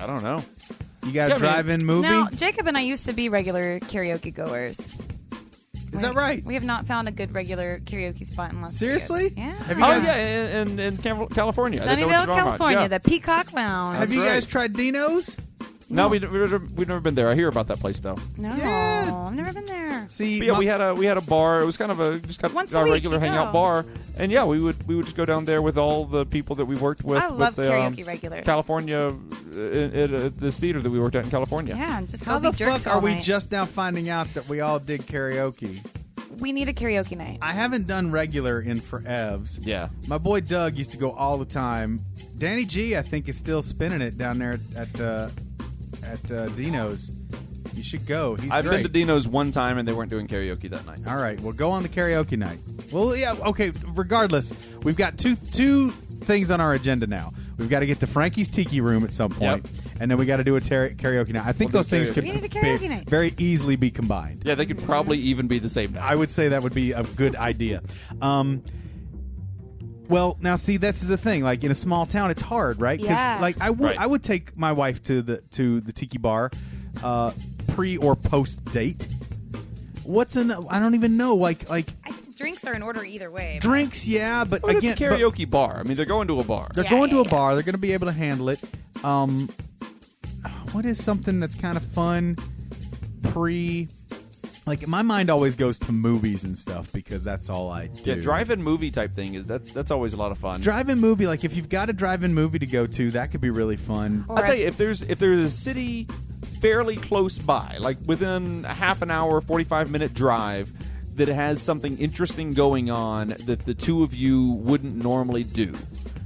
S3: I don't know.
S4: You got
S3: Yeah, man.
S4: a drive-in movie?
S5: Now, Jacob and I used to be regular karaoke goers. Is
S4: Is that right?
S5: We have not found a good regular karaoke spot in Las Vegas.
S4: Seriously?
S5: Yeah.
S4: Have you
S3: Oh
S4: guys-
S3: yeah, in, in, in Cal- California. I didn't know what
S5: Sunnyvale,
S3: you're talking about.
S5: California,
S3: Yeah.
S5: the Peacock Lounge.
S4: Have
S3: That's
S4: you
S3: right.
S4: guys tried Dino's?
S3: No, we we we've never been there. I hear about that place though.
S5: No,
S4: Yeah.
S5: I've never been there.
S4: See,
S3: But yeah,
S4: my-
S3: we had a we had a bar. It was kind of a just kind
S5: Once
S3: of
S5: a
S3: our
S5: week,
S3: regular
S5: you
S3: hangout
S5: go.
S3: bar. And yeah, we would we would just go down there with all the people that we worked with.
S5: I
S3: with
S5: love
S3: the, um,
S5: karaoke regulars.
S3: California, uh, at uh, this theater that we worked at in California.
S5: Yeah, just
S4: how
S5: go
S4: the
S5: be jerks
S4: fuck are
S5: all
S4: we
S5: night.
S4: just now finding out that we all did karaoke?
S5: We need a karaoke night.
S4: I haven't done regular in forevs.
S3: Yeah.
S4: My boy Doug used to go all the time. Danny G, I think, is still spinning it down there at uh, at uh, Dino's. You should go. He's
S3: I've
S4: great.
S3: been to Dino's one time and they weren't doing karaoke that night.
S4: All right, well, go on the karaoke night. Well, yeah, okay. Regardless, we've got two two things on our agenda now. We've got to get to Frankie's Tiki Room at some point, and then we got to do a tar- karaoke night. I think
S3: We'll do
S4: those things
S3: karaoke.
S4: could
S5: We need a
S4: be-
S5: karaoke night.
S4: very easily be combined.
S3: Yeah, they could probably even be the same night.
S4: I would say that would be a good idea. Um, well, now see, that's the thing. Like in a small town, it's hard, right? 'Cause,
S5: Yeah.
S4: Like I would,
S3: Right.
S4: I would take my wife to the to the tiki bar, uh, pre or post date. What's in? The, I don't even know. Like like
S5: I think drinks are in order either way. but-
S4: drinks, yeah, but
S3: But
S4: again,
S3: it's a
S4: but
S3: karaoke bar. I mean, they're going to a bar.
S4: they're
S5: Yeah,
S4: going
S5: yeah,
S4: to a
S5: yeah.
S4: bar. They're going to be able to handle it. Um, what is something that's kind of fun pre? Like my mind always goes to movies and stuff because that's all I do.
S3: Yeah, drive-in movie type thing is that's that's always a lot of fun.
S4: Drive-in movie, like if you've got a drive-in movie to go to, that could be really fun.
S5: Or
S3: I'll tell
S5: a-
S3: you if there's if there's a city fairly close by, like within a half an hour, forty five minute drive, that has something interesting going on that the two of you wouldn't normally do.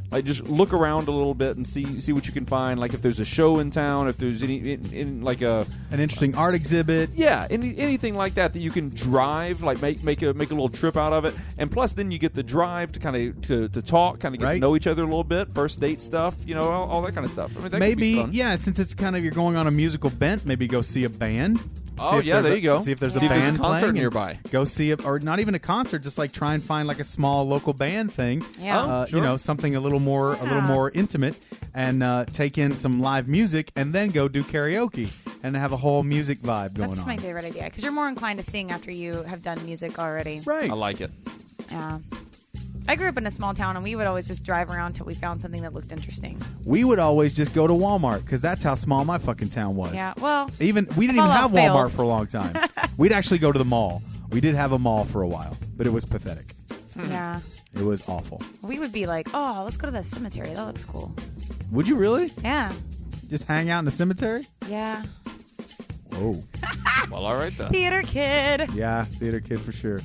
S3: Like just look around a little bit and see see what you can find. Like if there's a show in town, if there's any in, in like a
S4: An interesting art exhibit.
S3: yeah, any, anything like that that you can drive, like make make a make a little trip out of it, and plus then you get the drive to kind of to, to talk, kind of get
S4: Right.
S3: to know each other a little bit, first date stuff, you know, all, all that kind of stuff. I mean, that could be
S4: maybe
S3: fun.
S4: yeah, since it's kind of you're going on a musical bent, maybe go see a band.
S3: Oh,
S4: See if
S3: yeah,
S4: there's
S3: there
S4: a-
S3: you go.
S4: See if there's
S3: See
S4: a
S3: if
S4: band
S3: there's a concert
S4: playing and
S3: nearby.
S4: Go see it, or not even a concert, just like try and find like a small local band thing.
S5: Yeah.
S3: Oh,
S4: uh,
S3: sure.
S4: you know something a little more a little
S5: Yeah.
S4: more intimate, and uh, take in some live music, and then go do karaoke and have a whole music vibe going
S5: That's
S4: on.
S5: my favorite idea because you're more inclined to sing after you have done music already.
S4: Right.
S3: I like it.
S5: Yeah. I grew up in a small town and we would always just drive around till we found something that looked interesting.
S4: we would always just go to Walmart because that's how small my fucking town was.
S5: Yeah. Well,
S4: Even we didn't
S5: If
S4: even
S5: all
S4: have
S5: else fails.
S4: Walmart for a long time. We'd actually go to the mall. We did have a mall for a while, but it was pathetic.
S5: yeah.
S4: It was awful.
S5: We would be like, oh, let's go to the cemetery. That looks cool.
S4: Would you really
S5: Yeah.
S4: just hang out in the cemetery?
S5: Yeah.
S4: Oh,
S3: Well, all right then.
S5: Theater kid.
S4: yeah, theater kid for sure.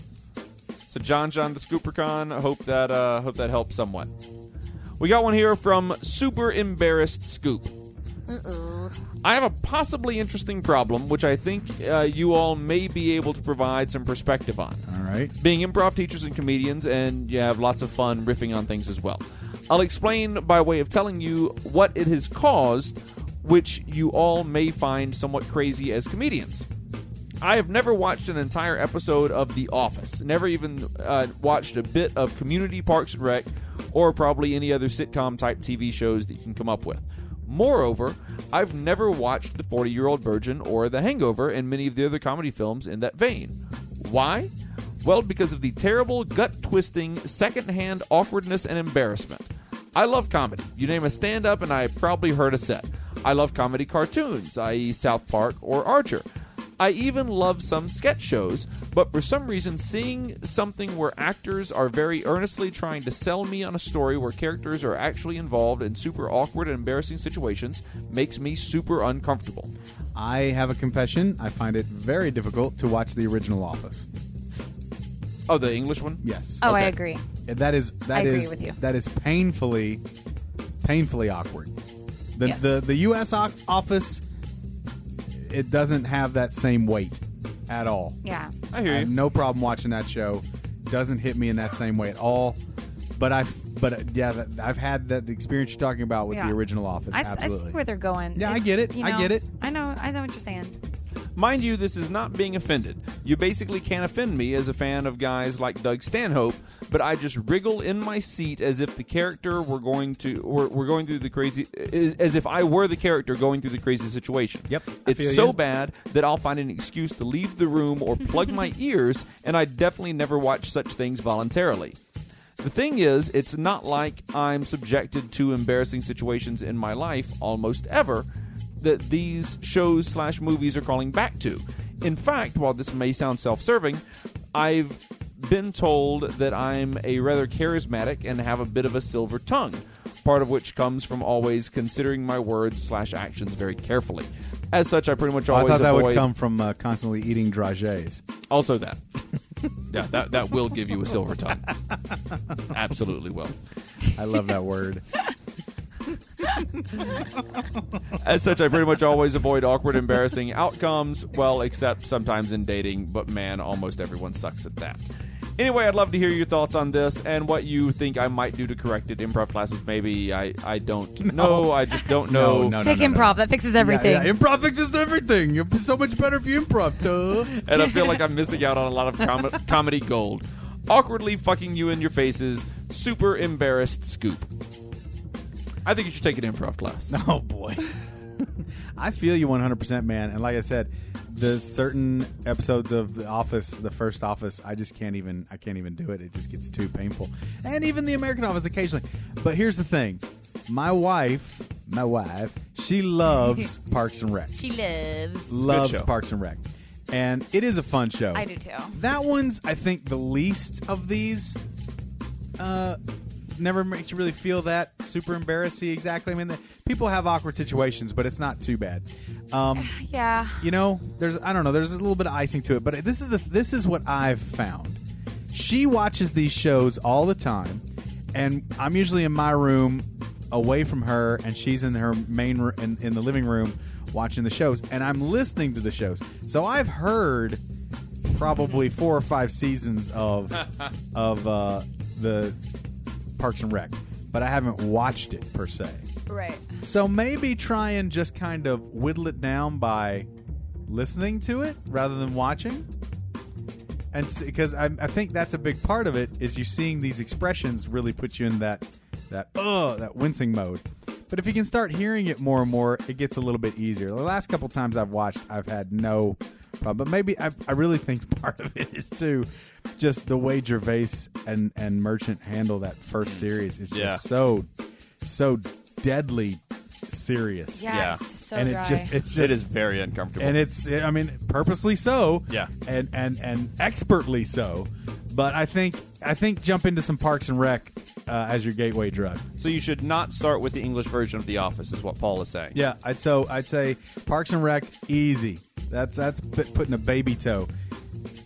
S3: So John John the ScooperCon, I hope that uh hope that helps somewhat. We got one here from Super Embarrassed Scoop.
S1: Uh-oh.
S3: I have a possibly interesting problem which I think uh, you all may be able to provide some perspective on.
S4: All right.
S3: being improv teachers and comedians, and you have lots of fun riffing on things as well. I'll explain by way of telling you what it has caused, which you all may find somewhat crazy as comedians. I have never watched an entire episode of The Office, never even uh, watched a bit of Community Parks and Rec, or probably any other sitcom type TV shows that you can come up with. Moreover, I've never watched The 40 Year Old Virgin or The Hangover and many of the other comedy films in that vein. Why? Well, because of the terrible, gut twisting, secondhand awkwardness and embarrassment. I love comedy. You name a stand up, and I probably heard a set. I love comedy cartoons, i.e., South Park or Archer. I even love some sketch shows, but for some reason, seeing something where actors are very earnestly trying to sell me on a story where characters are actually involved in super awkward and embarrassing situations makes me super uncomfortable.
S4: I have a confession. I find it very difficult to watch the original Office.
S3: Oh, the English one?
S4: Yes.
S5: Oh, I
S3: Okay.
S5: agree.
S4: And That is that
S5: I agree
S4: is-
S5: with you.
S4: that is painfully painfully awkward. The
S5: Yes.
S4: the the US o- office it doesn't have that same weight at all.
S5: Yeah.
S3: I
S4: I
S3: hear
S4: have
S3: you.
S4: no problem watching that show. Doesn't hit me in that same way at all. But I but uh, yeah, that, I've had that experience you're talking about with
S5: Yeah.
S4: the original office.
S5: I, s- I
S4: Absolutely.
S5: see where they're going.
S4: Yeah, I get it.
S5: you
S4: I get it.
S5: I know. I know what you're saying.
S3: Mind you, this is not being offended. You basically can't offend me as a fan of guys like Doug Stanhope, but I just wriggle in my seat as if the character were going to were, were going through the crazy as, as if I were the character going through the crazy situation.
S4: Yep, I feel
S3: It's so
S4: you.
S3: bad that I'll find an excuse to leave the room or plug my ears, and I definitely never watch such things voluntarily. The thing is, it's not like I'm subjected to embarrassing situations in my life almost ever, that these shows slash movies are calling back to. In fact, while this may sound self-serving, I've been told that I'm a rather charismatic and have a bit of a silver tongue, part of which comes from always considering my words slash actions very carefully. As such, I pretty much
S4: Oh, I
S3: always
S4: thought that
S3: avoid
S4: would come from uh, constantly eating dragees.
S3: also that. yeah, that, that will give you a silver tongue. Absolutely will.
S4: I love that word.
S3: As such, I pretty much always avoid awkward, embarrassing outcomes. Well, except sometimes in dating, but man, almost everyone sucks at that. Anyway, I'd love to hear your thoughts on this and what you think I might do to correct it. Improv classes, maybe. I, I don't know. I just don't know.
S4: No, no,
S5: Take
S4: no, no,
S5: improv. That fixes everything.
S4: Yeah, yeah. Improv fixes everything. You're so much better if you improv, duh.
S3: and I feel like I'm missing out on a lot of com- comedy gold. Awkwardly fucking you in your faces, super embarrassed scoop. I think you should take an improv class.
S4: Oh boy. I feel you 100%, man. And like I said, the certain episodes of The Office, the first Office, I just can't even I can't even do it. It just gets too painful. And even The American Office occasionally. But here's the thing. My wife, my wife, she loves Parks and Rec.
S1: She lives.
S4: loves
S3: show.
S4: Parks and Rec. And it is a fun show.
S5: I do too.
S4: That one's, I think, the least of these. Uh, never makes you really feel that super embarrassing exactly. I mean, the, people have awkward situations, but it's not too bad. Um,
S5: Yeah.
S4: you know, there's I don't know, there's a little bit of icing to it, but this is the this is what I've found. She watches these shows all the time, and I'm usually in my room away from her, and she's in her main ro- in, in the living room watching the shows, and I'm listening to the shows. So I've heard probably four or five seasons of of uh, the Parks and Rec, but I haven't watched it per se.
S5: Right.
S4: So maybe try and just kind of whittle it down by listening to it rather than watching. And because I, I think that's a big part of it is you seeing these expressions really put you in that that uh that wincing mode. But if you can start hearing it more and more, it gets a little bit easier. The last couple times I've watched, I've had no problem. But maybe I, I really think part of it is too just the way Gervais and and Merchant handle that first series is
S3: Mm.
S4: just
S3: Yeah.
S4: so so deadly serious.
S5: Yeah.
S3: Yeah.
S5: It's so
S4: and
S5: dry.
S4: it just it's just
S3: it is very uncomfortable.
S4: and it's I mean purposely so.
S3: Yeah.
S4: And and and expertly so. But I think I think jump into some Parks and Rec uh, as your gateway drug.
S3: so you should not start with the English version of The Office, is what Paul is saying.
S4: Yeah, I'd so I'd say Parks and Rec easy. That's that's p- putting a baby toe.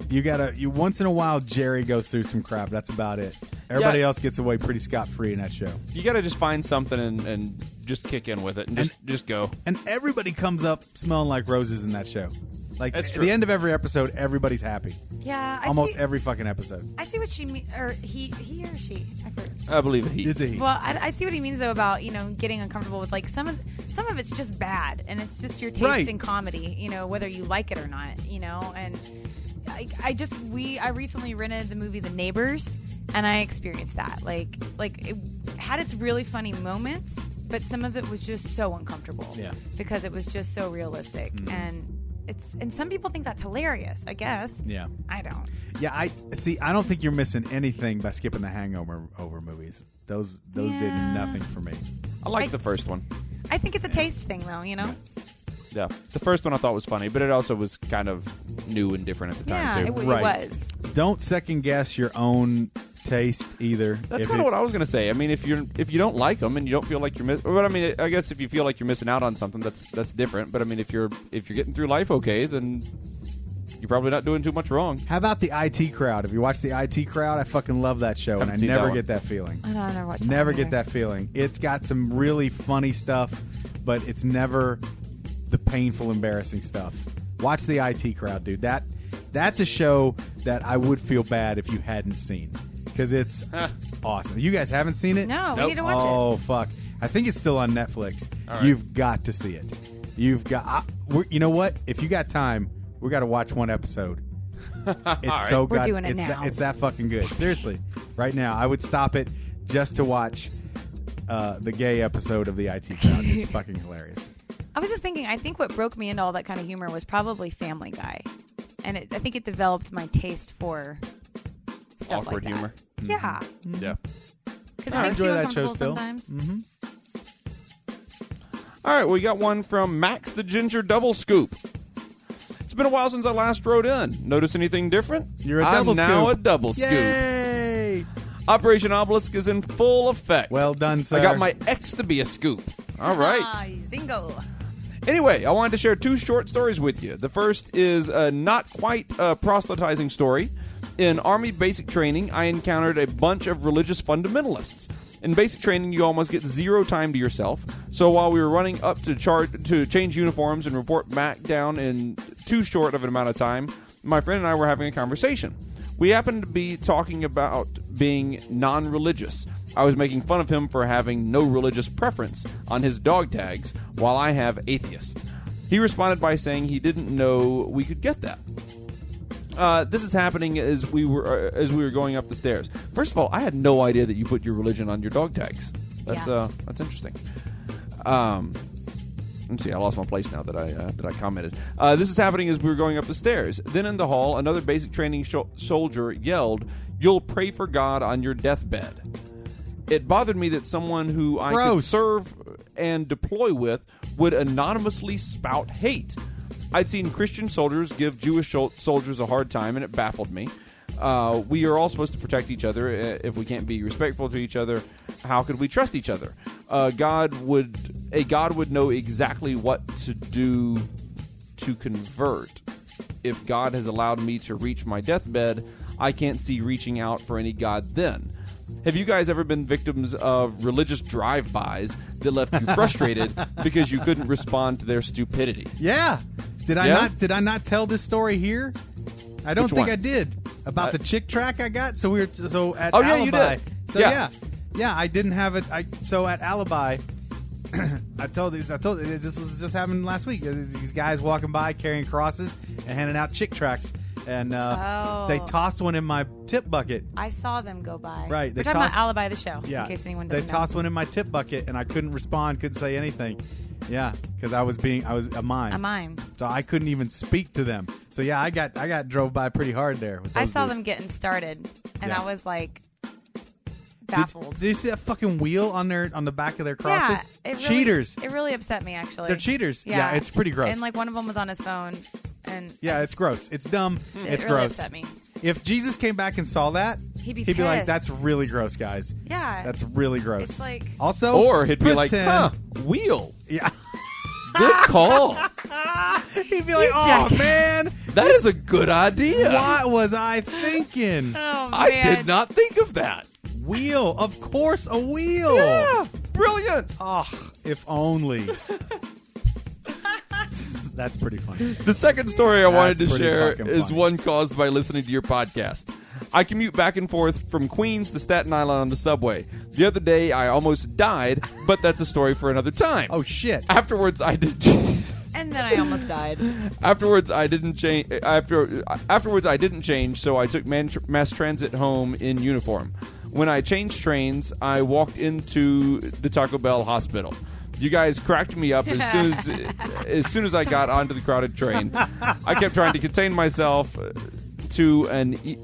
S4: You gotta you once in a while Jerry goes through some crap. That's about it. Everybody
S3: Yeah.
S4: else gets away pretty scot free in that show.
S3: You got to just find something and, and just kick in with it and just, just go.
S4: And everybody comes up smelling like roses in that show. Like
S3: That's
S4: at
S3: true.
S4: the end of every episode, everybody's happy.
S5: yeah. I
S4: Almost
S5: see,
S4: every fucking episode.
S5: I see what she mean, or he, he or she. I forget.
S3: I believe he.
S4: It's a heat.
S5: Well, I, I see what he means though about you know getting uncomfortable with like some of some of it's just bad, and it's just your taste
S4: Right.
S5: in comedy, you know, whether you like it or not, you know. And I, I just we I recently rented the movie The Neighbors, and I experienced that. Like like it had its really funny moments, but some of it was just so uncomfortable.
S4: Yeah. Mm-hmm.
S5: because it was just so realistic and. It's, and some people think that's hilarious, I guess.
S4: Yeah.
S5: I don't.
S4: Yeah, I see. I don't think you're missing anything by skipping the Hangover over movies. Those those did
S5: Yeah.
S4: nothing for me.
S3: I like
S5: I-
S3: the first one.
S5: I think it's a taste thing, though, you know?
S3: Yeah. The first one I thought was funny, but it also was kind of new and different at the
S5: Yeah,
S3: time,
S5: it,
S3: too.
S5: w- it
S4: Right.
S5: was.
S4: Don't second guess your own taste either.
S3: That's
S4: If
S3: kind of
S4: it-
S3: what I was going to say. I mean, if you're if you don't like them and you don't feel like you're missing, but I mean, I guess if you feel like you're missing out on something, that's that's different. But I mean, if you're if you're getting through life okay, then you're probably not doing too much wrong.
S4: How about the IT crowd? Have you watched the IT crowd? I fucking love that show, and
S3: Haven't
S4: I
S3: seen that
S4: never
S3: one.
S4: get that feeling.
S5: I don't know what to
S4: Never
S5: do.
S4: get that feeling. It's got some really funny stuff, but it's never the painful, embarrassing stuff. Watch the IT crowd, dude. That that's a show that I would feel bad if you hadn't seen because it's awesome. You guys haven't seen it?
S5: No,
S3: Nope.
S5: we need to watch it.
S4: oh fuck! I think it's still on Netflix.
S3: All right.
S4: You've got to see it. You've got. I, we're, you know what? If you got time, we got to watch one episode. It's so
S5: We're
S4: good.
S5: doing it
S4: it's
S5: now.
S4: That, it's that fucking good. Seriously, right now, I would stop it just to watch uh, the gay episode of the IT Crowd. It's fucking hilarious.
S5: I was just thinking. I think what broke me into all that kind of humor was probably Family Guy, and it, I think it developed my taste for stuff
S3: Awkward
S5: like that.
S3: humor. Mm-hmm.
S5: Yeah,
S3: Yeah.
S4: Mm-hmm.
S5: because
S4: I
S5: it makes
S4: enjoy
S5: you
S4: that show Mm-hmm.
S5: uncomfortable
S4: still.
S5: sometimes.
S3: All right, we got one from Max the Ginger Double Scoop. It's been a while since I last wrote in. Notice anything different?
S4: You're a
S3: I'm
S4: double
S3: now
S4: scoop.
S3: a double scoop.
S4: Yay!
S3: Operation Obelisk is in full effect.
S4: Well done, sir.
S3: I got my X to be a scoop. All right.
S5: Ah, Zingo.
S3: Anyway, I wanted to share two short stories with you. The first is a not quite a proselytizing story. In Army basic training, I encountered a bunch of religious fundamentalists. In basic training, you almost get zero time to yourself. So while we were running up to char- to change uniforms and report back down in too short of an amount of time, my friend and I were having a conversation. We happened to be talking about being non religious. I was making fun of him for having no religious preference on his dog tags, while I have atheist. He responded by saying he didn't know we could get that. Uh, this is happening as we were uh, as we were going up the stairs. First of all, I had no idea that you put your religion on your dog tags. That's
S5: Yeah.
S3: uh, that's interesting. Um, Let's see, I lost my place now that I uh, that I commented. Uh, this is happening as we were going up the stairs. Then in the hall, another basic training sho- soldier yelled, "You'll pray for God on your deathbed." It bothered me that someone who I could
S4: Gross.
S3: serve and deploy with would anonymously spout hate. I'd seen Christian soldiers give Jewish shol- soldiers a hard time, and it baffled me. Uh, we are all supposed to protect each other. Uh, If we can't be respectful to each other, how could we trust each other? Uh, God would a God would know exactly what to do to convert. If God has allowed me to reach my deathbed, I can't see reaching out for any God then. Have you guys ever been victims of religious drive-bys that left you frustrated because you couldn't respond to their stupidity?
S4: Yeah. Did I
S3: Yeah?
S4: not did I not tell this story here? I don't
S3: Which
S4: think
S3: one?
S4: I did. About
S3: Uh,
S4: the chick track I got. So we were so at
S3: Oh, yeah, you
S4: Alibi.
S3: did.
S4: So
S3: Yeah.
S4: yeah. yeah. I didn't have it I so at Alibi I told these I told this was just happened last week. There's These guys walking by carrying crosses and handing out chick tracks and uh,
S5: Oh.
S4: they tossed one in my tip bucket.
S5: I saw them go by.
S4: Right, they
S5: We're talking
S4: tossed-
S5: about Alibi the show.
S4: Yeah.
S5: In case anyone
S4: they
S5: doesn't
S4: tossed one in my tip bucket and I couldn't respond, couldn't say anything. Yeah, cuz I was being I was uh, a mime.
S5: know. A mime.
S4: So I couldn't even speak to them. So yeah, I got I got drove by pretty hard there. With
S5: I
S4: those
S5: saw
S4: dudes.
S5: them getting started, and
S4: Yeah.
S5: I was like
S4: Did-
S5: baffled.
S4: Did, you see that fucking wheel on their on the back of their
S5: yeah,
S4: crosses?
S5: it really,
S4: cheaters.
S5: It really upset me actually.
S4: They're cheaters. Yeah, it's pretty gross.
S5: And like one of them was on his phone, and
S4: yeah, it's gross. It's dumb.
S5: It
S4: it's
S5: really
S4: gross.
S5: upset me.
S4: If Jesus came back and saw that,
S5: He'd be
S4: like,
S5: pissed.
S4: "That's really gross, guys.
S5: Yeah.
S4: that's really gross."
S5: It's like-
S4: also,
S3: Or he'd be like,
S4: pretend-
S3: "Huh, wheel.
S4: yeah."
S3: Good call.
S4: he'd be like, "Oh
S5: jackass.
S4: man,
S3: that is a good idea.
S4: what was I thinking?
S5: Oh man,
S3: I did not think of that.
S4: wheel? Of course, a wheel.
S3: Yeah, brilliant.
S4: Ah, if only. That's pretty funny.
S3: The second story I wanted to
S4: pretty
S3: share
S4: fucking
S3: is
S4: funny.
S3: one caused by listening to your podcast. I commute back and forth from Queens to Staten Island on the subway. The other day, I almost died, but that's a story for another time.
S4: Oh shit!
S3: Afterwards, I did.
S5: And then I almost died.
S3: Afterwards, I didn't change. After afterwards, I didn't change, so I took man- mass transit home in uniform. When I changed trains, I walked into the Taco Bell hospital. You guys cracked me up as soon as as soon as I got onto the crowded train. I kept trying to contain myself uh, to an e-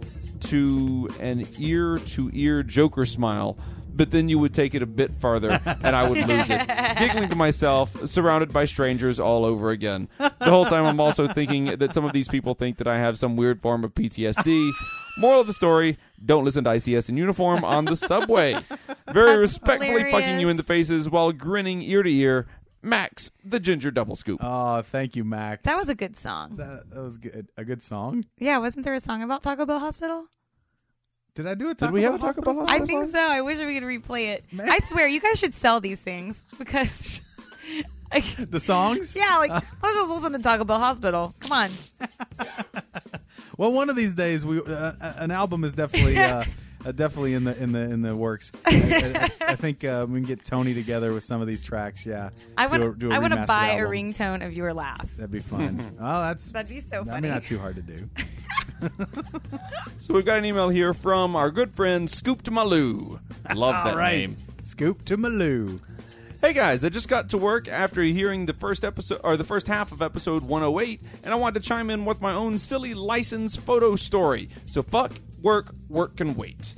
S3: to an ear to ear Joker smile. But then you would take it a bit farther, and I would lose it. Giggling to myself, surrounded by strangers all over again. The whole time, I'm also thinking that some of these people think that I have some weird form of PTSD. Moral of the story don't listen to ICS in uniform on the subway. Very respectfully fucking you in
S5: hilarious.
S3: the faces while grinning ear to ear. Max, the ginger double scoop.
S4: Oh, thank you, Max.
S5: That was a good song.
S4: that, that was good. A good song.
S5: yeah, wasn't there a song about Taco Bell Hospital?
S4: Did I do a Taco
S3: we have
S4: Bell
S3: a Taco Bell
S4: Hospital
S5: I
S4: song?
S5: think so. I wish we could replay it. I swear, you guys should sell these things because. Like,
S4: The songs?
S5: yeah, like let's just listen to Taco Bell Hospital. Come on,
S4: Well, one of these days, we uh, an album is definitely uh, uh, definitely in the in the in the works. I, I, I think uh, we can get Tony together with some of these tracks. Yeah,
S5: I
S4: Do a-
S5: want
S4: do
S5: to.
S4: a
S5: I want to
S4: remastered
S5: buy a
S4: album.
S5: ringtone of your laugh.
S4: That'd be fun. oh, that's
S5: That'd be so
S4: I
S5: funny.
S4: mean, not too hard to do.
S3: So we've got an email here from our good friend Scooped Maloo. Love that name.
S4: Scoop to Maloo.
S3: Hey guys, I just got to work after hearing the first episode or the first half of episode 108, and I wanted to chime in with my own silly license photo story. So fuck work, work can wait.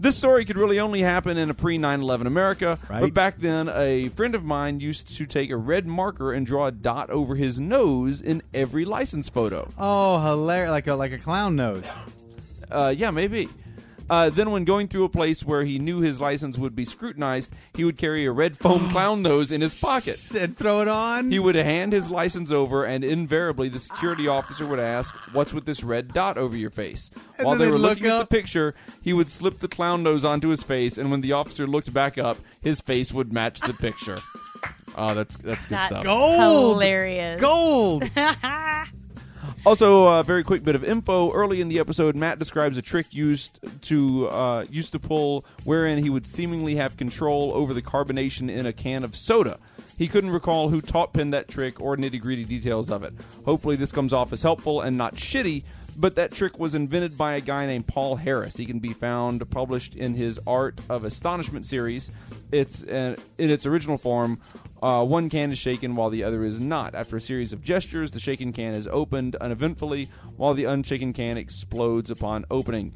S3: This story could really only happen in a pre 9 11 America.
S4: Right.
S3: But back then, a friend of mine used to take a red marker and draw a dot over his nose in every license photo.
S4: Oh, hilarious! Like a like a clown nose.
S3: Uh, yeah, maybe. Uh, then, when going through a place where he knew his license would be scrutinized, he would carry a red foam clown nose in his pocket.
S4: and throw it on.
S3: He would hand his license over, and invariably the security officer would ask, "What's with this red dot over your face?"
S4: And
S3: While
S4: then
S3: they
S4: they'd
S3: were
S4: look
S3: looking at
S4: up.
S3: the picture, he would slip the clown nose onto his face, and when the officer looked back up, his face would match the picture. Oh, that's that's good
S5: That's
S3: stuff.
S4: Gold.
S5: hilarious.
S4: Gold.
S3: Also, a very quick bit of info. Early in the episode, Matt describes a trick used to uh, used to pull, wherein he would seemingly have control over the carbonation in a can of soda. He couldn't recall who taught Penn that trick or nitty gritty details of it. Hopefully, this comes off as helpful and not shitty. But that trick was invented by a guy named Paul Harris. He can be found published in his Art of Astonishment series. It's uh, in its original form. Uh, one can is shaken while the other is not. After a series of gestures, the shaken can is opened uneventfully, while the unshaken can explodes upon opening.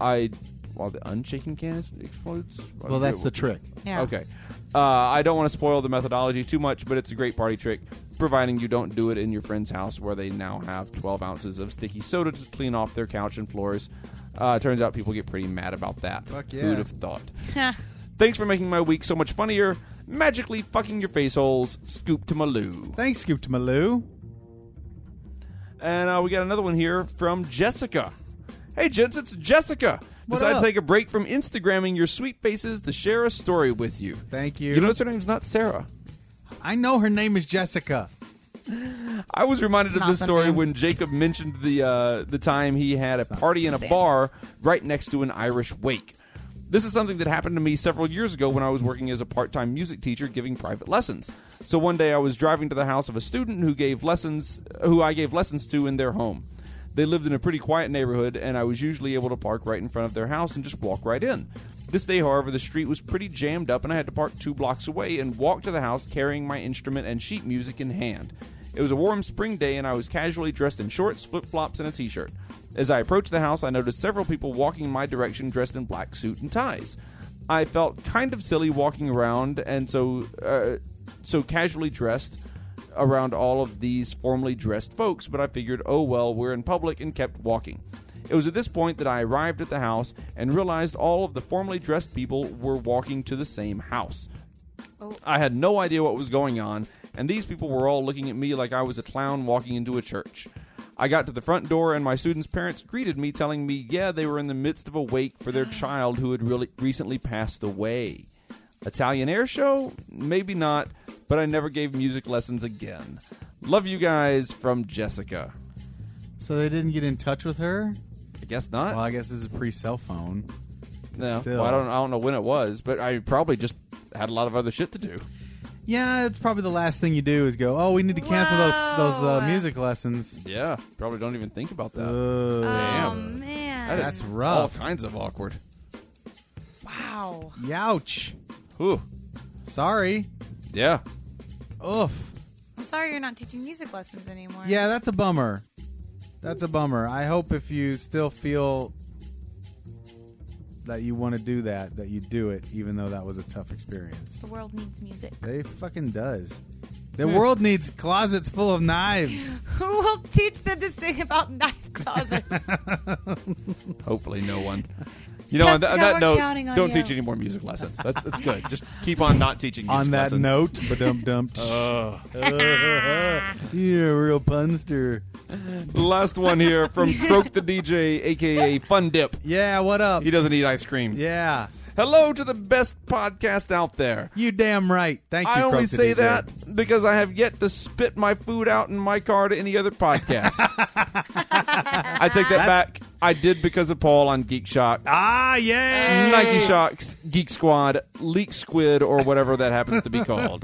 S3: I while the unshaken can is- explodes.
S4: Well, that's the trick.
S5: Yeah.
S3: Okay. Uh, I don't want to spoil the methodology too much, but it's a great party trick, providing you don't do it in your friend's house where they now have 12 ounces of sticky soda to clean off their couch and floors. Uh, turns out people get pretty mad about that.
S4: Fuck yeah.
S3: Who'd have thought? Thanks for making my week so much funnier. Magically fucking your face holes. Scoop to Maloo.
S4: Thanks, Scoop to Maloo.
S3: And uh, we got another one here from Jessica. Hey, gents, it's Jessica.
S4: What
S3: Decided
S4: up?
S3: to take a break from Instagramming your sweet faces to share a story with you.
S4: Thank you.
S3: You notice her name's not Sarah.
S4: I know her name is Jessica.
S3: I was reminded of
S1: not
S3: this story
S1: something.
S3: when Jacob mentioned the uh, the time he had a party in a
S1: something.
S3: bar right next to an Irish wake. This is something that happened to me several years ago when I was working as a part time music teacher giving private lessons. So one day I was driving to the house of a student who gave lessons, who I gave lessons to in their home. They lived in a pretty quiet neighborhood, and I was usually able to park right in front of their house and just walk right in. This day, however, the street was pretty jammed up, and I had to park two blocks away and walk to the house carrying my instrument and sheet music in hand. It was a warm spring day, and I was casually dressed in shorts, flip flops, and a t shirt. As I approached the house, I noticed several people walking in my direction dressed in black suit and ties. I felt kind of silly walking around and so uh, so casually dressed around all of these formally dressed folks, but I figured, oh well, we're in public and kept walking. It was at this point that I arrived at the house and realized all of the formally dressed people were walking to the same house. I had no idea what was going on, and these people were all looking at me like I was a clown walking into a church. I got to the front door, and my students' parents greeted me, telling me, yeah, they were in the midst of a wake for their child who had really recently passed away. Italian air show? Maybe not, but I never gave music lessons again. Love you guys from Jessica.
S4: So they didn't get in touch with her.
S3: I guess not.
S4: Well, I guess this is pre cell phone.
S3: no,
S4: still.
S3: Well, I don't. I don't know when it was, but I probably just had a lot of other shit to do.
S4: Yeah, it's probably the last thing you do is go. Oh, we need to cancel those those uh,
S5: Whoa.
S4: music lessons.
S3: Yeah, probably don't even think about that.
S4: Ugh.
S5: Oh
S3: Damn. That
S5: man!
S3: is
S4: Uh, That's
S3: All
S4: rough.
S3: kinds of awkward.
S5: Wow.
S4: Youch.
S3: Whew.
S4: Sorry.
S3: Yeah.
S4: Oof.
S5: I'm sorry you're not teaching music lessons anymore.
S4: Yeah, that's a bummer. That's a bummer. I hope if you still feel that you want to do that, that you do it, even though that was a tough experience.
S1: The world needs music.
S4: They fucking does. The world needs closets full of knives.
S5: Who will teach them to sing about knife closets?
S3: Hopefully, no one. You know, on, th- on
S5: Jessica,
S3: that
S5: we're
S3: note,
S5: counting on
S3: don't
S5: you.
S3: teach any more music lessons. That's that's good. Just keep on not teaching music
S4: On that
S3: lessons.
S4: note, ba dum dum. You're a real punster.
S3: Last one here from Croak the DJ, aka Fun Dip.
S4: Yeah, what up?
S3: He doesn't eat ice cream.
S4: Yeah,
S3: Hello to the best podcast out there.
S4: you damn right. Thank you.
S3: I only
S4: Croak the
S3: say
S4: DJ.
S3: that because I have yet to spit my food out in my car to any other podcast. I take that back. I did because of Paul on Geek Shock.
S4: Ah, yeah.
S3: Nike Shocks, Geek Squad, Leak Squid, or whatever that happens to be called.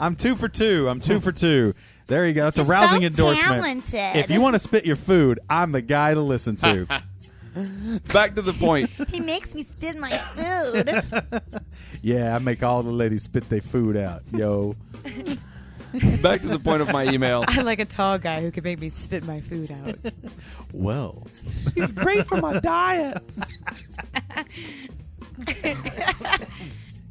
S4: I'm two for two. I'm two for two. There you go. That's a rousing
S1: so
S4: endorsement.
S1: talented.
S4: If you want to spit your food, I'm the guy to listen to.
S3: Back to the point.
S1: He makes me spit my food.
S4: yeah, I make all the ladies spit their food out. Yo,
S3: Back to the point of my email.
S5: I like a tall guy who can make me spit my food out.
S4: well,
S3: He's great for my diet.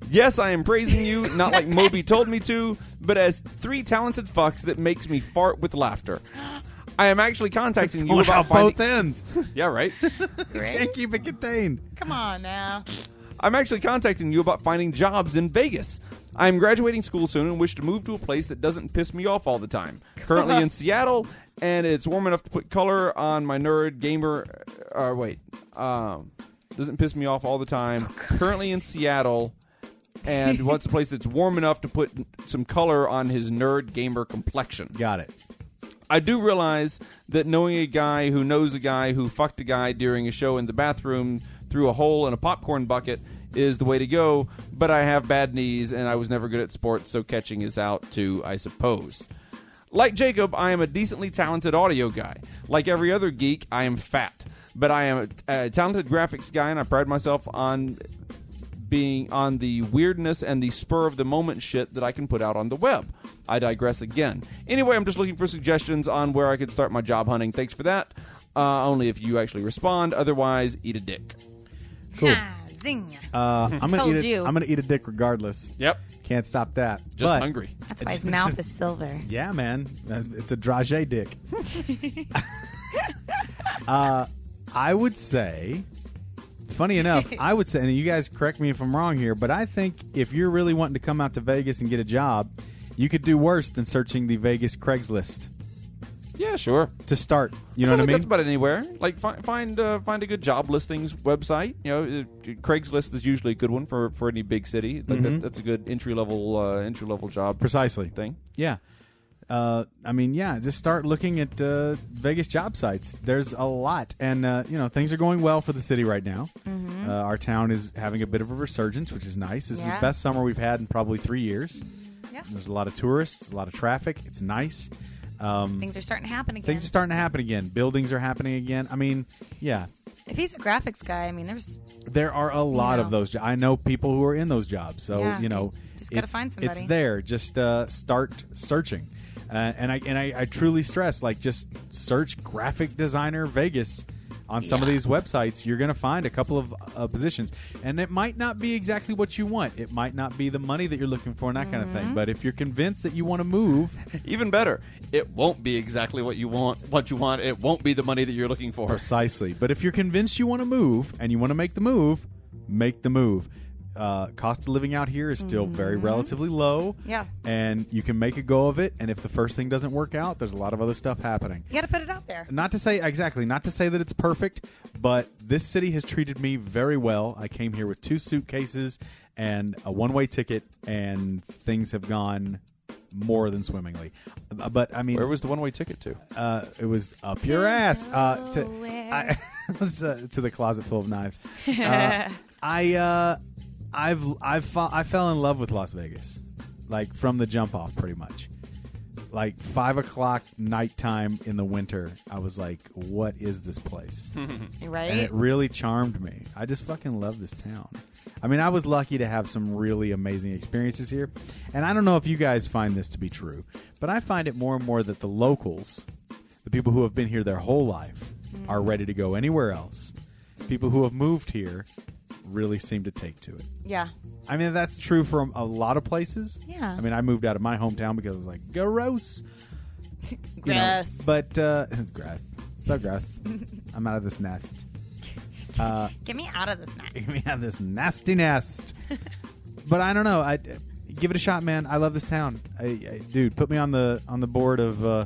S3: Yes, I am praising you, not like Moby told me to, but as three talented fucks that makes me fart with laughter. I am actually contacting you
S4: Going
S3: about
S4: out
S3: finding-
S4: both ends.
S3: Yeah, right.
S4: Can't keep it contained.
S5: Come on now.
S3: I'm actually contacting you about finding jobs in Vegas. I am graduating school soon and wish to move to a place that doesn't piss me off all the time. Currently in Seattle, and it's warm enough to put color on my nerd gamer. Uh, wait, um, doesn't piss me off all the time. Currently in Seattle, and wants a place that's warm enough to put some color on his nerd gamer complexion.
S4: Got it.
S3: I do realize that knowing a guy who knows a guy who fucked a guy during a show in the bathroom through a hole in a popcorn bucket is the way to go, but I have bad knees and I was never good at sports, so catching is out too, I suppose. Like Jacob, I am a decently talented audio guy. Like every other geek, I am fat, but I am a, a talented graphics guy and I pride myself on being on the weirdness and the spur of the moment shit that I can put out on the web. I digress again. Anyway, I'm just looking for suggestions on where I could start my job hunting. Thanks for that. Uh, only if you actually respond. Otherwise, eat a dick.
S4: Cool.
S5: Ah, zing.
S4: Uh, I'm gonna
S5: Hmm. Told
S4: eat. A,
S5: you.
S4: I'm gonna eat a dick regardless.
S3: Yep.
S4: Can't stop that.
S3: Just
S4: But-
S3: hungry.
S1: That's why his mouth is silver.
S4: Yeah, man. Uh, It's a dragé dick. uh, I would say, funny enough, I would say, and you guys correct me if I'm wrong here, but I think if you're really wanting to come out to Vegas and get a job, you could do worse than searching the Vegas Craigslist
S3: Yeah, sure.
S4: to start. You know
S3: I feel
S4: what I
S3: like
S4: mean?
S3: That's about anywhere. Like fi- find uh, find a good job listings website. You know, uh, Craigslist is usually a good one for, for any big city. Like
S4: Mm-hmm.
S3: that, that's a good entry level uh, entry level job
S4: Precisely.
S3: thing.
S4: Yeah. Uh, I mean, yeah, just start looking at uh, Vegas job sites. There's a lot, and uh, you know things are going well for the city right now. Uh, our town is having a bit of a resurgence, which is nice. This is
S5: Yeah.
S4: the best summer we've had in probably three years.
S5: Yeah.
S4: There's a lot of tourists, a lot of traffic. It's nice. Um,
S5: Mm. Things are starting to happen again.
S4: things are starting to happen again. Buildings are happening again. I mean, yeah,
S5: if he's a graphics guy, I mean, there's
S4: there are a lot
S5: know.
S4: of those. Jo- I know people who are in those jobs, so
S5: Yeah.
S4: you know,
S5: Just gotta
S4: it's-
S5: find somebody.
S4: It's there. Just uh, start searching, uh, and I and I, I truly stress like just search graphic designer Vegas on some of
S5: Yeah.
S4: these websites. You're gonna find a couple of uh, positions, and it might not be exactly what you want. It might not be the money that you're looking for and that kind of
S5: Mm-hmm.
S4: thing. But if you're convinced that you want to move,
S3: Even better, it won't be exactly what you want. What you want, it won't be the money that you're looking for.
S4: Precisely. But if you're convinced you want to move and you want to make the move, make the move. Uh, cost of living out here is still very relatively low.
S5: Yeah.
S4: And you can make a go of it. And if the first thing doesn't work out, there's a lot of other stuff happening.
S5: you got to put it out there.
S4: Not to say, exactly, not to say that it's perfect, but this city has treated me very well. I came here with two suitcases and a one way ticket, and things have gone more than swimmingly. But I mean,
S3: Where was the one way ticket to?
S4: uh, it was up your ass. Uh, to, I it was uh, to the closet full of knives. Uh, I uh, I've I've fa- I fell in love with Las Vegas, like from the jump off, pretty much. Like five o'clock nighttime in the winter, I was like, "What is this place?" and
S5: Right?
S4: it really charmed me. I just fucking love this town. I mean, I was lucky to have some really amazing experiences here. And I don't know if you guys find this to be true, but I find it more and more that the locals, the people who have been here their whole life, are ready to go anywhere else. People who have moved here really seem to take to it.
S5: yeah.
S4: I mean, that's true for a lot of places.
S5: Yeah.
S4: I mean, I moved out of my hometown because I was like, gross. You know,
S5: Gross.
S4: but, uh, grass. So gross. I'm out of this nest. Uh,
S5: Get me out of this now.
S4: we have this nasty nest. but I don't know. I give it a shot, man. I love this town, I, I, dude. Put me on the on the board of uh,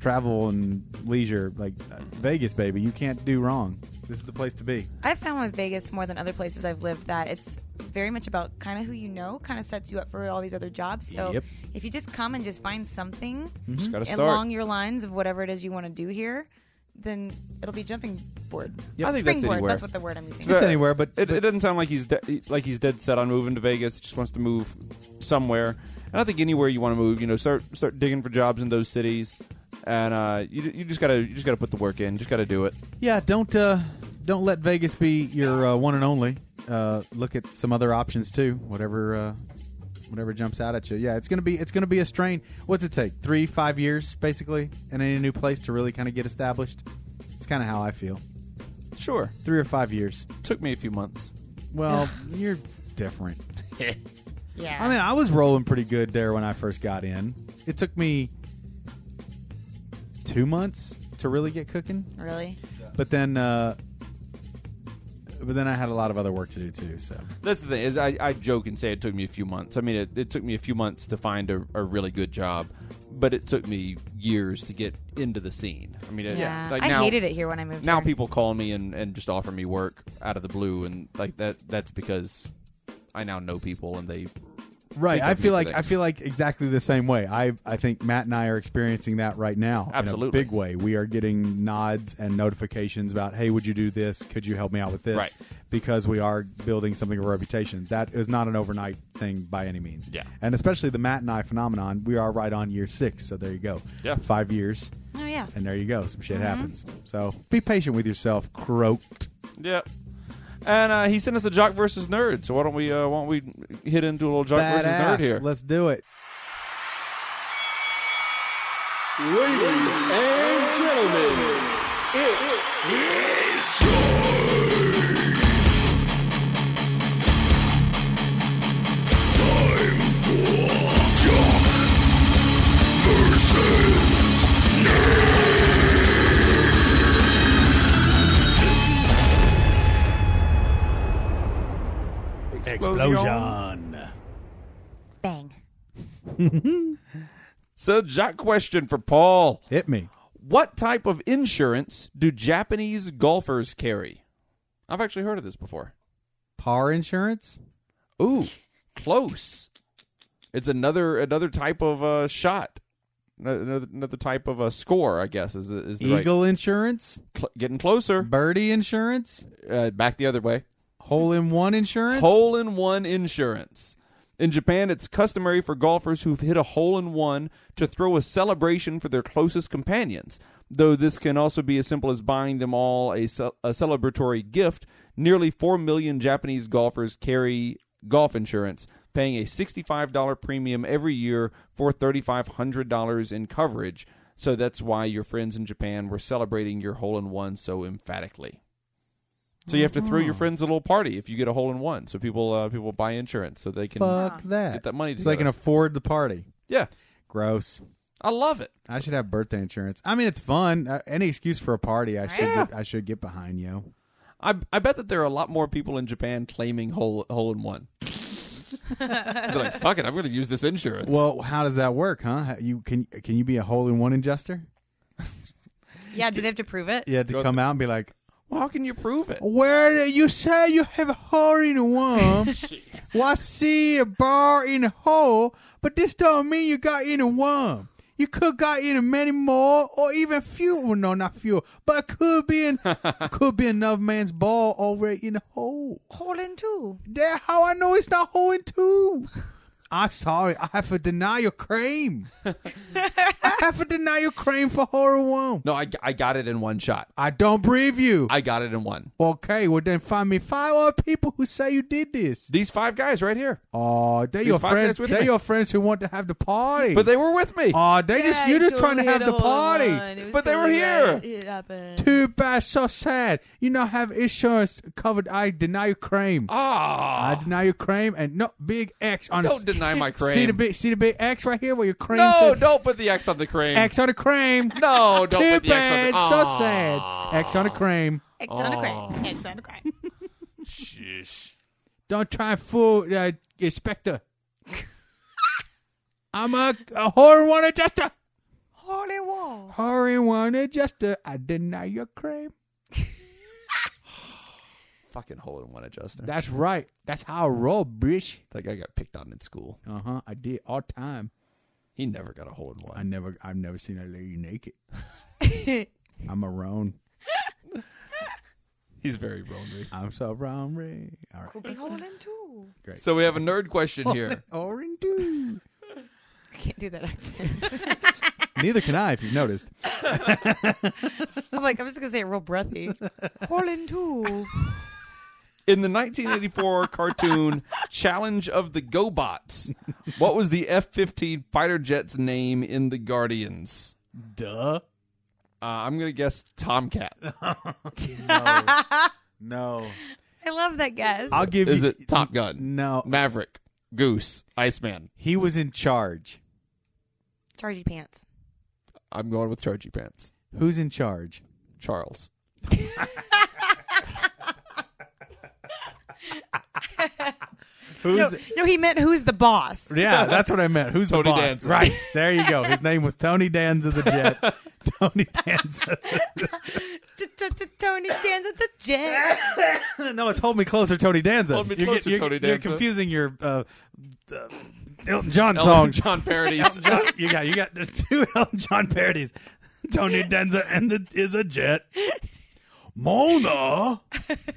S4: travel and leisure, like uh, Vegas, baby. You can't do wrong. This is the place to be.
S5: I've found with Vegas more than other places I've lived that it's very much about kind of who you know, kind of sets you up for all these other jobs. So
S4: Yep.
S5: if you just come and just find something
S3: Just got to start.
S5: along your lines of whatever it is you want to do here, then it'll be jumping board.
S3: I think that's
S5: Springboard.
S3: anywhere.
S5: That's what the word I'm using.
S3: So-
S4: It's anywhere, but,
S3: It,
S4: but
S3: it doesn't sound like he's de- like he's dead set on moving to Vegas. He just wants to move somewhere, and I think anywhere you want to move, you know, start start digging for jobs in those cities, and uh, you you just gotta you just gotta put the work in, just gotta do it.
S4: yeah, don't uh, don't let Vegas be your uh, one and only. Uh, look at some other options too. Whatever. Uh, Whatever jumps out at you, yeah, it's gonna be it's gonna be a strain. What's it take? Three, five years, basically, in any new place to really kind of get established. It's kind of how I feel.
S3: Sure,
S4: three or five years.
S3: took me a few months.
S4: Well, you're different.
S1: Yeah.
S4: I mean, I was rolling pretty good there when I first got in. It took me two months to really get cooking,
S1: really?
S4: but then, uh, but then I had a lot of other work to do too. So
S3: That's the thing is I, I joke and say it took me a few months. I mean it, it took me a few months to find a, a really good job, but it took me years to get into the scene. I mean it,
S5: Yeah.
S3: like
S5: I
S3: now,
S5: hated it here when I moved
S3: Now
S5: here.
S3: people call me and, and just offer me work out of the blue and like that that's because I now know people and they
S4: right,
S3: Think
S4: I
S3: of
S4: feel
S3: new
S4: like I
S3: things.
S4: feel like exactly the same way. I I think Matt and I are experiencing that right now. in a
S3: Absolutely.
S4: big way. We are getting nods and notifications about, hey, would you do this? Could you help me out with this?
S3: Right.
S4: Because we are building something of a reputation. That is not an overnight thing by any means.
S3: Yeah.
S4: And especially the Matt and I phenomenon, we are right on year six. So there you go.
S3: Yeah. Mm-hmm.
S4: Five years,
S1: Oh yeah.
S4: and there you go. Some shit happens. So be patient with yourself, croaked.
S3: Yeah. And uh, he sent us a jock versus nerd, so why don't we uh, why don't we hit into a little jock versus nerd
S4: Badass.
S3: here?
S4: Let's do it.
S7: Ladies and gentlemen, it is
S3: Explosion.
S1: Bang.
S3: So jock question for Paul.
S4: Hit me.
S3: What type of insurance do Japanese golfers carry? I've actually heard of this before.
S4: Par insurance?
S3: Ooh, close. It's another another type of uh, shot, another, another type of uh, score. I guess is the- is the right-
S4: Eagle insurance?
S3: Cl- getting closer.
S4: Birdie insurance?
S3: Uh, back the other way.
S4: Hole in one insurance?
S3: Hole in one insurance. In Japan, it's customary for golfers who've hit a hole in one to throw a celebration for their closest companions, though this can also be as simple as buying them all a, ce- a celebratory gift. Nearly 4 million Japanese golfers carry golf insurance, paying a $65 premium every year for $3,500 in coverage. So that's why your friends in Japan were celebrating your hole in one so emphatically. So you have to throw your friends a little party if you get a hole in one. So people uh, people buy insurance so they can
S4: Fuck that.
S3: get that money
S4: so they can
S3: together.
S4: afford the party.
S3: yeah.
S4: Gross.
S3: I love it.
S4: I should have birthday insurance. I mean, it's fun. Uh, any excuse for a party, I should
S3: Yeah.
S4: get, I should get behind you.
S3: I I bet that there are a lot more people in Japan claiming hole hole in one. They're like, fuck it, I'm going to use this insurance.
S4: Well, how does that work, huh? How- You can can you be a hole in one ingester?
S8: Yeah, do they have to prove it?
S4: You had to come out and be like,
S3: Well, how can you prove it?
S4: "Where do you say you have a hole in one? well, I see a bar in a hole, but this don't mean you got in a one. You could got in many more, or even few. Well, no, not few, but it could be in could be another man's ball already in a hole.
S5: Hold in two.
S4: That how I know it's not hole in two. I'm sorry, I have to deny your claim. I have to deny your claim for hole in one.
S3: No, I, I got it in one shot.
S4: I don't believe you.
S3: I got it in one.
S4: Okay, well then find me five other people who say you did this.
S3: These five guys right here.
S4: Oh, they're your
S3: five
S4: friends.
S3: guys with
S4: They're
S3: me.
S4: your friends who want to have the party.
S3: But they were with me.
S4: oh, they just you're just trying to have the party.
S3: But they were here.
S8: It happened.
S4: Too bad, so sad. You not have insurance covered. I deny your claim. I
S3: Ah.
S4: deny your claim and no big X on. the-
S3: Don't deny my
S4: See the
S3: claim.
S4: big, see the big X right here where your claim.
S3: no,
S4: says-
S3: don't put the X on the crane.
S4: X on the claim.
S3: No, don't
S4: Too
S3: put the X on the Ah.
S4: bad, so sad. X on the claim.
S5: It's on a crane.
S3: Oh.
S1: It's on a crack.
S4: Don't try and fool uh, Inspector. I'm a, a horror one adjuster.
S5: Holy wall.
S4: Horror one adjuster. I deny your claim.
S3: Fucking hole in one adjuster. That,
S4: That's right. That's how I roll, bitch.
S3: guy got picked on in school.
S4: Uh huh. I did all time.
S3: He never got a hole in one.
S4: I never. I've never seen a lady naked. I'm a roan.
S3: He's very lonely.
S4: I'm so round. Ray. All right.
S5: Could be hold in two.
S3: So we have a nerd question here.
S4: Orange dude.
S5: I can't do that accent.
S4: Neither can I, if you've noticed.
S5: I'm like, I'm just gonna say it real breathy. Hold in two.
S3: In the 1984 cartoon Challenge of the GoBots, what was the F-15 fighter jet's name in the Guardians?
S4: Duh.
S3: Uh, I'm gonna guess Tomcat.
S4: No.
S5: I love that guess.
S4: I'll give
S3: Is
S4: you.
S3: it Top Gun?
S4: No,
S3: Maverick, Goose, Iceman.
S4: he was in charge.
S5: Chargy pants.
S3: I'm going with Chargy Pants.
S4: Who's in charge?
S3: Charles.
S4: Who's?
S5: No, he meant who's the boss.
S4: Yeah, that's what I meant. Who's
S3: Tony
S4: the boss?
S3: Danza.
S4: Right there, you go. His name was Tony Danza the Jet. Tony Danza.
S5: Tony stands at the jet.
S4: no, it's Hold Me Closer, Tony Danza.
S3: Hold Me
S4: You're
S3: Closer,
S4: you're-
S3: Tony
S4: You're
S3: Danza.
S4: confusing your uh, uh, Elton John
S3: Elton
S4: songs.
S3: John parodies.
S4: John, you got you got there's two Elton John parodies. Tony Danza and the is a jet. Mona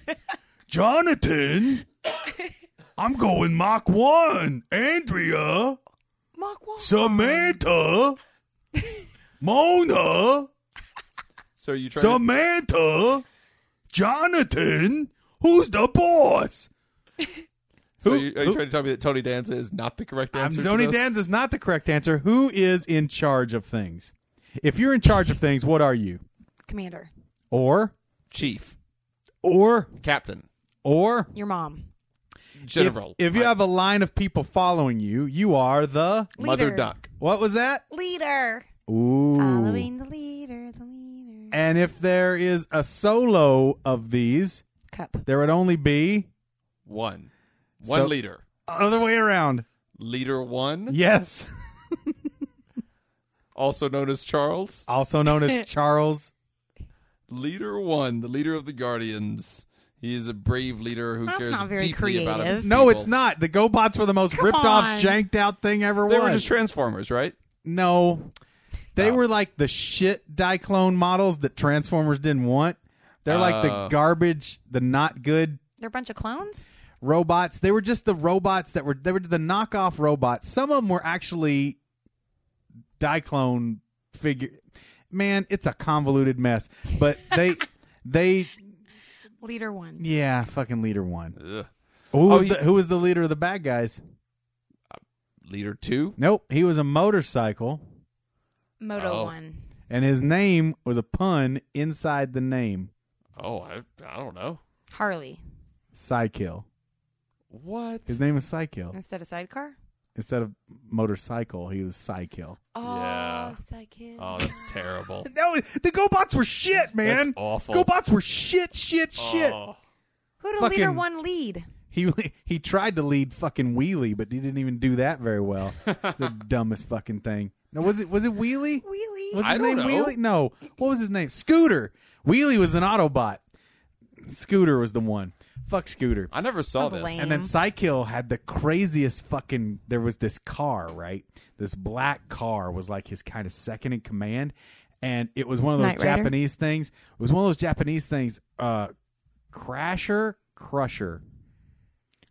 S4: Jonathan I'm going Mach 1. Andrea
S5: Mark Wahlberg.
S4: Samantha Mona
S3: so you try. to-
S4: Samantha Jonathan Who's the boss?
S3: so
S4: who-
S3: you, are you
S4: who-
S3: trying to tell me that Tony Danza is not the correct
S4: I'm
S3: answer? to
S4: Tony
S3: this?
S4: Danza's not the correct answer. Who is in charge of things? If you're in charge of things, what are you?
S5: Commander.
S4: Or
S3: Chief,
S4: or
S3: Captain,
S4: or
S5: Your mom.
S3: General,
S4: If, if you have a line of people following you, you are the
S3: Mother
S5: Leader.
S3: Duck.
S4: what was that?
S5: Leader.
S4: Ooh.
S5: Following the leader, the leader.
S4: And if there is a solo of these,
S5: Cup.
S4: there would only be
S3: One. One
S4: So-
S3: leader.
S4: other way around.
S3: Leader one,
S4: Yes.
S3: also known as Charles.
S4: Also known as Charles.
S3: Leader one, the leader of the Guardians. He is a brave leader who
S5: That's
S3: cares
S5: not very
S3: deeply about
S5: creative.
S3: others.
S4: No, it's not. The GoBots were the most
S5: Come
S4: ripped
S5: on.
S4: off, janked out thing ever
S3: They
S4: was.
S3: were just Transformers, right?
S4: no. They were like the shit diclone models that Transformers didn't want. They're like the
S3: Oh.
S4: garbage, the not good
S5: They're a bunch of clones?
S4: robots. They were just the robots that were they were the knockoff robots. Some of them were actually diclone figure. Man, it's a convoluted mess. But they they
S5: Leader one.
S4: yeah, fucking leader one.
S3: Ugh.
S4: Who was
S3: Oh, you-
S4: the who was the leader of the bad guys?
S3: Leader two,
S4: Nope, he was a motorcycle
S5: Moto
S3: Oh.
S5: one.
S4: and his name was a pun inside the name.
S3: oh I, I don't know
S5: Harley.
S4: Psykill.
S3: what.
S4: His name was Psykill.
S5: Instead of sidecar?
S4: Instead of motorcycle, he was Psykill.
S5: Oh,
S3: Yeah.
S5: psychic.
S3: Oh, that's terrible.
S4: No, the GoBots were shit, man.
S3: That's awful.
S4: GoBots were shit, shit, shit.
S3: Oh,
S5: Who did leader
S4: fucking-
S5: one lead?
S4: He he tried to lead fucking Wheelie, but he didn't even do that very well. the dumbest fucking thing. Now was it was it Wheelie?
S5: Wheelie.
S4: Was his
S3: I
S4: name
S3: don't know.
S4: Wheelie? No. What was his name? Scooter. Wheelie was an Autobot. Scooter was the one. Fuck Scooter.
S3: I never saw
S5: That was
S3: this.
S5: lame.
S4: And then Psykill had the craziest fucking. There was this car, right? This black car was like his kind of second in command, and it was one of those
S5: Knight Rider?
S4: Japanese things. It was one of those Japanese things. Uh, Crasher, Crusher,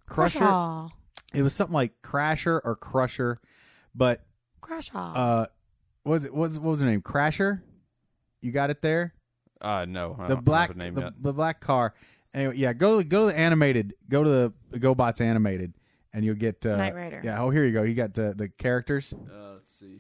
S4: Crusher.
S5: Crushaw.
S4: It was something like Crasher or Crusher, but
S5: Crushaw.
S4: uh, what was it what was what was her name? Crasher. You got it there
S3: Uh, no, I
S4: the
S3: don't
S4: black
S3: have a name
S4: the,
S3: yet.
S4: the black car. Anyway, yeah, go to go to the animated, go to the, the GoBots animated, and you'll get uh,
S5: Knight Rider.
S4: Yeah, oh here you go. You got the the characters
S3: Uh, let's see.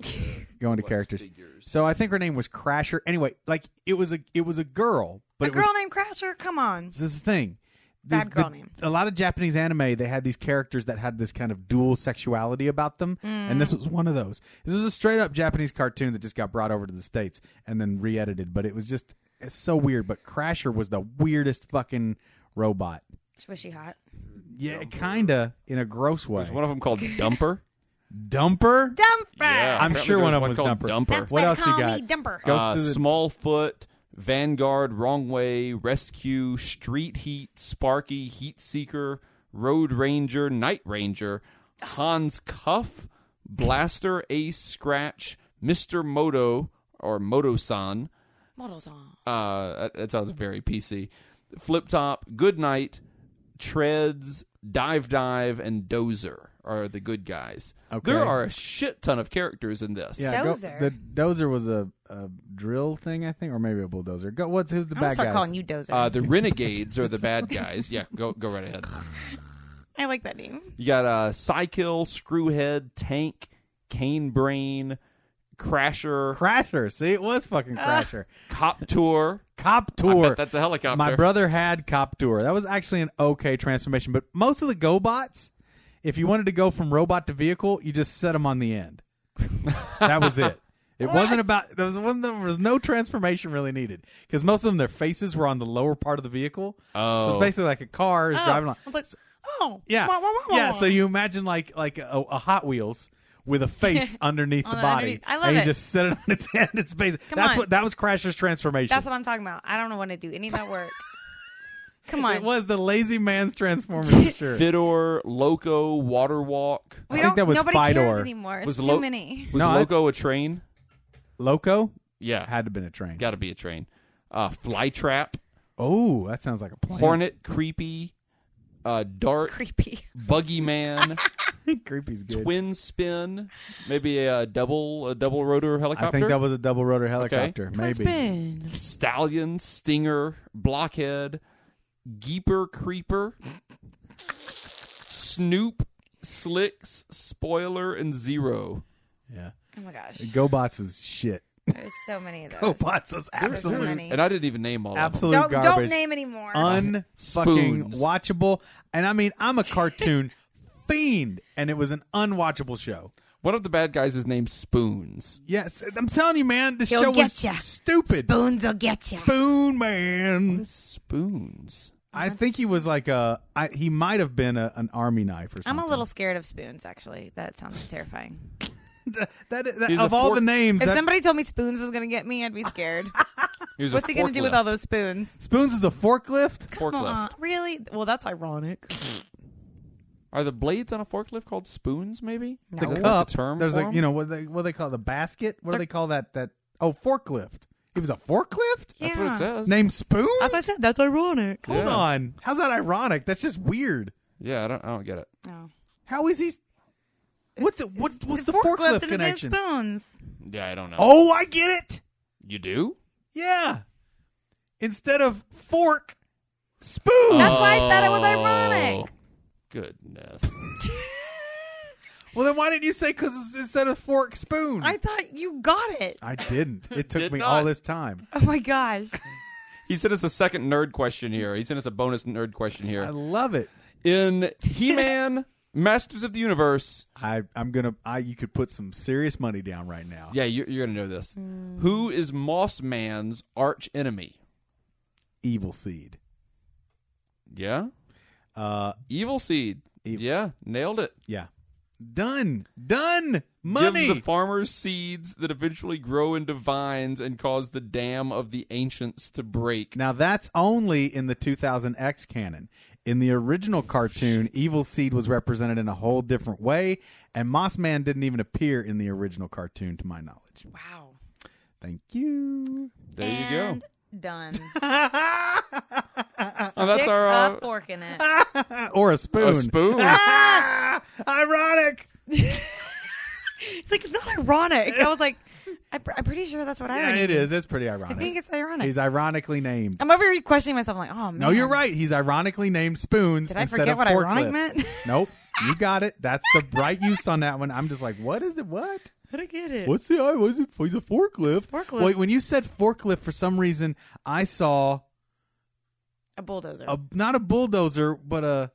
S4: going to characters. So I think her name was Crasher. Anyway, like it was a it was a girl, but
S5: a
S4: it
S5: girl
S4: was
S5: named Crasher? Come on.
S4: this is the thing.
S5: Bad
S4: These-
S5: girl
S4: the-
S5: name.
S4: A lot of Japanese anime, they had these characters that had this kind of dual sexuality about them, and
S5: Mm.
S4: this was one of those. This was a straight up Japanese cartoon that just got brought over to the states and then re-edited, but it was just it's so weird. But Crasher was the weirdest fucking robot.
S5: Was she hot?
S4: Yeah, kinda in a gross way.
S3: Was one of them called Dumper?
S4: Dumper.
S1: Dumper.
S3: Yeah,
S4: I'm
S3: apparently
S4: sure
S3: there
S4: one of them was
S3: called
S4: Dumper.
S1: That's
S4: What
S1: why they
S4: else you
S1: call
S4: got?
S1: me Dumper.
S4: Go
S3: uh,
S4: through the-
S3: Smallfoot, Vanguard, Wrong Way, Rescue, Street Heat, Sparky, Heat Seeker, Road Ranger, Night Ranger, Hans Cuff, Blaster, Ace, Scratch, Mister Moto or Moto San.
S5: Models on.
S3: Uh, that- that sounds very PC. Flip Top, Good Night, Treads, Dive Dive, and Dozer are the good guys.
S4: Okay.
S3: There are a shit ton of characters in this.
S4: Yeah,
S5: Dozer.
S4: Go, the dozer was a, a drill thing, I think, or maybe a bulldozer. Go, what's who's the
S5: I'm
S4: bad
S5: going to start
S4: guys?
S5: calling you Dozer.
S3: Uh, the renegades are the bad guys. Yeah, go go right ahead.
S5: I like that name.
S3: You got uh, Psykill, Screwhead, Tank, Cane Brain, Crasher,
S4: Crasher. See, it was fucking Crasher.
S3: Cop Tour,
S4: Cop
S3: I
S4: Tour.
S3: bet that's a helicopter.
S4: My brother had Cop Tour. That was actually an okay transformation, but most of the GoBots, if you wanted to go from robot to vehicle, you just set them on the end. that was it. It wasn't about there was wasn't there was no transformation really needed because most of them their faces were on the lower part of the vehicle.
S3: Oh.
S4: so it's basically like a car is driving.
S5: I
S4: Along.
S5: was like, oh,
S4: Yeah,
S5: wah, wah, wah,
S4: yeah.
S5: wah.
S4: So you imagine like like a, a Hot Wheels with a face underneath the
S5: On the
S4: body,
S5: underneath. I love
S4: and you
S5: it.
S4: just set it on its end. It's basically
S5: Come
S4: that's
S5: on.
S4: what that was Crasher's transformation.
S5: that's what I'm talking about. I don't want to do any of that work. Come on,
S4: it was the lazy man's transformer for sure.
S3: Fedor Loco Water Walk.
S5: we
S4: I
S5: don't.
S4: think that was
S5: nobody cares
S4: Fidor.
S5: anymore. It's
S3: Was
S5: too
S3: Lo-
S5: many.
S3: Was
S4: No, I-
S3: Loco a train?
S4: Loco
S3: Yeah,
S4: had to have been a train.
S3: got to be a train. Uh, Flytrap,
S4: Oh, that sounds like a plane.
S3: Hornet, Creepy, uh, Dart,
S5: Creepy.
S3: Buggy Man,
S4: Creepy's good.
S3: Twin Spin, maybe a double a double rotor helicopter.
S4: I think that was a double rotor helicopter. Maybe.
S3: Stallion, Stinger, Blockhead, Geeper Creeper, Snoop, Slicks, Spoiler, and Zero.
S4: Yeah.
S5: Oh my gosh,
S4: GoBots was shit.
S5: there's so many of those.
S4: GoBots was
S5: so
S4: absolute
S5: many.
S3: And I didn't even name all of them.
S4: absolute
S5: Don't,
S4: garbage. Uh,
S5: don't name anymore.
S4: Un fucking
S3: Spoons.
S4: watchable. And I mean, I'm a cartoon fiend, and it was an unwatchable show.
S3: One of the bad guys is named Spoons.
S4: Yes, I'm telling you, man, the
S1: He'll
S4: show was
S1: getcha.
S4: stupid.
S1: Boons will get you.
S4: Spoon man.
S3: Spoons.
S4: I think he was like a. I, he might have been a, an army knife or something.
S5: I'm a little scared of spoons. Actually, that sounds terrifying.
S4: that, that-
S3: He's
S4: of
S3: a
S4: all
S3: fork-
S4: the names.
S5: If
S4: that-
S5: somebody told me spoons was gonna get me, I'd be scared.
S3: He was a
S5: What's he gonna do with
S3: forklift.
S5: all those spoons?
S4: Spoons is a forklift.
S3: forklift?
S5: Aw, really? Well, that's ironic.
S3: Are the blades on a forklift called spoons? Maybe
S4: the
S3: Is that
S4: cup.
S3: Like the term
S4: there's
S3: for
S4: like
S3: 'em?
S4: you know what they what they call it, the basket. What do they call that? That oh forklift. It was a forklift
S3: That's what
S5: Yeah.
S3: it says.
S4: named Spoons.
S5: That's what I said. That's ironic.
S4: Hold
S3: Yeah.
S4: on, how's that ironic? That's just weird.
S3: Yeah, I don't. I don't get it.
S5: Oh.
S4: How is he? What's the, what what's the
S5: It's
S4: forklift,
S5: and it's in
S4: connection?
S5: Spoons.
S3: Yeah, I don't know.
S4: Oh, I get it.
S3: you do?
S4: Yeah. Instead of fork, spoon.
S5: That's why I said it was ironic.
S3: Oh, Goodness.
S4: well, then why didn't you say because instead of fork, spoon?
S5: I thought you got it.
S4: I didn't. It took
S3: Did
S4: me
S3: not.
S4: all this time.
S5: Oh my gosh.
S3: he sent us a second nerd question here. He sent us a bonus nerd question
S4: I
S3: here.
S4: love it.
S3: In He-Man, Masters of the Universe.
S4: I I'm gonna. I you could put some serious money down right now.
S3: Yeah, you're, you're gonna know this. Who is Moss Man's arch enemy?
S4: Evil seed.
S3: Yeah,
S4: Uh,
S3: Evil Seed.
S4: Ev-
S3: yeah, nailed it.
S4: yeah. Done. Done. Money.
S3: Gives the farmers seeds that eventually grow into vines and cause the dam of the ancients to break.
S4: now that's only in the 2000X canon. In the original cartoon, Evil Seed was represented in a whole different way, and Moss Man didn't even appear in the original cartoon, to my knowledge.
S5: Wow.
S4: Thank you.
S3: There you
S5: and
S3: go.
S5: Done.
S3: Oh, that's
S5: Stick
S3: our uh,
S5: a fork in it.
S4: Or a spoon. Ah!
S3: a spoon.
S4: Ironic.
S5: it's like it's not ironic. I was like, I pr- I'm pretty sure that's what
S4: Yeah,
S5: irony.
S4: it is. It's pretty
S5: I think
S4: ironic.
S5: it's ironic.
S4: He's ironically named.
S5: I'm over here questioning myself. I'm like, oh man.
S4: No, you're right. He's ironically named Spoons.
S5: Did I
S4: instead
S5: forget
S4: of
S5: what
S4: forklift.
S5: ironic meant?
S4: Nope. You got it. That's the right use on that one. I'm just like, what is it? What?
S5: I don't get it.
S4: What's the I was it? He's a forklift.
S5: Forklift.
S4: Wait, when you said forklift, for some reason I saw
S5: A bulldozer.
S4: a
S5: A,
S4: not a bulldozer, but a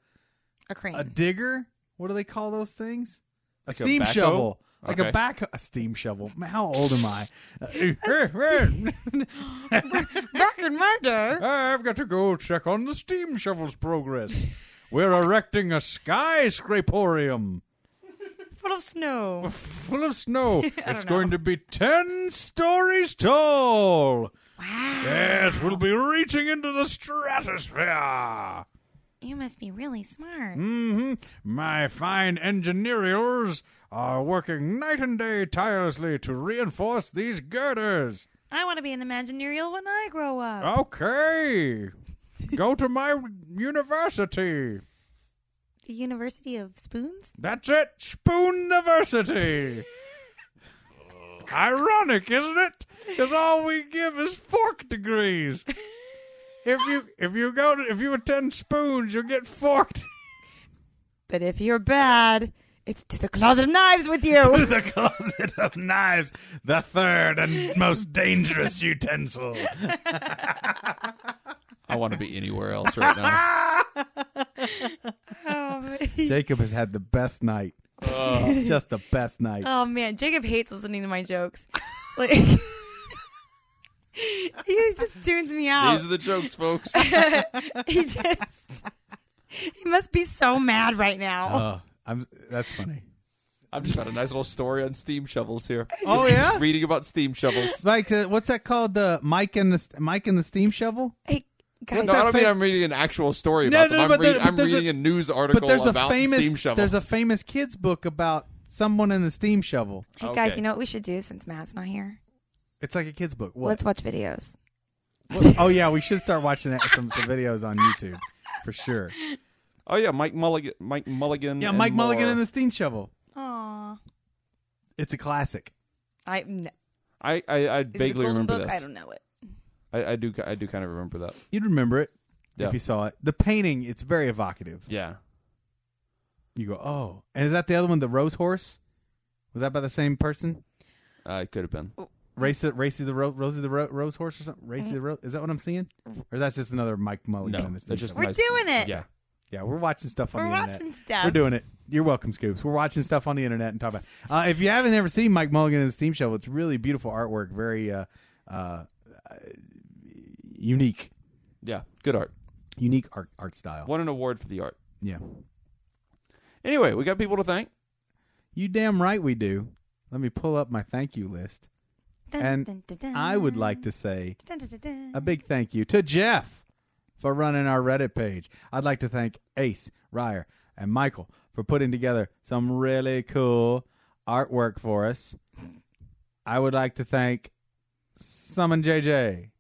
S5: crane.
S4: a digger. What do they call those things? A
S3: Like a
S4: steam
S3: backhoe?
S4: shovel. Like
S3: Okay.
S4: a back a steam shovel. Man, How old am I? Uh,
S5: Back in my day.
S4: I've got to go check on the steam shovel's progress. We're erecting a skyscraporium.
S5: Full of snow.
S4: full of snow. it's
S5: know.
S4: going to be 10 stories tall. Wow. Yes, we'll be reaching into the stratosphere.
S5: You must be really smart.
S4: hmm My fine engineers are working night and day tirelessly to reinforce these girders.
S5: I want to be an Imagineerial when I grow up.
S4: Oh. Okay. Go to my university.
S5: The University of Spoons?
S4: That's it, Spoon Diversity. Ironic, isn't it? Because all we give is fork degrees. If you if you go to, if you attend spoons, you'll get forked.
S5: But if you're bad, It's to the closet of knives with you.
S4: the closet of knives, the third and most dangerous utensil.
S3: I want to be anywhere else right now.
S5: oh,
S4: Jacob has had the best night. Just the best night.
S5: Oh man, Jacob hates listening to my jokes. Like he just tunes me out.
S3: These are the jokes, folks.
S5: he just he must be so mad right now.
S4: Uh, I'm, that's funny.
S3: I've just got a nice little story on steam shovels here.
S4: Oh yeah,
S3: Reading about steam shovels.
S4: like uh, what's that called? The Mike and the Mike and the steam shovel.
S5: hey
S3: No,
S5: guys,
S3: I don't mean
S4: fa-
S3: I'm reading an actual story
S4: No,
S3: about them.
S4: no, no,
S3: I'm,
S4: but there-
S3: reading,
S4: but
S3: I'm
S4: there's a-
S3: reading a, news article
S4: But there's a
S3: about steam
S4: famous
S3: shovels.
S4: there's a famous kids book about someone in the steam shovel.
S5: hey guys,
S3: okay.
S5: you know what we should do since Matt's not here?
S4: It's like a kids book. What?
S5: Let's watch videos.
S4: oh yeah, we should start watching that- some some videos on YouTube for sure.
S3: oh yeah, Mike Mulligan. Mike Mulligan.
S4: Yeah,
S3: and
S4: Mike Mulligan
S3: more.
S4: and the steam shovel.
S5: Aw.
S4: It's a classic.
S5: I n-
S3: I I, I
S5: is
S3: vaguely
S5: it a golden
S3: remember
S5: book?
S3: this.
S5: I don't know it.
S3: I, I do I do kind of remember that.
S4: You'd remember it
S3: Yeah.
S4: if you saw it. The painting, it's very evocative.
S3: Yeah.
S4: You go, oh, and is that the other one? The rose horse? Was that by the same person?
S3: Uh, it could have been.
S4: Race, Racy the Ro- Rosie the Ro- Rose Horse or something. Racy the Rose. Is that what I'm seeing? Or that's just another Mike Mulligan?
S3: No,
S4: on the
S3: that's
S4: stage?
S3: just
S1: We're
S3: nice-
S1: doing it.
S3: Yeah.
S4: yeah, we're watching stuff on
S5: We're
S4: the internet.
S5: watching stuff.
S4: We're doing it. You're welcome, Scoops. We're watching stuff on the internet and talking about. Uh, if you haven't ever seen Mike Mulligan and the Steam Shovel, it's really beautiful artwork. Very uh, uh, unique,
S3: Yeah. Good art.
S4: unique art art style.
S3: Won an award for the art.
S4: Yeah,
S3: Anyway, we got people to thank.
S4: you damn right we do. Let me pull up my thank you list,
S1: Dun,
S4: and
S1: dun, dun, dun.
S4: I would like uh, to say
S1: Dun, dun, dun, dun.
S4: a big thank you to Jeff for running our Reddit page. I'd like to thank Ace, Ryer, and Michael for putting together some really cool artwork for us. I would like to thank Summon JJ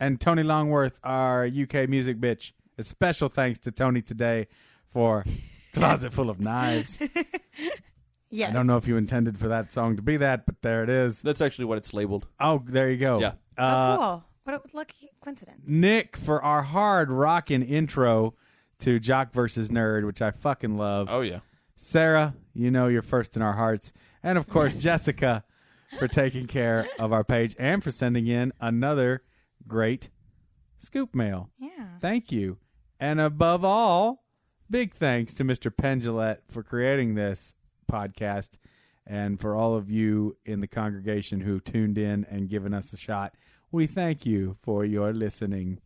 S4: and Tony Longworth, our UK music bitch. A special thanks to Tony today for Closet Full of Knives.
S5: Yes.
S4: I don't know if you intended for that song to be that, but there it is.
S3: That's actually what it's labeled.
S4: Oh, there you go.
S3: Yeah.
S5: How
S4: Uh,
S5: Oh, cool. What a lucky coincidence.
S4: Nick for our hard rockin' intro to Jock versus Nerd, which I fucking love.
S3: Oh yeah.
S4: Sarah, you know you're first in our hearts. And of course, Jessica for taking care of our page and for sending in another great scoop mail.
S5: Yeah.
S4: Thank you. And above all, big thanks to Mr. Pendulette for creating this podcast and for all of you in the congregation who tuned in and given us a shot. We thank you for your listening.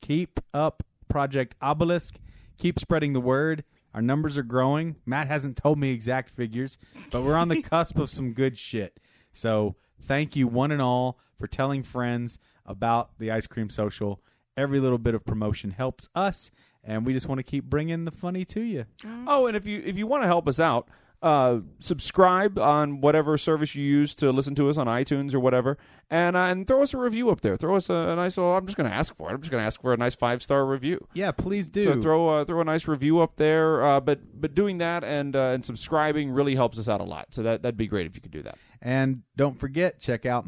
S4: Keep up Project Obelisk. Keep spreading the word. Our numbers are growing. Matt hasn't told me exact figures, but we're on the cusp of some good shit. So thank you, one and all, for telling friends about the ice cream social. Every little bit of promotion helps us, and we just want to keep bringing the funny to you.
S3: Oh, and if you if you want to help us out, uh, subscribe on whatever service you use to listen to us on iTunes or whatever, and uh, and throw us a review up there. Throw us a, a nice. Little, I'm just going to ask for it. I'm just going to ask for a nice five star review.
S4: Yeah, please do.
S3: So throw a, throw a nice review up there. Uh, but but doing that and uh, and subscribing really helps us out a lot. So that that'd be great if you could do that.
S4: And don't forget, check out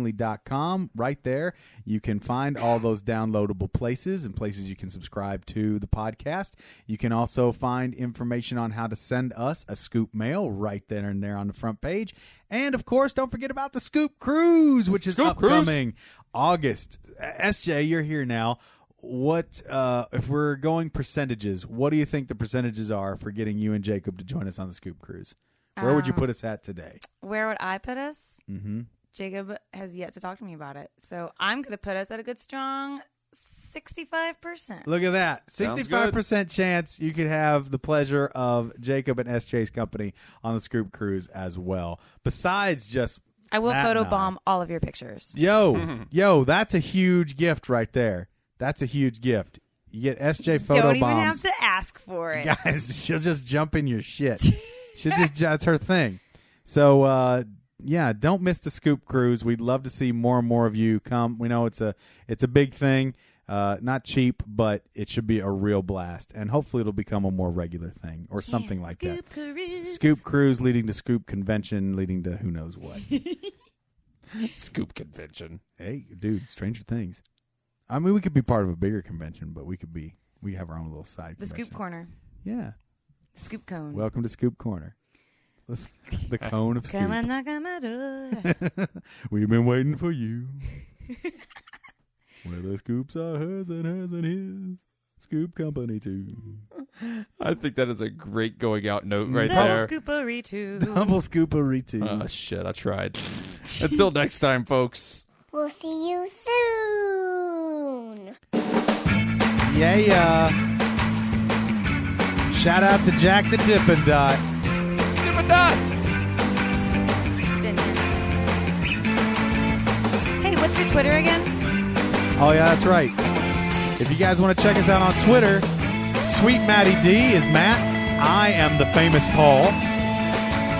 S4: mattandmattingly.com. Right there, you can find all those downloadable places and places you can subscribe to the podcast. You can also find information on how to send us a scoop mail right there and there on the front page. And of course, don't forget about the Scoop Cruise, which is upcoming August. SJ, you're here now. What uh, if we're going percentages? What do you think the percentages are for getting you and Jacob to join us on the Scoop Cruise? Where would you put us at today?
S5: Where would I put us? Mm-hmm. Jacob has yet to talk to me about it. So I'm going to put us at a good strong 65%.
S4: Look at that.
S3: Sounds
S4: 65% chance you could have the pleasure of Jacob and SJ's company on the Scoop Cruise as well. Besides just
S5: I will
S4: Matt and I.
S5: photobomb all of your pictures.
S4: yo, yo, that's a huge gift right there. That's a huge gift. You get SJ photo
S5: Don't even
S4: bombs.
S5: have to ask for it.
S4: Guys, she'll just jump in your shit. she'll just that's her thing. So uh yeah, don't miss the scoop cruise. We'd love to see more and more of you come. We know it's a it's a big thing. Uh, not cheap, but it should be a real blast, and hopefully it'll become a more regular thing or something like that. Scoop cruise leading to scoop convention, leading to who knows what.
S3: Scoop convention.
S4: hey, dude, Stranger Things. I mean, we could be part of a bigger convention, but we could be we have our own little side.
S5: The
S4: convention.
S5: scoop corner.
S4: yeah.
S5: Scoop cone.
S4: Welcome to Scoop Corner. Let's, the cone of
S5: Come
S4: scoop.
S5: and knock on my door.
S4: We've been waiting for you. Where the scoops are hers and hers and his. Scoop Company too.
S3: I think that is a great going out note right
S5: Double
S3: there.
S5: scoopery too.
S4: Double scoopery too.
S3: Oh shit, I tried. Until next time, folks.
S9: We'll see you soon.
S4: Yeah, yeah. Shout out to Jack the Dippin' Dot.
S5: Hey, what's your Twitter again?
S4: Oh, yeah, that's right. If you guys want to check us out on Twitter, Sweet Matty D is Matt. I am the famous Paul.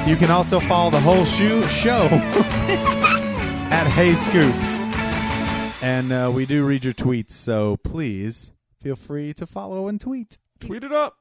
S4: You can also follow the whole shoe show at Hey Scoops. And uh, we do read your tweets, so please feel free to follow and tweet.
S3: Tweet it up.